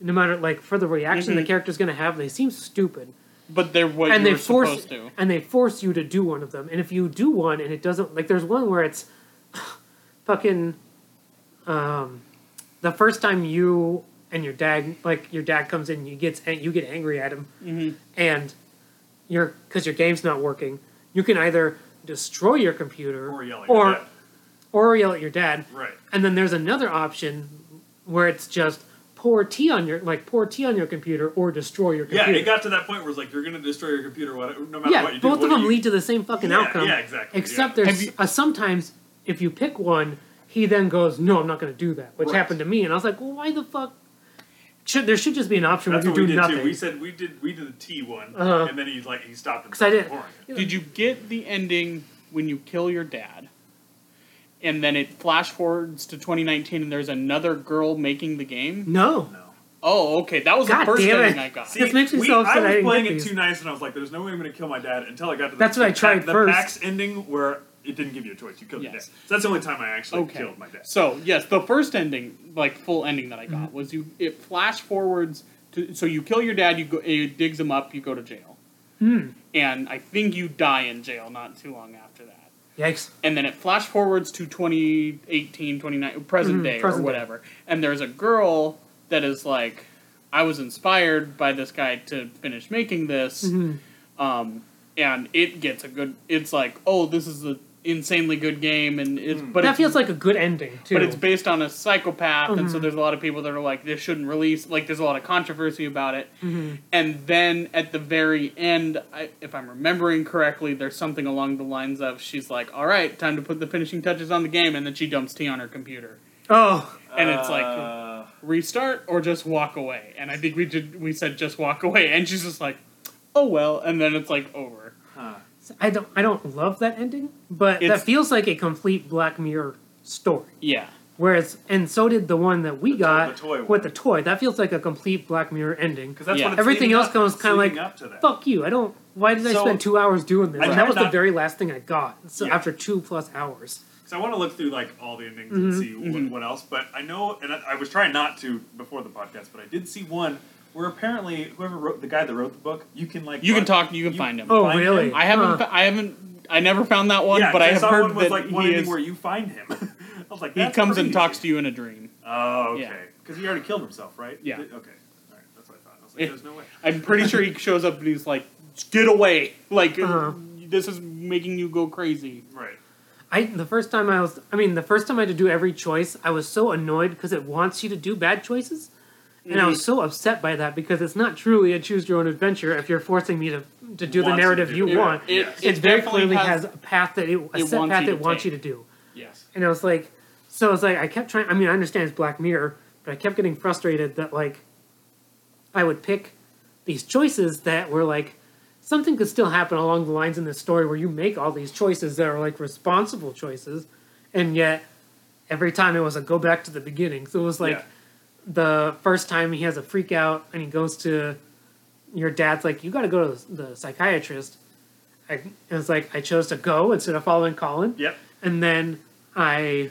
Speaker 3: no matter like for the reaction the
Speaker 1: Mhm.
Speaker 3: character's going to have. They seem stupid,
Speaker 1: But they're what
Speaker 3: and
Speaker 1: you
Speaker 3: they
Speaker 1: were
Speaker 3: force
Speaker 1: supposed to.
Speaker 3: and they force you to do one of them. And if you do one and it doesn't, like there's one where it's fucking um, the first time you and your dad, like your dad comes in, you gets you get angry at him,
Speaker 2: Mm-hmm.
Speaker 3: and your because your game's not working. You can either destroy your computer
Speaker 2: Or yell at your
Speaker 3: or
Speaker 2: dad.
Speaker 3: or yell at your dad.
Speaker 2: Right.
Speaker 3: And then there's another option where it's just pour tea on your like pour tea on your computer or destroy your
Speaker 2: Yeah,
Speaker 3: computer.
Speaker 2: it got to that point where it's like you're gonna destroy your computer, what, no matter
Speaker 3: yeah,
Speaker 2: what you do.
Speaker 3: both
Speaker 2: what
Speaker 3: of
Speaker 2: do
Speaker 3: them
Speaker 2: you-
Speaker 3: lead to the same fucking
Speaker 2: Yeah,
Speaker 3: outcome.
Speaker 2: yeah, exactly,
Speaker 3: Except
Speaker 2: yeah.
Speaker 1: Have
Speaker 3: there's
Speaker 1: you-
Speaker 3: uh, sometimes if you pick one, he then goes, "No, I'm not going to do that," which
Speaker 2: Right.
Speaker 3: happened to me, and I was like, "Well, why the fuck?" Should, there should just be an option
Speaker 2: That's
Speaker 3: where
Speaker 2: what
Speaker 3: you
Speaker 2: we
Speaker 3: do
Speaker 2: did
Speaker 3: nothing.
Speaker 2: too. We said we did we did the T one,
Speaker 3: Uh-huh.
Speaker 2: and then he like he stopped. and
Speaker 3: 'Cause I
Speaker 2: started
Speaker 3: did-
Speaker 2: pouring it.
Speaker 1: Did you get the ending when you kill your dad? And then it flash forwards to 2019, and there's another girl making the game.
Speaker 3: No,
Speaker 2: No.
Speaker 1: Oh, okay, that was
Speaker 3: God
Speaker 1: the first
Speaker 3: damn it.
Speaker 1: ending I got.
Speaker 3: See, This makes me so upset
Speaker 2: I
Speaker 3: I
Speaker 2: was
Speaker 3: didn't
Speaker 2: playing
Speaker 3: get
Speaker 2: it
Speaker 3: these.
Speaker 2: too nice, and I was like, "There's no way I'm going to kill my dad." Until I got to the,
Speaker 3: That's what I
Speaker 2: the
Speaker 3: tried
Speaker 2: the
Speaker 3: first.
Speaker 2: Pax ending where it didn't give you a choice. You killed your
Speaker 1: Yes.
Speaker 2: dad. So that's the only time I actually
Speaker 1: okay.
Speaker 2: killed my dad.
Speaker 1: So yes, the first ending, like full ending that I got,
Speaker 3: Mm-hmm.
Speaker 1: was you. It flash forwards to so you kill your dad. You go. It digs him up. You go to jail,
Speaker 3: Hmm.
Speaker 1: and I think you die in jail not too long after that.
Speaker 3: yikes!
Speaker 1: And then it flash forwards to 2018, 29, present
Speaker 3: Mhm,
Speaker 1: day
Speaker 3: present
Speaker 1: or
Speaker 3: day.
Speaker 1: whatever. And there's a girl that is like, I was inspired by this guy to finish making this
Speaker 3: Mhm.
Speaker 1: um, and it gets a good. It's like, oh, this is an insanely good game, and it's but
Speaker 3: that
Speaker 1: it's,
Speaker 3: feels like a good ending too.
Speaker 1: but it's based on a psychopath, and so there's a lot of people that are like, this shouldn't release. Like, there's a lot of controversy about it. And then at the very end, I, if I'm remembering correctly, there's something along the lines of she's like, all right, time to put the finishing touches on the game, and then she dumps tea on her computer,
Speaker 3: oh,
Speaker 1: and it's like
Speaker 2: Uh,
Speaker 1: restart or just walk away. And I think we did. We said just walk away, and she's just like, oh well, and then it's like over.
Speaker 2: huh.
Speaker 3: I don't I don't love that ending, but that
Speaker 1: It's-
Speaker 3: feels like a complete Black Mirror story.
Speaker 1: Yeah.
Speaker 3: Whereas, and so did the one that we
Speaker 2: The to-
Speaker 3: got
Speaker 2: the toy one.
Speaker 3: with the toy. That feels like a complete Black Mirror ending.
Speaker 2: 'Cause that's
Speaker 1: Yeah.
Speaker 2: what it's
Speaker 3: Everything
Speaker 2: leading
Speaker 3: else
Speaker 2: up-
Speaker 3: comes
Speaker 2: it's
Speaker 3: kinda
Speaker 2: leading
Speaker 3: like,
Speaker 2: up to that.
Speaker 3: Fuck you! I don't. Why did I
Speaker 2: So-
Speaker 3: spend two hours doing this?
Speaker 2: I
Speaker 3: and
Speaker 2: tried
Speaker 3: that was the
Speaker 2: not-
Speaker 3: very last thing I got. So
Speaker 2: Yeah.
Speaker 3: after two plus hours,
Speaker 2: So I want to look through like all the endings
Speaker 3: Mm-hmm.
Speaker 2: and see What, what else. But I know, and I, I was trying not to before the podcast, but I did see one where apparently whoever wrote the guy that wrote the book, you can like
Speaker 1: You can
Speaker 2: run-
Speaker 1: talk. You can find him.
Speaker 3: Oh,
Speaker 2: find
Speaker 3: really?
Speaker 2: him.
Speaker 1: I haven't.
Speaker 3: Huh.
Speaker 1: I haven't. I never found that one,
Speaker 2: yeah,
Speaker 1: but
Speaker 2: 'cause
Speaker 1: I
Speaker 2: I
Speaker 1: have
Speaker 2: saw
Speaker 1: heard
Speaker 2: one with
Speaker 1: that
Speaker 2: like one
Speaker 1: he
Speaker 2: ending
Speaker 1: is.
Speaker 2: where you find him. I was like,
Speaker 1: He
Speaker 2: that's
Speaker 1: comes and
Speaker 2: pretty
Speaker 1: talks
Speaker 2: easy.
Speaker 1: to you in a dream.
Speaker 2: Oh, okay.
Speaker 1: Yeah.
Speaker 2: Because he already killed himself, right?
Speaker 1: Yeah.
Speaker 2: Did- okay. All right. That's what I thought. I was like,
Speaker 1: It-
Speaker 2: there's no way.
Speaker 1: I'm pretty sure he shows up and he's like, "Get away! Like
Speaker 3: Uh-huh.
Speaker 1: this is making you go crazy."
Speaker 2: Right.
Speaker 3: I the first time I was. I mean, the first time I had to do every choice, I was so annoyed because it wants you to do bad choices, and I was so upset by that because it's not truly a choose your own adventure if you're forcing me to to do the
Speaker 2: Wants you to
Speaker 3: narrative
Speaker 2: do
Speaker 3: you
Speaker 2: it.
Speaker 3: want.
Speaker 1: It,
Speaker 2: Yes.
Speaker 1: it
Speaker 3: It very
Speaker 1: definitely
Speaker 3: clearly
Speaker 1: has.
Speaker 3: has, a path that it a
Speaker 1: it
Speaker 3: set
Speaker 1: wants
Speaker 3: path
Speaker 1: you
Speaker 3: it
Speaker 1: to
Speaker 3: wants you to
Speaker 1: take.
Speaker 3: do.
Speaker 1: yes.
Speaker 3: And I was like, so I was like, I kept trying. I mean, I understand it's Black Mirror, but I kept getting frustrated that like I would pick these choices that were like something could still happen along the lines in this story where you make all these choices that are like responsible choices, and yet every time it was a go back to the beginning. So it was like
Speaker 2: Yeah.
Speaker 3: the first time he has a freak out and he goes to your dad's like, you got to go to the psychiatrist. I, and it's like I chose to go instead of following Colin.
Speaker 2: Yep.
Speaker 3: And then I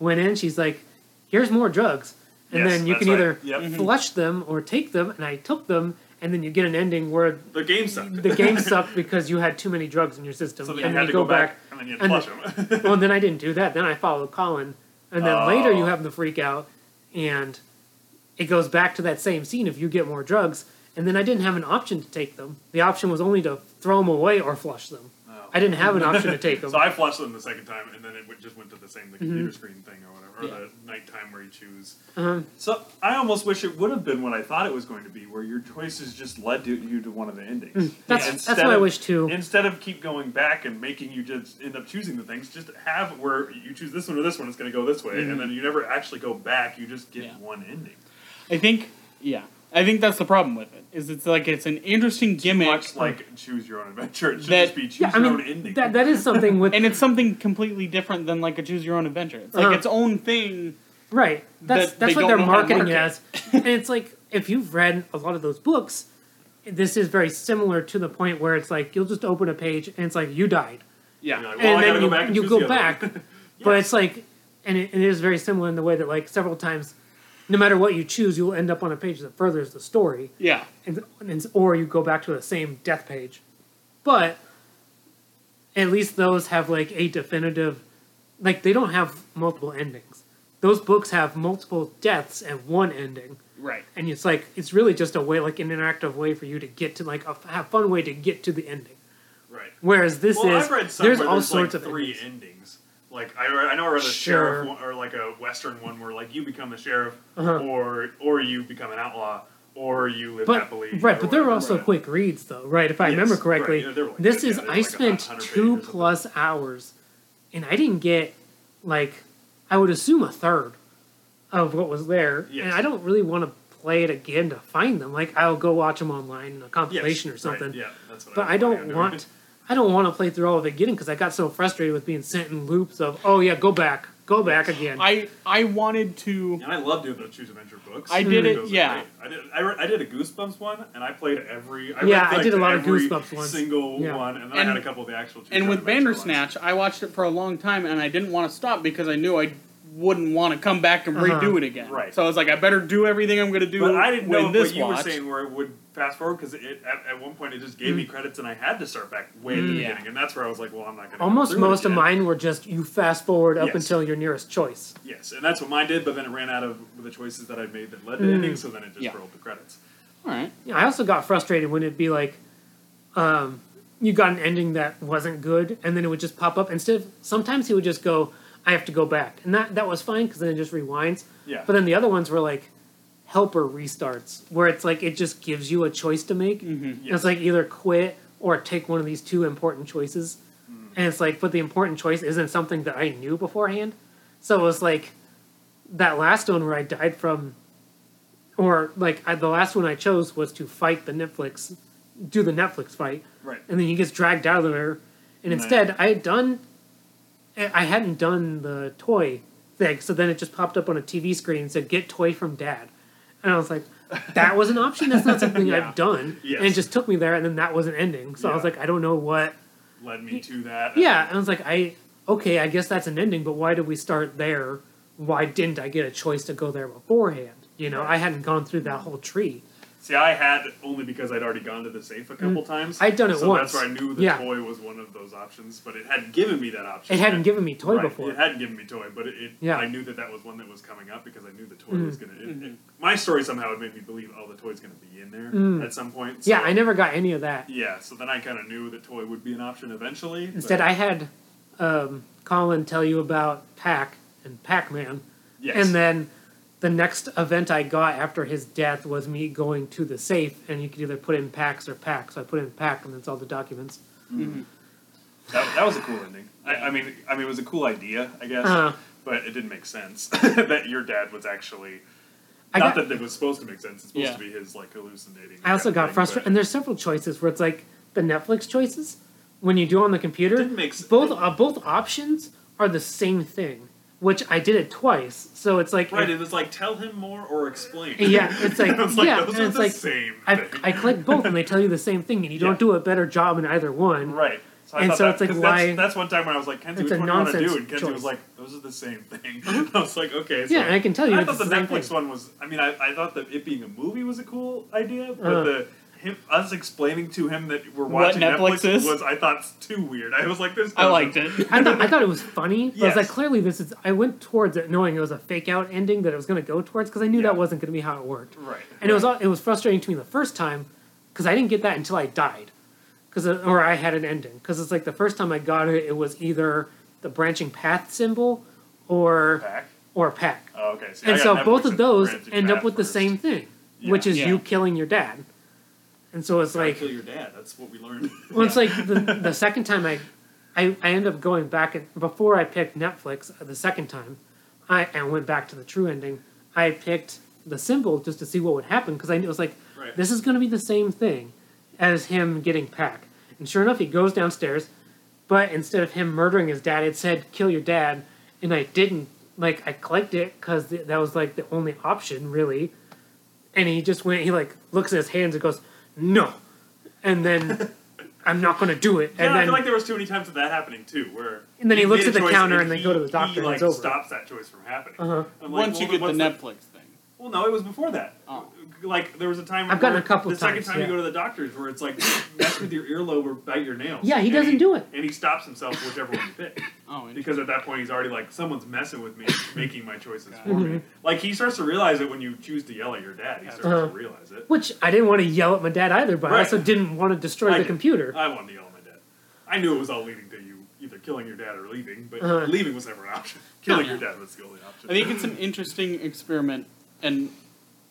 Speaker 3: went in. She's like, "Here's more drugs." And
Speaker 2: Yes,
Speaker 3: then you
Speaker 2: that's
Speaker 3: can
Speaker 2: right.
Speaker 3: either
Speaker 2: Yep. Mhm.
Speaker 3: flush them or take them. And I took them, and then you get an ending where
Speaker 2: The game sucked.
Speaker 3: the game sucked because you had too many drugs in your system.
Speaker 2: so then you
Speaker 3: and
Speaker 2: had
Speaker 3: you
Speaker 2: to
Speaker 3: go
Speaker 2: go back, and then you had to
Speaker 3: and
Speaker 2: flush him.
Speaker 3: well, then I didn't do that. Then I followed Colin, and then later you
Speaker 2: Oh.
Speaker 3: have the freak out, and it goes back to that same scene if you get more drugs. And then I didn't have an option to take them. The option was only to throw them away or flush them.
Speaker 2: Oh.
Speaker 3: I didn't have an option to take them.
Speaker 2: so I flushed them the second time, and then it went- just went to the same the computer
Speaker 3: Mm-hmm.
Speaker 2: screen thing or whatever, or
Speaker 1: Yeah.
Speaker 2: the nighttime where you choose.
Speaker 3: Um,
Speaker 2: So I almost wish it would have been what I thought it was going to be, where your choices just led to, you to one of the endings.
Speaker 3: Mm. that's
Speaker 2: Yeah.
Speaker 3: that's what I
Speaker 2: Instead of-
Speaker 3: wish too.
Speaker 2: Instead of keep going back and making you just end up choosing the things, just have where you choose this one or this one, it's
Speaker 3: Mm-hmm.
Speaker 2: going to go this way, and then you never actually go back. You just get
Speaker 1: Yeah.
Speaker 2: one ending.
Speaker 1: I think. Yeah. I think that's the problem with it. Is it's like it's an interesting gimmick,
Speaker 2: Much like choose your own adventure, it should
Speaker 1: That-
Speaker 2: just be choose
Speaker 3: Yeah, I
Speaker 2: your own
Speaker 3: mean
Speaker 2: ending.
Speaker 3: that, that is something with
Speaker 1: and it's something completely different than like a choose your own adventure. It's like
Speaker 3: Uh-huh.
Speaker 1: its own thing.
Speaker 3: Right. That's
Speaker 1: that
Speaker 3: that's
Speaker 1: they
Speaker 3: what
Speaker 1: don't
Speaker 3: they're
Speaker 1: know how to
Speaker 3: marketing it as.
Speaker 1: market.
Speaker 3: and it's like if you've read a lot of those books, this is very similar to the point where it's like you'll just open a page and it's like you died.
Speaker 1: Yeah,
Speaker 2: You're like, well,
Speaker 3: and
Speaker 2: Oh, I
Speaker 3: then
Speaker 2: gotta go
Speaker 3: you
Speaker 2: back and
Speaker 3: you
Speaker 2: choose
Speaker 3: go
Speaker 2: the other
Speaker 3: back.
Speaker 2: one.
Speaker 3: But it's like and it, it is very similar in the way that like several times no matter what you choose, you'll end up on a page that furthers the story
Speaker 1: yeah,
Speaker 3: and, and or you go back to the same death page. But at least those have like a definitive, like they don't have multiple endings. Those books have multiple deaths and one ending,
Speaker 1: right.
Speaker 3: and it's like it's really just a way, like an interactive way for you to get to like a have fun way to get to the ending.
Speaker 2: right.
Speaker 3: Whereas this
Speaker 2: well,
Speaker 3: is
Speaker 2: I've read some
Speaker 3: there's
Speaker 2: where
Speaker 3: all
Speaker 2: there's
Speaker 3: sorts
Speaker 2: like
Speaker 3: of
Speaker 2: three
Speaker 3: endings.
Speaker 2: endings. Like I, re- I know I read a
Speaker 3: Sure.
Speaker 2: sheriff one, or like a western one where like you become the sheriff,
Speaker 3: Uh-huh.
Speaker 2: or or you become an outlaw, or you live
Speaker 3: But
Speaker 2: happily.
Speaker 3: right,
Speaker 2: or
Speaker 3: but they're
Speaker 2: whatever.
Speaker 3: also
Speaker 2: Right.
Speaker 3: quick reads, though. Right, if I
Speaker 2: Yes,
Speaker 3: remember
Speaker 2: right,
Speaker 3: correctly,
Speaker 2: yeah, they're like-
Speaker 3: this
Speaker 2: yeah,
Speaker 3: is
Speaker 2: they're
Speaker 3: I
Speaker 2: like a
Speaker 3: spent
Speaker 2: 100 pages
Speaker 3: two
Speaker 2: or something.
Speaker 3: plus hours, and I didn't get like I would assume a third of what was there, and
Speaker 2: Yes.
Speaker 3: I don't really want to play it again to find them. Like I'll go watch them online in a
Speaker 2: Yes,
Speaker 3: compilation or
Speaker 2: right,
Speaker 3: something.
Speaker 2: yeah, that's what
Speaker 3: But
Speaker 2: I,
Speaker 3: I don't want I don't want to play through all of it again because I got so frustrated with being sent in loops of oh yeah go back go back again.
Speaker 1: I I wanted to.
Speaker 2: And I love doing those choose adventure books.
Speaker 1: I did it-
Speaker 2: Those are
Speaker 1: yeah.
Speaker 2: great. I did. I, re- I did a Goosebumps one, and I played every. I read,
Speaker 3: Yeah, I
Speaker 2: like,
Speaker 3: did a lot of
Speaker 2: every
Speaker 3: Goosebumps ones.
Speaker 2: Single
Speaker 3: Yeah.
Speaker 2: one, and then
Speaker 1: And-
Speaker 2: I had a couple of the actual. Choose
Speaker 1: And
Speaker 2: Your
Speaker 1: with
Speaker 2: Own Adventure ones.
Speaker 1: Bandersnatch, I watched it for a long time, and I didn't want to stop because I knew I wouldn't want to come back and
Speaker 3: Uh-huh.
Speaker 1: redo it again.
Speaker 2: Right.
Speaker 1: So I was like, I better do everything I'm going to do.
Speaker 2: But I didn't
Speaker 1: when
Speaker 2: know
Speaker 1: this
Speaker 2: what you
Speaker 1: watch.
Speaker 2: were saying where it would fast forward because at, at one point it just gave
Speaker 3: Mm.
Speaker 2: me credits and I had to start back way at the
Speaker 1: Mm.
Speaker 2: beginning, and that's where I was like, well, I'm not going to.
Speaker 3: Almost most of mine were just you fast forward up
Speaker 2: Yes.
Speaker 3: until your nearest choice.
Speaker 2: Yes, and that's what mine did, but then it ran out of the choices that I'd made that led to
Speaker 3: Mm.
Speaker 2: ending, so then it just
Speaker 1: Yeah.
Speaker 2: rolled the credits.
Speaker 1: All right.
Speaker 3: Yeah, I also got frustrated when it'd be like, um, you got an ending that wasn't good, and then it would just pop up. Instead, of, sometimes he would just go, "I have to go back," and that that was fine because then it just rewinds.
Speaker 2: Yeah,
Speaker 3: But then the other ones were like helper restarts, where it's like it just gives you a choice to make.
Speaker 1: Mm-hmm.
Speaker 3: And It's like either quit or take one of these two important choices. And it's like, but the important choice isn't something that I knew beforehand. So it was like that last one where I died from, or like I, the last one I chose was to fight the Netflix, do the Netflix fight.
Speaker 2: right.
Speaker 3: And then he gets dragged out of there.
Speaker 2: Right.
Speaker 3: And instead, I had done, eh, I hadn't done the toy thing. So then it just popped up on a TV screen and said, get toy from dad. And I was like, that was an option. That's not something I've done.
Speaker 2: Yes.
Speaker 3: And it just took me there. And then that was an ending. So I was
Speaker 2: Yeah.
Speaker 3: like, I don't know what.
Speaker 2: Led me to that.
Speaker 3: Yeah. And I was like, I, okay, I guess that's an ending. But why did we start there? Why didn't I get a choice to go there beforehand? You know, I hadn't gone through that whole tree.
Speaker 2: See, I had only because I'd already gone to the safe a couple times.
Speaker 3: Mm. I'd done it
Speaker 2: so
Speaker 3: once.
Speaker 2: That's where I knew the
Speaker 3: Yeah.
Speaker 2: toy was one of those options, but it hadn't given me that option.
Speaker 3: It hadn't given me toy
Speaker 2: Right,
Speaker 3: before.
Speaker 2: It hadn't given me toy, but it, it
Speaker 3: Yeah. Mm-hmm.
Speaker 2: I knew that that was one that was coming up because I knew the toy was gonna. It, it, my story somehow would make me believe oh the toy's gonna be in there
Speaker 3: Mm.
Speaker 2: at some point.
Speaker 3: yeah.
Speaker 2: so-
Speaker 3: I never got any of that.
Speaker 2: Yeah, so then I kind of knew that toy would be an option eventually.
Speaker 3: Instead,
Speaker 2: but-
Speaker 3: I had um, Colin tell you about Pac and Pac Man.
Speaker 2: yes.
Speaker 3: And then the next event I got after his death was me going to the safe, and you could either put in packs or pack. So I put in pack, and that's all the documents.
Speaker 2: that, that was a cool ending. I, I mean, I mean, it was a cool idea, I guess,
Speaker 3: Uh-huh.
Speaker 2: but it didn't make sense that your dad was actually.
Speaker 3: I
Speaker 2: not
Speaker 3: got-
Speaker 2: that it was supposed to make sense. It's supposed
Speaker 1: Yeah.
Speaker 2: to be his like hallucinating.
Speaker 3: I also
Speaker 2: kind of
Speaker 3: got
Speaker 2: thing,
Speaker 3: frustrated,
Speaker 2: but-
Speaker 3: and there's several choices where it's like the Netflix choices when you do on the computer.
Speaker 2: Didn't make s-
Speaker 3: both uh, both options are the same thing, which I did it twice. So it's like
Speaker 2: Right, it was like tell him more or explain.
Speaker 3: Yeah, it's like-
Speaker 2: I was like
Speaker 3: yeah,
Speaker 2: those
Speaker 3: and
Speaker 2: are
Speaker 3: it's
Speaker 2: the
Speaker 3: like-
Speaker 2: same.
Speaker 3: I,
Speaker 2: thing.
Speaker 3: I click both, and they tell you the same thing, and you
Speaker 2: Yeah.
Speaker 3: don't do a better job in either one.
Speaker 2: Right. So I
Speaker 3: And
Speaker 2: thought
Speaker 3: so
Speaker 2: that,
Speaker 3: it's like,
Speaker 2: 'cause
Speaker 3: why-
Speaker 2: That's, that's one time when I was like, Kenzie,
Speaker 3: It's
Speaker 2: which
Speaker 3: a
Speaker 2: one do you want to
Speaker 3: nonsense
Speaker 2: do? And Kenzie
Speaker 3: choice. Mm-hmm.
Speaker 2: was like, those are the same thing. I was like, okay. So
Speaker 3: Yeah, and I can tell you
Speaker 2: I
Speaker 3: it's
Speaker 2: thought
Speaker 3: the
Speaker 2: the
Speaker 3: same
Speaker 2: Netflix
Speaker 3: thing.
Speaker 2: one was. I mean, I, I thought that it being a movie was a cool idea, but
Speaker 3: Uh.
Speaker 2: the him, us explaining to him that we're
Speaker 1: What
Speaker 2: watching
Speaker 1: Netflix is?
Speaker 2: was I thought too weird. I was like, this.
Speaker 1: I
Speaker 2: doesn't-
Speaker 1: liked it.
Speaker 3: I thought I thought it was funny. But I
Speaker 2: Yes.
Speaker 3: was like, clearly this is. I went towards it knowing it was a fake out ending that it was going to go towards because I knew that
Speaker 2: Yeah.
Speaker 3: wasn't going to be how it worked.
Speaker 2: Right.
Speaker 3: And it was all- it was frustrating to me the first time because I didn't get that until I died, because or I had an ending because it's like the first time I got it, it was either the branching path symbol or
Speaker 2: Back.
Speaker 3: or pack,
Speaker 2: Oh, okay. See, I
Speaker 3: and
Speaker 2: got
Speaker 3: so both
Speaker 2: Netflix
Speaker 3: of
Speaker 2: and
Speaker 3: those
Speaker 2: Branching
Speaker 3: end up
Speaker 2: Path
Speaker 3: with
Speaker 2: first.
Speaker 3: the same thing,
Speaker 2: Yeah.
Speaker 3: which is you
Speaker 1: Yeah.
Speaker 3: killing your dad. And so it's
Speaker 2: Gotta
Speaker 3: like
Speaker 2: kill your dad. That's what we learned.
Speaker 3: well, it's like the, the second time I, I, I end up going back and uh, before I picked Netflix the second time, I and went back to the true ending. I picked the symbol just to see what would happen because I knew it was like
Speaker 2: Right.
Speaker 3: this is going to be the same thing as him getting Pack. And sure enough, he goes downstairs, but instead of him murdering his dad, it said kill your dad, and I didn't. Like I clicked it because th- that was like the only option really, and he just went. He like looks at his hands and goes no, and then I'm not going to do it.
Speaker 2: Yeah,
Speaker 3: and
Speaker 2: I
Speaker 3: then
Speaker 2: feel like there was too many times of that happening too, where
Speaker 3: And then he looks
Speaker 2: made
Speaker 3: at the
Speaker 2: a choice
Speaker 3: counter and they
Speaker 2: he-
Speaker 3: go to the doctor
Speaker 2: He
Speaker 3: and
Speaker 2: like
Speaker 3: it's over.
Speaker 2: stops that choice from happening.
Speaker 3: Uh-huh.
Speaker 2: I'm like,
Speaker 1: Once you
Speaker 2: well,
Speaker 1: get the
Speaker 2: what's
Speaker 1: Netflix thing.
Speaker 2: Well, no, it was before that.
Speaker 1: Oh.
Speaker 2: Like there was a time.
Speaker 3: I've gotten
Speaker 2: where
Speaker 3: a couple
Speaker 2: The second
Speaker 3: times,
Speaker 2: time
Speaker 3: yeah.
Speaker 2: you go to the doctor's, where it's like mess with your earlobe or bite your nails.
Speaker 3: Yeah, he
Speaker 2: And
Speaker 3: doesn't do it.
Speaker 2: and he stops himself whichever one he picks
Speaker 1: Oh, and
Speaker 2: because at that point he's already like someone's messing with me, making my choices for me. Like he starts to realize it when you choose to yell at your dad. He starts
Speaker 3: Mm-hmm. Uh-huh.
Speaker 2: to realize it.
Speaker 3: Which I didn't want to yell at my dad either, but I
Speaker 2: Right.
Speaker 3: also didn't want to destroy
Speaker 2: I
Speaker 3: the
Speaker 2: did. Uh,
Speaker 3: computer.
Speaker 2: I wanted to yell at my dad. I knew it was all leading to you either killing your dad or leaving, but
Speaker 3: Uh-huh.
Speaker 2: leaving was never an option. Killing your dad was the only option.
Speaker 1: I think it's an interesting experiment, and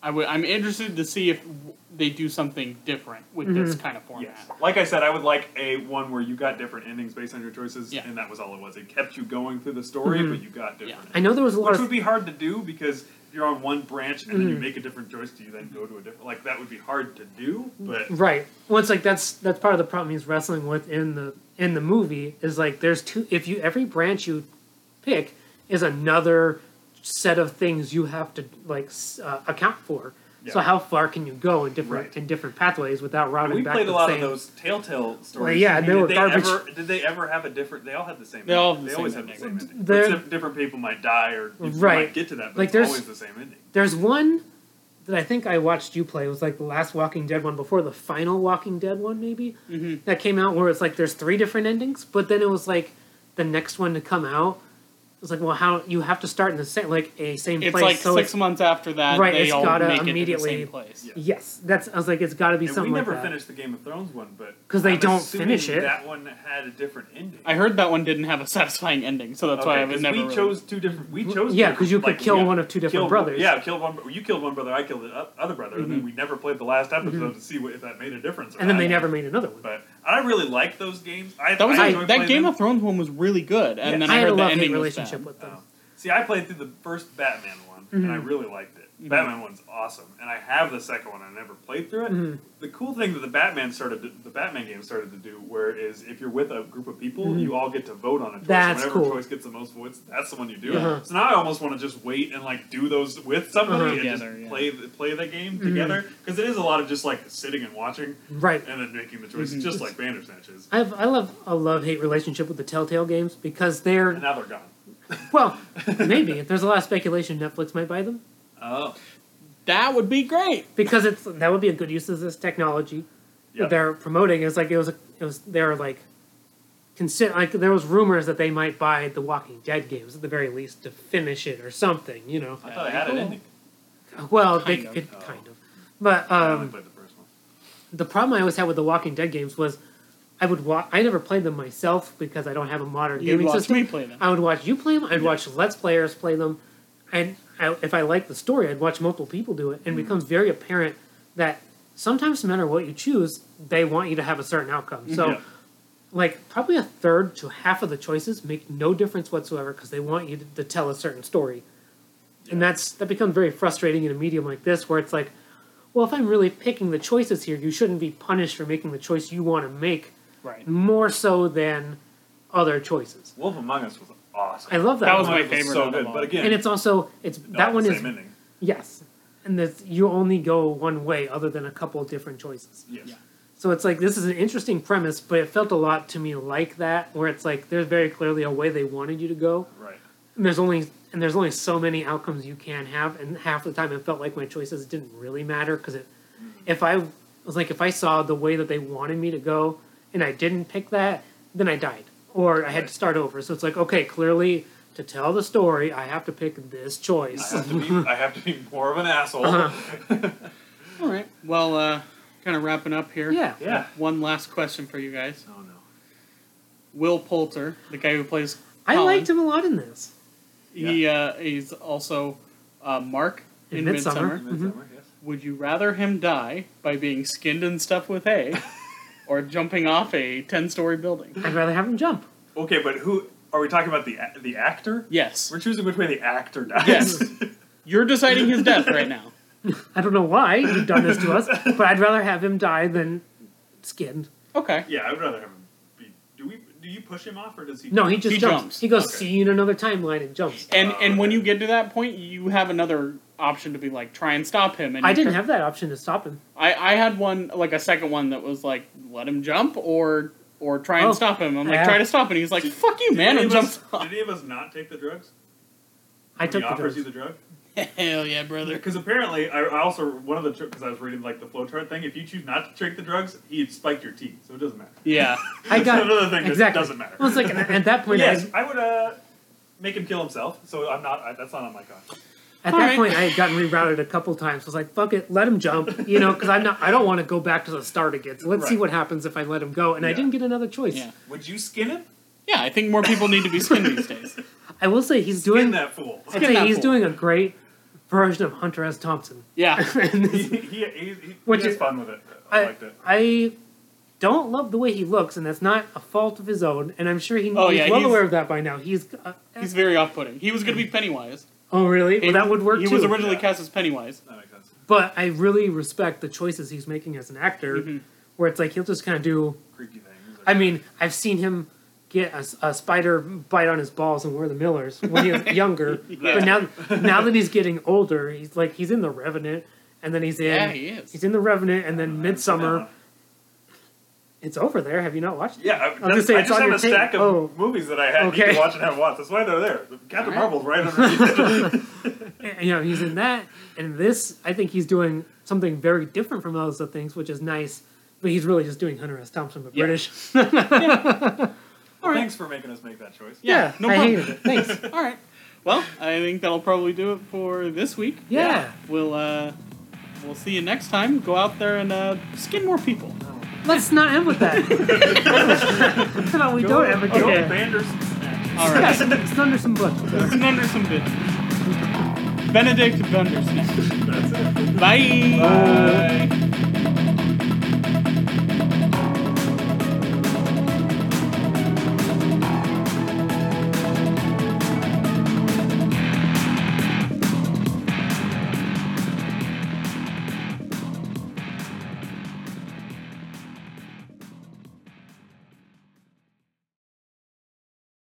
Speaker 1: i w- I'm interested to see if w- they do something different with this
Speaker 3: Mm-hmm.
Speaker 1: kind of format.
Speaker 2: Yes. Like I said, I would like a one where you got different endings based on your choices,
Speaker 1: Yeah.
Speaker 2: and that was all it was. It kept you going through the story, but you got
Speaker 1: Yeah.
Speaker 2: different.
Speaker 3: Mm-hmm. I know there was a lot
Speaker 2: Which
Speaker 3: of Mm-hmm.
Speaker 2: would be hard to do because if you're on one branch and then you make a different choice, do you then go to a different? Like that would be hard to do, but
Speaker 3: right. Well, it's like that's that's part of the problem he's wrestling with in the in the movie is like there's two. If you every branch you pick is another set of things you have to like s- uh, account for. So
Speaker 2: Yeah.
Speaker 3: how far can you go in different
Speaker 2: Right.
Speaker 3: in different pathways without robbing
Speaker 2: we
Speaker 3: back
Speaker 2: played
Speaker 3: to
Speaker 2: a
Speaker 3: the
Speaker 2: lot
Speaker 3: same-
Speaker 2: of those Telltale stories.
Speaker 3: Well, yeah,
Speaker 2: I mean,
Speaker 3: they were
Speaker 2: did
Speaker 3: garbage.
Speaker 2: Ever, did they ever have a different? They all had the same.
Speaker 1: They all
Speaker 2: ending.
Speaker 1: have the
Speaker 2: They
Speaker 1: same
Speaker 2: always
Speaker 1: ending.
Speaker 2: have the same ending.
Speaker 3: They're-
Speaker 2: Except different people might die or you
Speaker 3: Right.
Speaker 2: might get to that, but
Speaker 3: Like,
Speaker 2: it's
Speaker 3: there's-
Speaker 2: always the same ending.
Speaker 3: There's one that I think I watched you play. It was like the last Walking Dead one before the final Walking Dead one, maybe
Speaker 1: Mm-hmm.
Speaker 3: that came out where it's like there's three different endings, but then it was like the next one to come out. It was like, well, how you have to start in the same like a same
Speaker 1: It's
Speaker 3: place.
Speaker 1: like
Speaker 3: so
Speaker 1: six
Speaker 3: it's,
Speaker 1: months after that,
Speaker 3: Right,
Speaker 1: they
Speaker 3: it's
Speaker 1: all
Speaker 3: gotta
Speaker 1: make it to
Speaker 3: immediately-
Speaker 1: the same place.
Speaker 2: Yeah.
Speaker 3: yes, that's I was like, it's got to be
Speaker 2: And we
Speaker 3: something
Speaker 2: never
Speaker 3: like that.
Speaker 2: finished the Game of Thrones one, but
Speaker 3: 'Cause they
Speaker 2: I'm
Speaker 3: don't
Speaker 2: assuming
Speaker 3: finish it.
Speaker 2: That one had a different ending.
Speaker 1: I heard that one didn't have a satisfying ending, so that's
Speaker 2: Okay,
Speaker 1: why I
Speaker 2: 'cause
Speaker 1: was never.
Speaker 2: We
Speaker 1: really-
Speaker 2: chose two different. We chose.
Speaker 3: yeah,
Speaker 2: two
Speaker 3: 'cause you
Speaker 2: different-
Speaker 3: could kill
Speaker 2: yeah,
Speaker 3: one of two different
Speaker 2: kill one-
Speaker 3: brothers. Mm-hmm.
Speaker 2: yeah, kill one. You killed one brother. I killed the o- other brother, and then we never played the last episode to see what, if that made a difference. or
Speaker 3: and then
Speaker 2: not.
Speaker 3: they never made another one.
Speaker 2: But I really like those games. I,
Speaker 1: that was
Speaker 2: I
Speaker 1: a-
Speaker 2: enjoy
Speaker 1: that
Speaker 2: playing
Speaker 1: Game
Speaker 2: them.
Speaker 1: of Thrones one was really good, and
Speaker 2: Yeah.
Speaker 1: then
Speaker 3: I
Speaker 1: I,
Speaker 3: had
Speaker 1: heard
Speaker 3: a
Speaker 1: the
Speaker 3: love hate
Speaker 1: ending
Speaker 3: relationship
Speaker 1: was
Speaker 3: with them.
Speaker 2: Oh. See, I played through the first Batman one, and I
Speaker 3: Mm-hmm.
Speaker 2: really liked it. Batman one's awesome, and I have the second one. I never played through it.
Speaker 3: Mm-hmm.
Speaker 2: The cool thing that the Batman started, to, the Batman game started to do, where is if you're with a group of people, you all get to vote on a choice.
Speaker 3: Mm-hmm. That's
Speaker 2: Whatever
Speaker 3: cool.
Speaker 2: choice gets the most votes, that's the one you do.
Speaker 3: Uh-huh.
Speaker 2: So now I almost want to just wait and like do those with somebody
Speaker 3: Uh-huh. Mm-hmm.
Speaker 2: and
Speaker 1: Together,
Speaker 2: just
Speaker 1: yeah.
Speaker 2: play the, play the game together because it is a lot of just like sitting and watching
Speaker 3: Right.
Speaker 2: and then making the choices,
Speaker 3: Mm-hmm.
Speaker 2: just like Bandersnatch is.
Speaker 3: I have I love a love hate relationship with the Telltale games because they're
Speaker 2: And now they're gone.
Speaker 3: well maybe there's a lot of speculation Netflix might buy them
Speaker 2: Oh,
Speaker 1: That would be great.
Speaker 3: because it's that would be a good use of this technology.
Speaker 2: yeah.
Speaker 3: that they're promoting is like it was it was they're like consider like there was rumors that they might buy the Walking Dead games at the very least to finish it or something, you know.
Speaker 2: I thought I had
Speaker 1: Cool.
Speaker 2: it ending.
Speaker 3: Well, they
Speaker 1: Kind of.
Speaker 3: could
Speaker 2: Oh.
Speaker 3: kind of, but
Speaker 2: I only
Speaker 3: um,
Speaker 2: played the first one.
Speaker 3: the problem I always had with the Walking Dead games was I would wa- I never played them myself because I don't have a modern
Speaker 1: You
Speaker 3: gaming
Speaker 1: watched
Speaker 3: system.
Speaker 1: me play them.
Speaker 3: I would watch you play them. I'd watch Let's Players play them, and I, if I liked the story, I'd watch multiple people do it, and it becomes very apparent that sometimes, no matter what you choose, they want you to have a certain outcome. So,
Speaker 2: Yeah.
Speaker 3: like probably a third to half of the choices make no difference whatsoever because they want you to, to tell a certain story, and that's that becomes very frustrating in a medium like this where it's like, well, if I'm really picking the choices here, you shouldn't be punished for making the choice you want to make
Speaker 1: Right.
Speaker 3: more so than other choices.
Speaker 2: Wolf Among Us was awesome.
Speaker 3: I love that.
Speaker 1: That
Speaker 3: one.
Speaker 1: was my favorite
Speaker 2: So
Speaker 1: out
Speaker 2: good,
Speaker 1: of all.
Speaker 2: but again,
Speaker 3: and it's also it's
Speaker 2: not
Speaker 3: that
Speaker 2: the
Speaker 3: one is
Speaker 2: same ending.
Speaker 3: yes, and this you only go one way other than a couple different choices.
Speaker 2: Yes.
Speaker 1: Yeah.
Speaker 3: So it's like this is an interesting premise, but it felt a lot to me like that, where it's like there's very clearly a way they wanted you to go,
Speaker 2: Right.
Speaker 3: and there's only and there's only so many outcomes you can have, and half the time it felt like my choices didn't really matter because it, if I was like if I saw the way that they wanted me to go and I didn't pick that, then I died or I had
Speaker 2: Right.
Speaker 3: to start over. So it's like okay, clearly to tell the story, I have to pick this
Speaker 2: I
Speaker 3: choice.
Speaker 2: have to be. I have to be more of an asshole.
Speaker 3: Uh-huh.
Speaker 1: All right. Well, uh, kind of wrapping up here.
Speaker 3: yeah.
Speaker 2: Yeah.
Speaker 1: One last question for you guys.
Speaker 2: Oh no.
Speaker 1: Will Poulter, the guy who plays,
Speaker 3: I
Speaker 1: Colin,
Speaker 3: liked him a lot in this.
Speaker 1: He uh, he's also uh, Mark
Speaker 3: In
Speaker 1: in,
Speaker 3: Midsummer.
Speaker 1: Midsummer.
Speaker 2: Midsummer, yes.
Speaker 1: Would you rather him die by being skinned and stuffed with hay, or jumping off a ten-story building?
Speaker 3: I'd rather have him jump.
Speaker 2: Okay, but who are we talking about? The a- the actor?
Speaker 1: Yes,
Speaker 2: We're choosing which way the actor dies.
Speaker 1: Yes. you're deciding his death right now.
Speaker 3: I don't know why you've done this to us, but I'd rather have him die than skinned.
Speaker 1: Okay.
Speaker 2: Yeah, I'd rather have him be. Do we? Do you push him off, or does he?
Speaker 3: No, he just
Speaker 1: He
Speaker 3: jumps.
Speaker 1: jumps.
Speaker 3: He goes,
Speaker 2: Okay.
Speaker 3: see you in another timeline, and jumps.
Speaker 1: And and when you get to that point, you have another option to be like try and stop him. And
Speaker 3: I
Speaker 1: you
Speaker 3: didn't
Speaker 1: tr-
Speaker 3: have that option to stop him.
Speaker 1: I I had one like a second one that was like let him jump or or try and
Speaker 3: Oh,
Speaker 1: stop him. I'm like
Speaker 3: yeah.
Speaker 1: try to stop, him. and he's like
Speaker 2: Did-
Speaker 1: fuck you,
Speaker 2: Did
Speaker 1: man,
Speaker 2: any
Speaker 1: and
Speaker 2: of us-
Speaker 1: jumps off.
Speaker 2: Did any of us not take the drugs?
Speaker 3: I
Speaker 2: When
Speaker 3: took
Speaker 2: he
Speaker 3: the
Speaker 2: offers
Speaker 3: drugs.
Speaker 2: you the drug.
Speaker 1: Hell yeah, brother.
Speaker 2: Because apparently, I, I also one of the because I was reading like the flowchart thing. If you choose not to take the drugs, he'd spike your teeth, so it doesn't matter.
Speaker 1: Yeah.
Speaker 3: I
Speaker 2: That's
Speaker 3: got
Speaker 2: another thing that
Speaker 3: exactly.
Speaker 2: doesn't matter.
Speaker 3: Well, it's like at at that point,
Speaker 2: yes,
Speaker 3: I,
Speaker 2: I would uh, make him kill himself. So I'm not. I, that's not on my conscience.
Speaker 3: at
Speaker 1: All
Speaker 3: that
Speaker 1: right.
Speaker 3: point, I had gotten rerouted a couple times. I was like, "Fuck it, let him jump," you know, because I'm not. I don't want to go back to the start again. So let's see
Speaker 2: Right.
Speaker 3: what happens if I let him go. And I
Speaker 2: Yeah.
Speaker 3: didn't get another choice.
Speaker 1: Yeah.
Speaker 2: Would you skin him?
Speaker 1: Yeah, I think more people need to be skinned these days.
Speaker 3: I will say he's
Speaker 2: Skin
Speaker 3: doing.
Speaker 2: that fool.
Speaker 3: I'd
Speaker 1: Skin
Speaker 3: say
Speaker 1: that
Speaker 3: he's
Speaker 1: fool.
Speaker 3: doing a great version of Hunter S. Thompson.
Speaker 1: Yeah.
Speaker 3: In
Speaker 2: he
Speaker 3: this
Speaker 2: he, he, he, he
Speaker 3: Which
Speaker 2: has
Speaker 3: is-
Speaker 2: fun with it. I,
Speaker 3: I,
Speaker 2: liked it.
Speaker 3: I don't love the way he looks, and that's not a fault of his own. And I'm sure he,
Speaker 1: Oh,
Speaker 3: he's
Speaker 1: yeah,
Speaker 3: well
Speaker 1: he's-
Speaker 3: aware of that by now. He's uh,
Speaker 1: He's very off putting. He was going to be Pennywise.
Speaker 3: oh really? Well,
Speaker 1: He-
Speaker 3: that would work
Speaker 1: He
Speaker 3: too.
Speaker 1: was originally
Speaker 2: Yeah.
Speaker 1: cast as Pennywise.
Speaker 2: That makes sense.
Speaker 3: but I really respect the choices he's making as an actor,
Speaker 1: Mm-hmm.
Speaker 3: where it's like he'll just kind of do.
Speaker 2: Creaky things.
Speaker 3: I mean, I've seen him get a, s- a spider bite on his balls and wear the Millers when he was younger, but now now that he's getting older, he's like he's in the Revenant, and then he's in
Speaker 1: Yeah, he is. Oh,
Speaker 3: he's in the Revenant, and then
Speaker 2: Yeah.
Speaker 3: Midsummer. It's over there. Have you not watched it?
Speaker 2: Yeah, I, that's-
Speaker 3: gonna say,
Speaker 2: I
Speaker 3: it's
Speaker 2: just
Speaker 3: on
Speaker 2: have
Speaker 3: your
Speaker 2: a stack
Speaker 3: tape.
Speaker 2: of
Speaker 3: Oh.
Speaker 2: movies that I had need
Speaker 3: Okay.
Speaker 2: to watch and haven't watched. That's why they're there. Captain
Speaker 1: Alright.
Speaker 2: Marvel's right underneath it.
Speaker 3: And, you know, he's in that and this. I think he's doing something very different from those other things, which is nice. But he's really just doing Hunter S. Thompson, but
Speaker 1: Yeah.
Speaker 3: British.
Speaker 2: Well, Thanks for making us make that choice.
Speaker 1: Yeah, no
Speaker 3: I
Speaker 1: problem.
Speaker 3: hated it. Thanks.
Speaker 1: All right. Well, I think that'll probably do it for this week.
Speaker 3: Yeah.
Speaker 1: We'll uh, we'll see you next time. Go out there and uh, skin more people.
Speaker 3: Let's not end with that. That's not we don't end with
Speaker 2: Go
Speaker 3: that.
Speaker 2: Bandersnatch.
Speaker 1: All right.
Speaker 3: It's under some books.
Speaker 1: It's an under some bitch. Benedict Vandersnatch.
Speaker 2: That's it.
Speaker 1: Bye.
Speaker 2: Bye.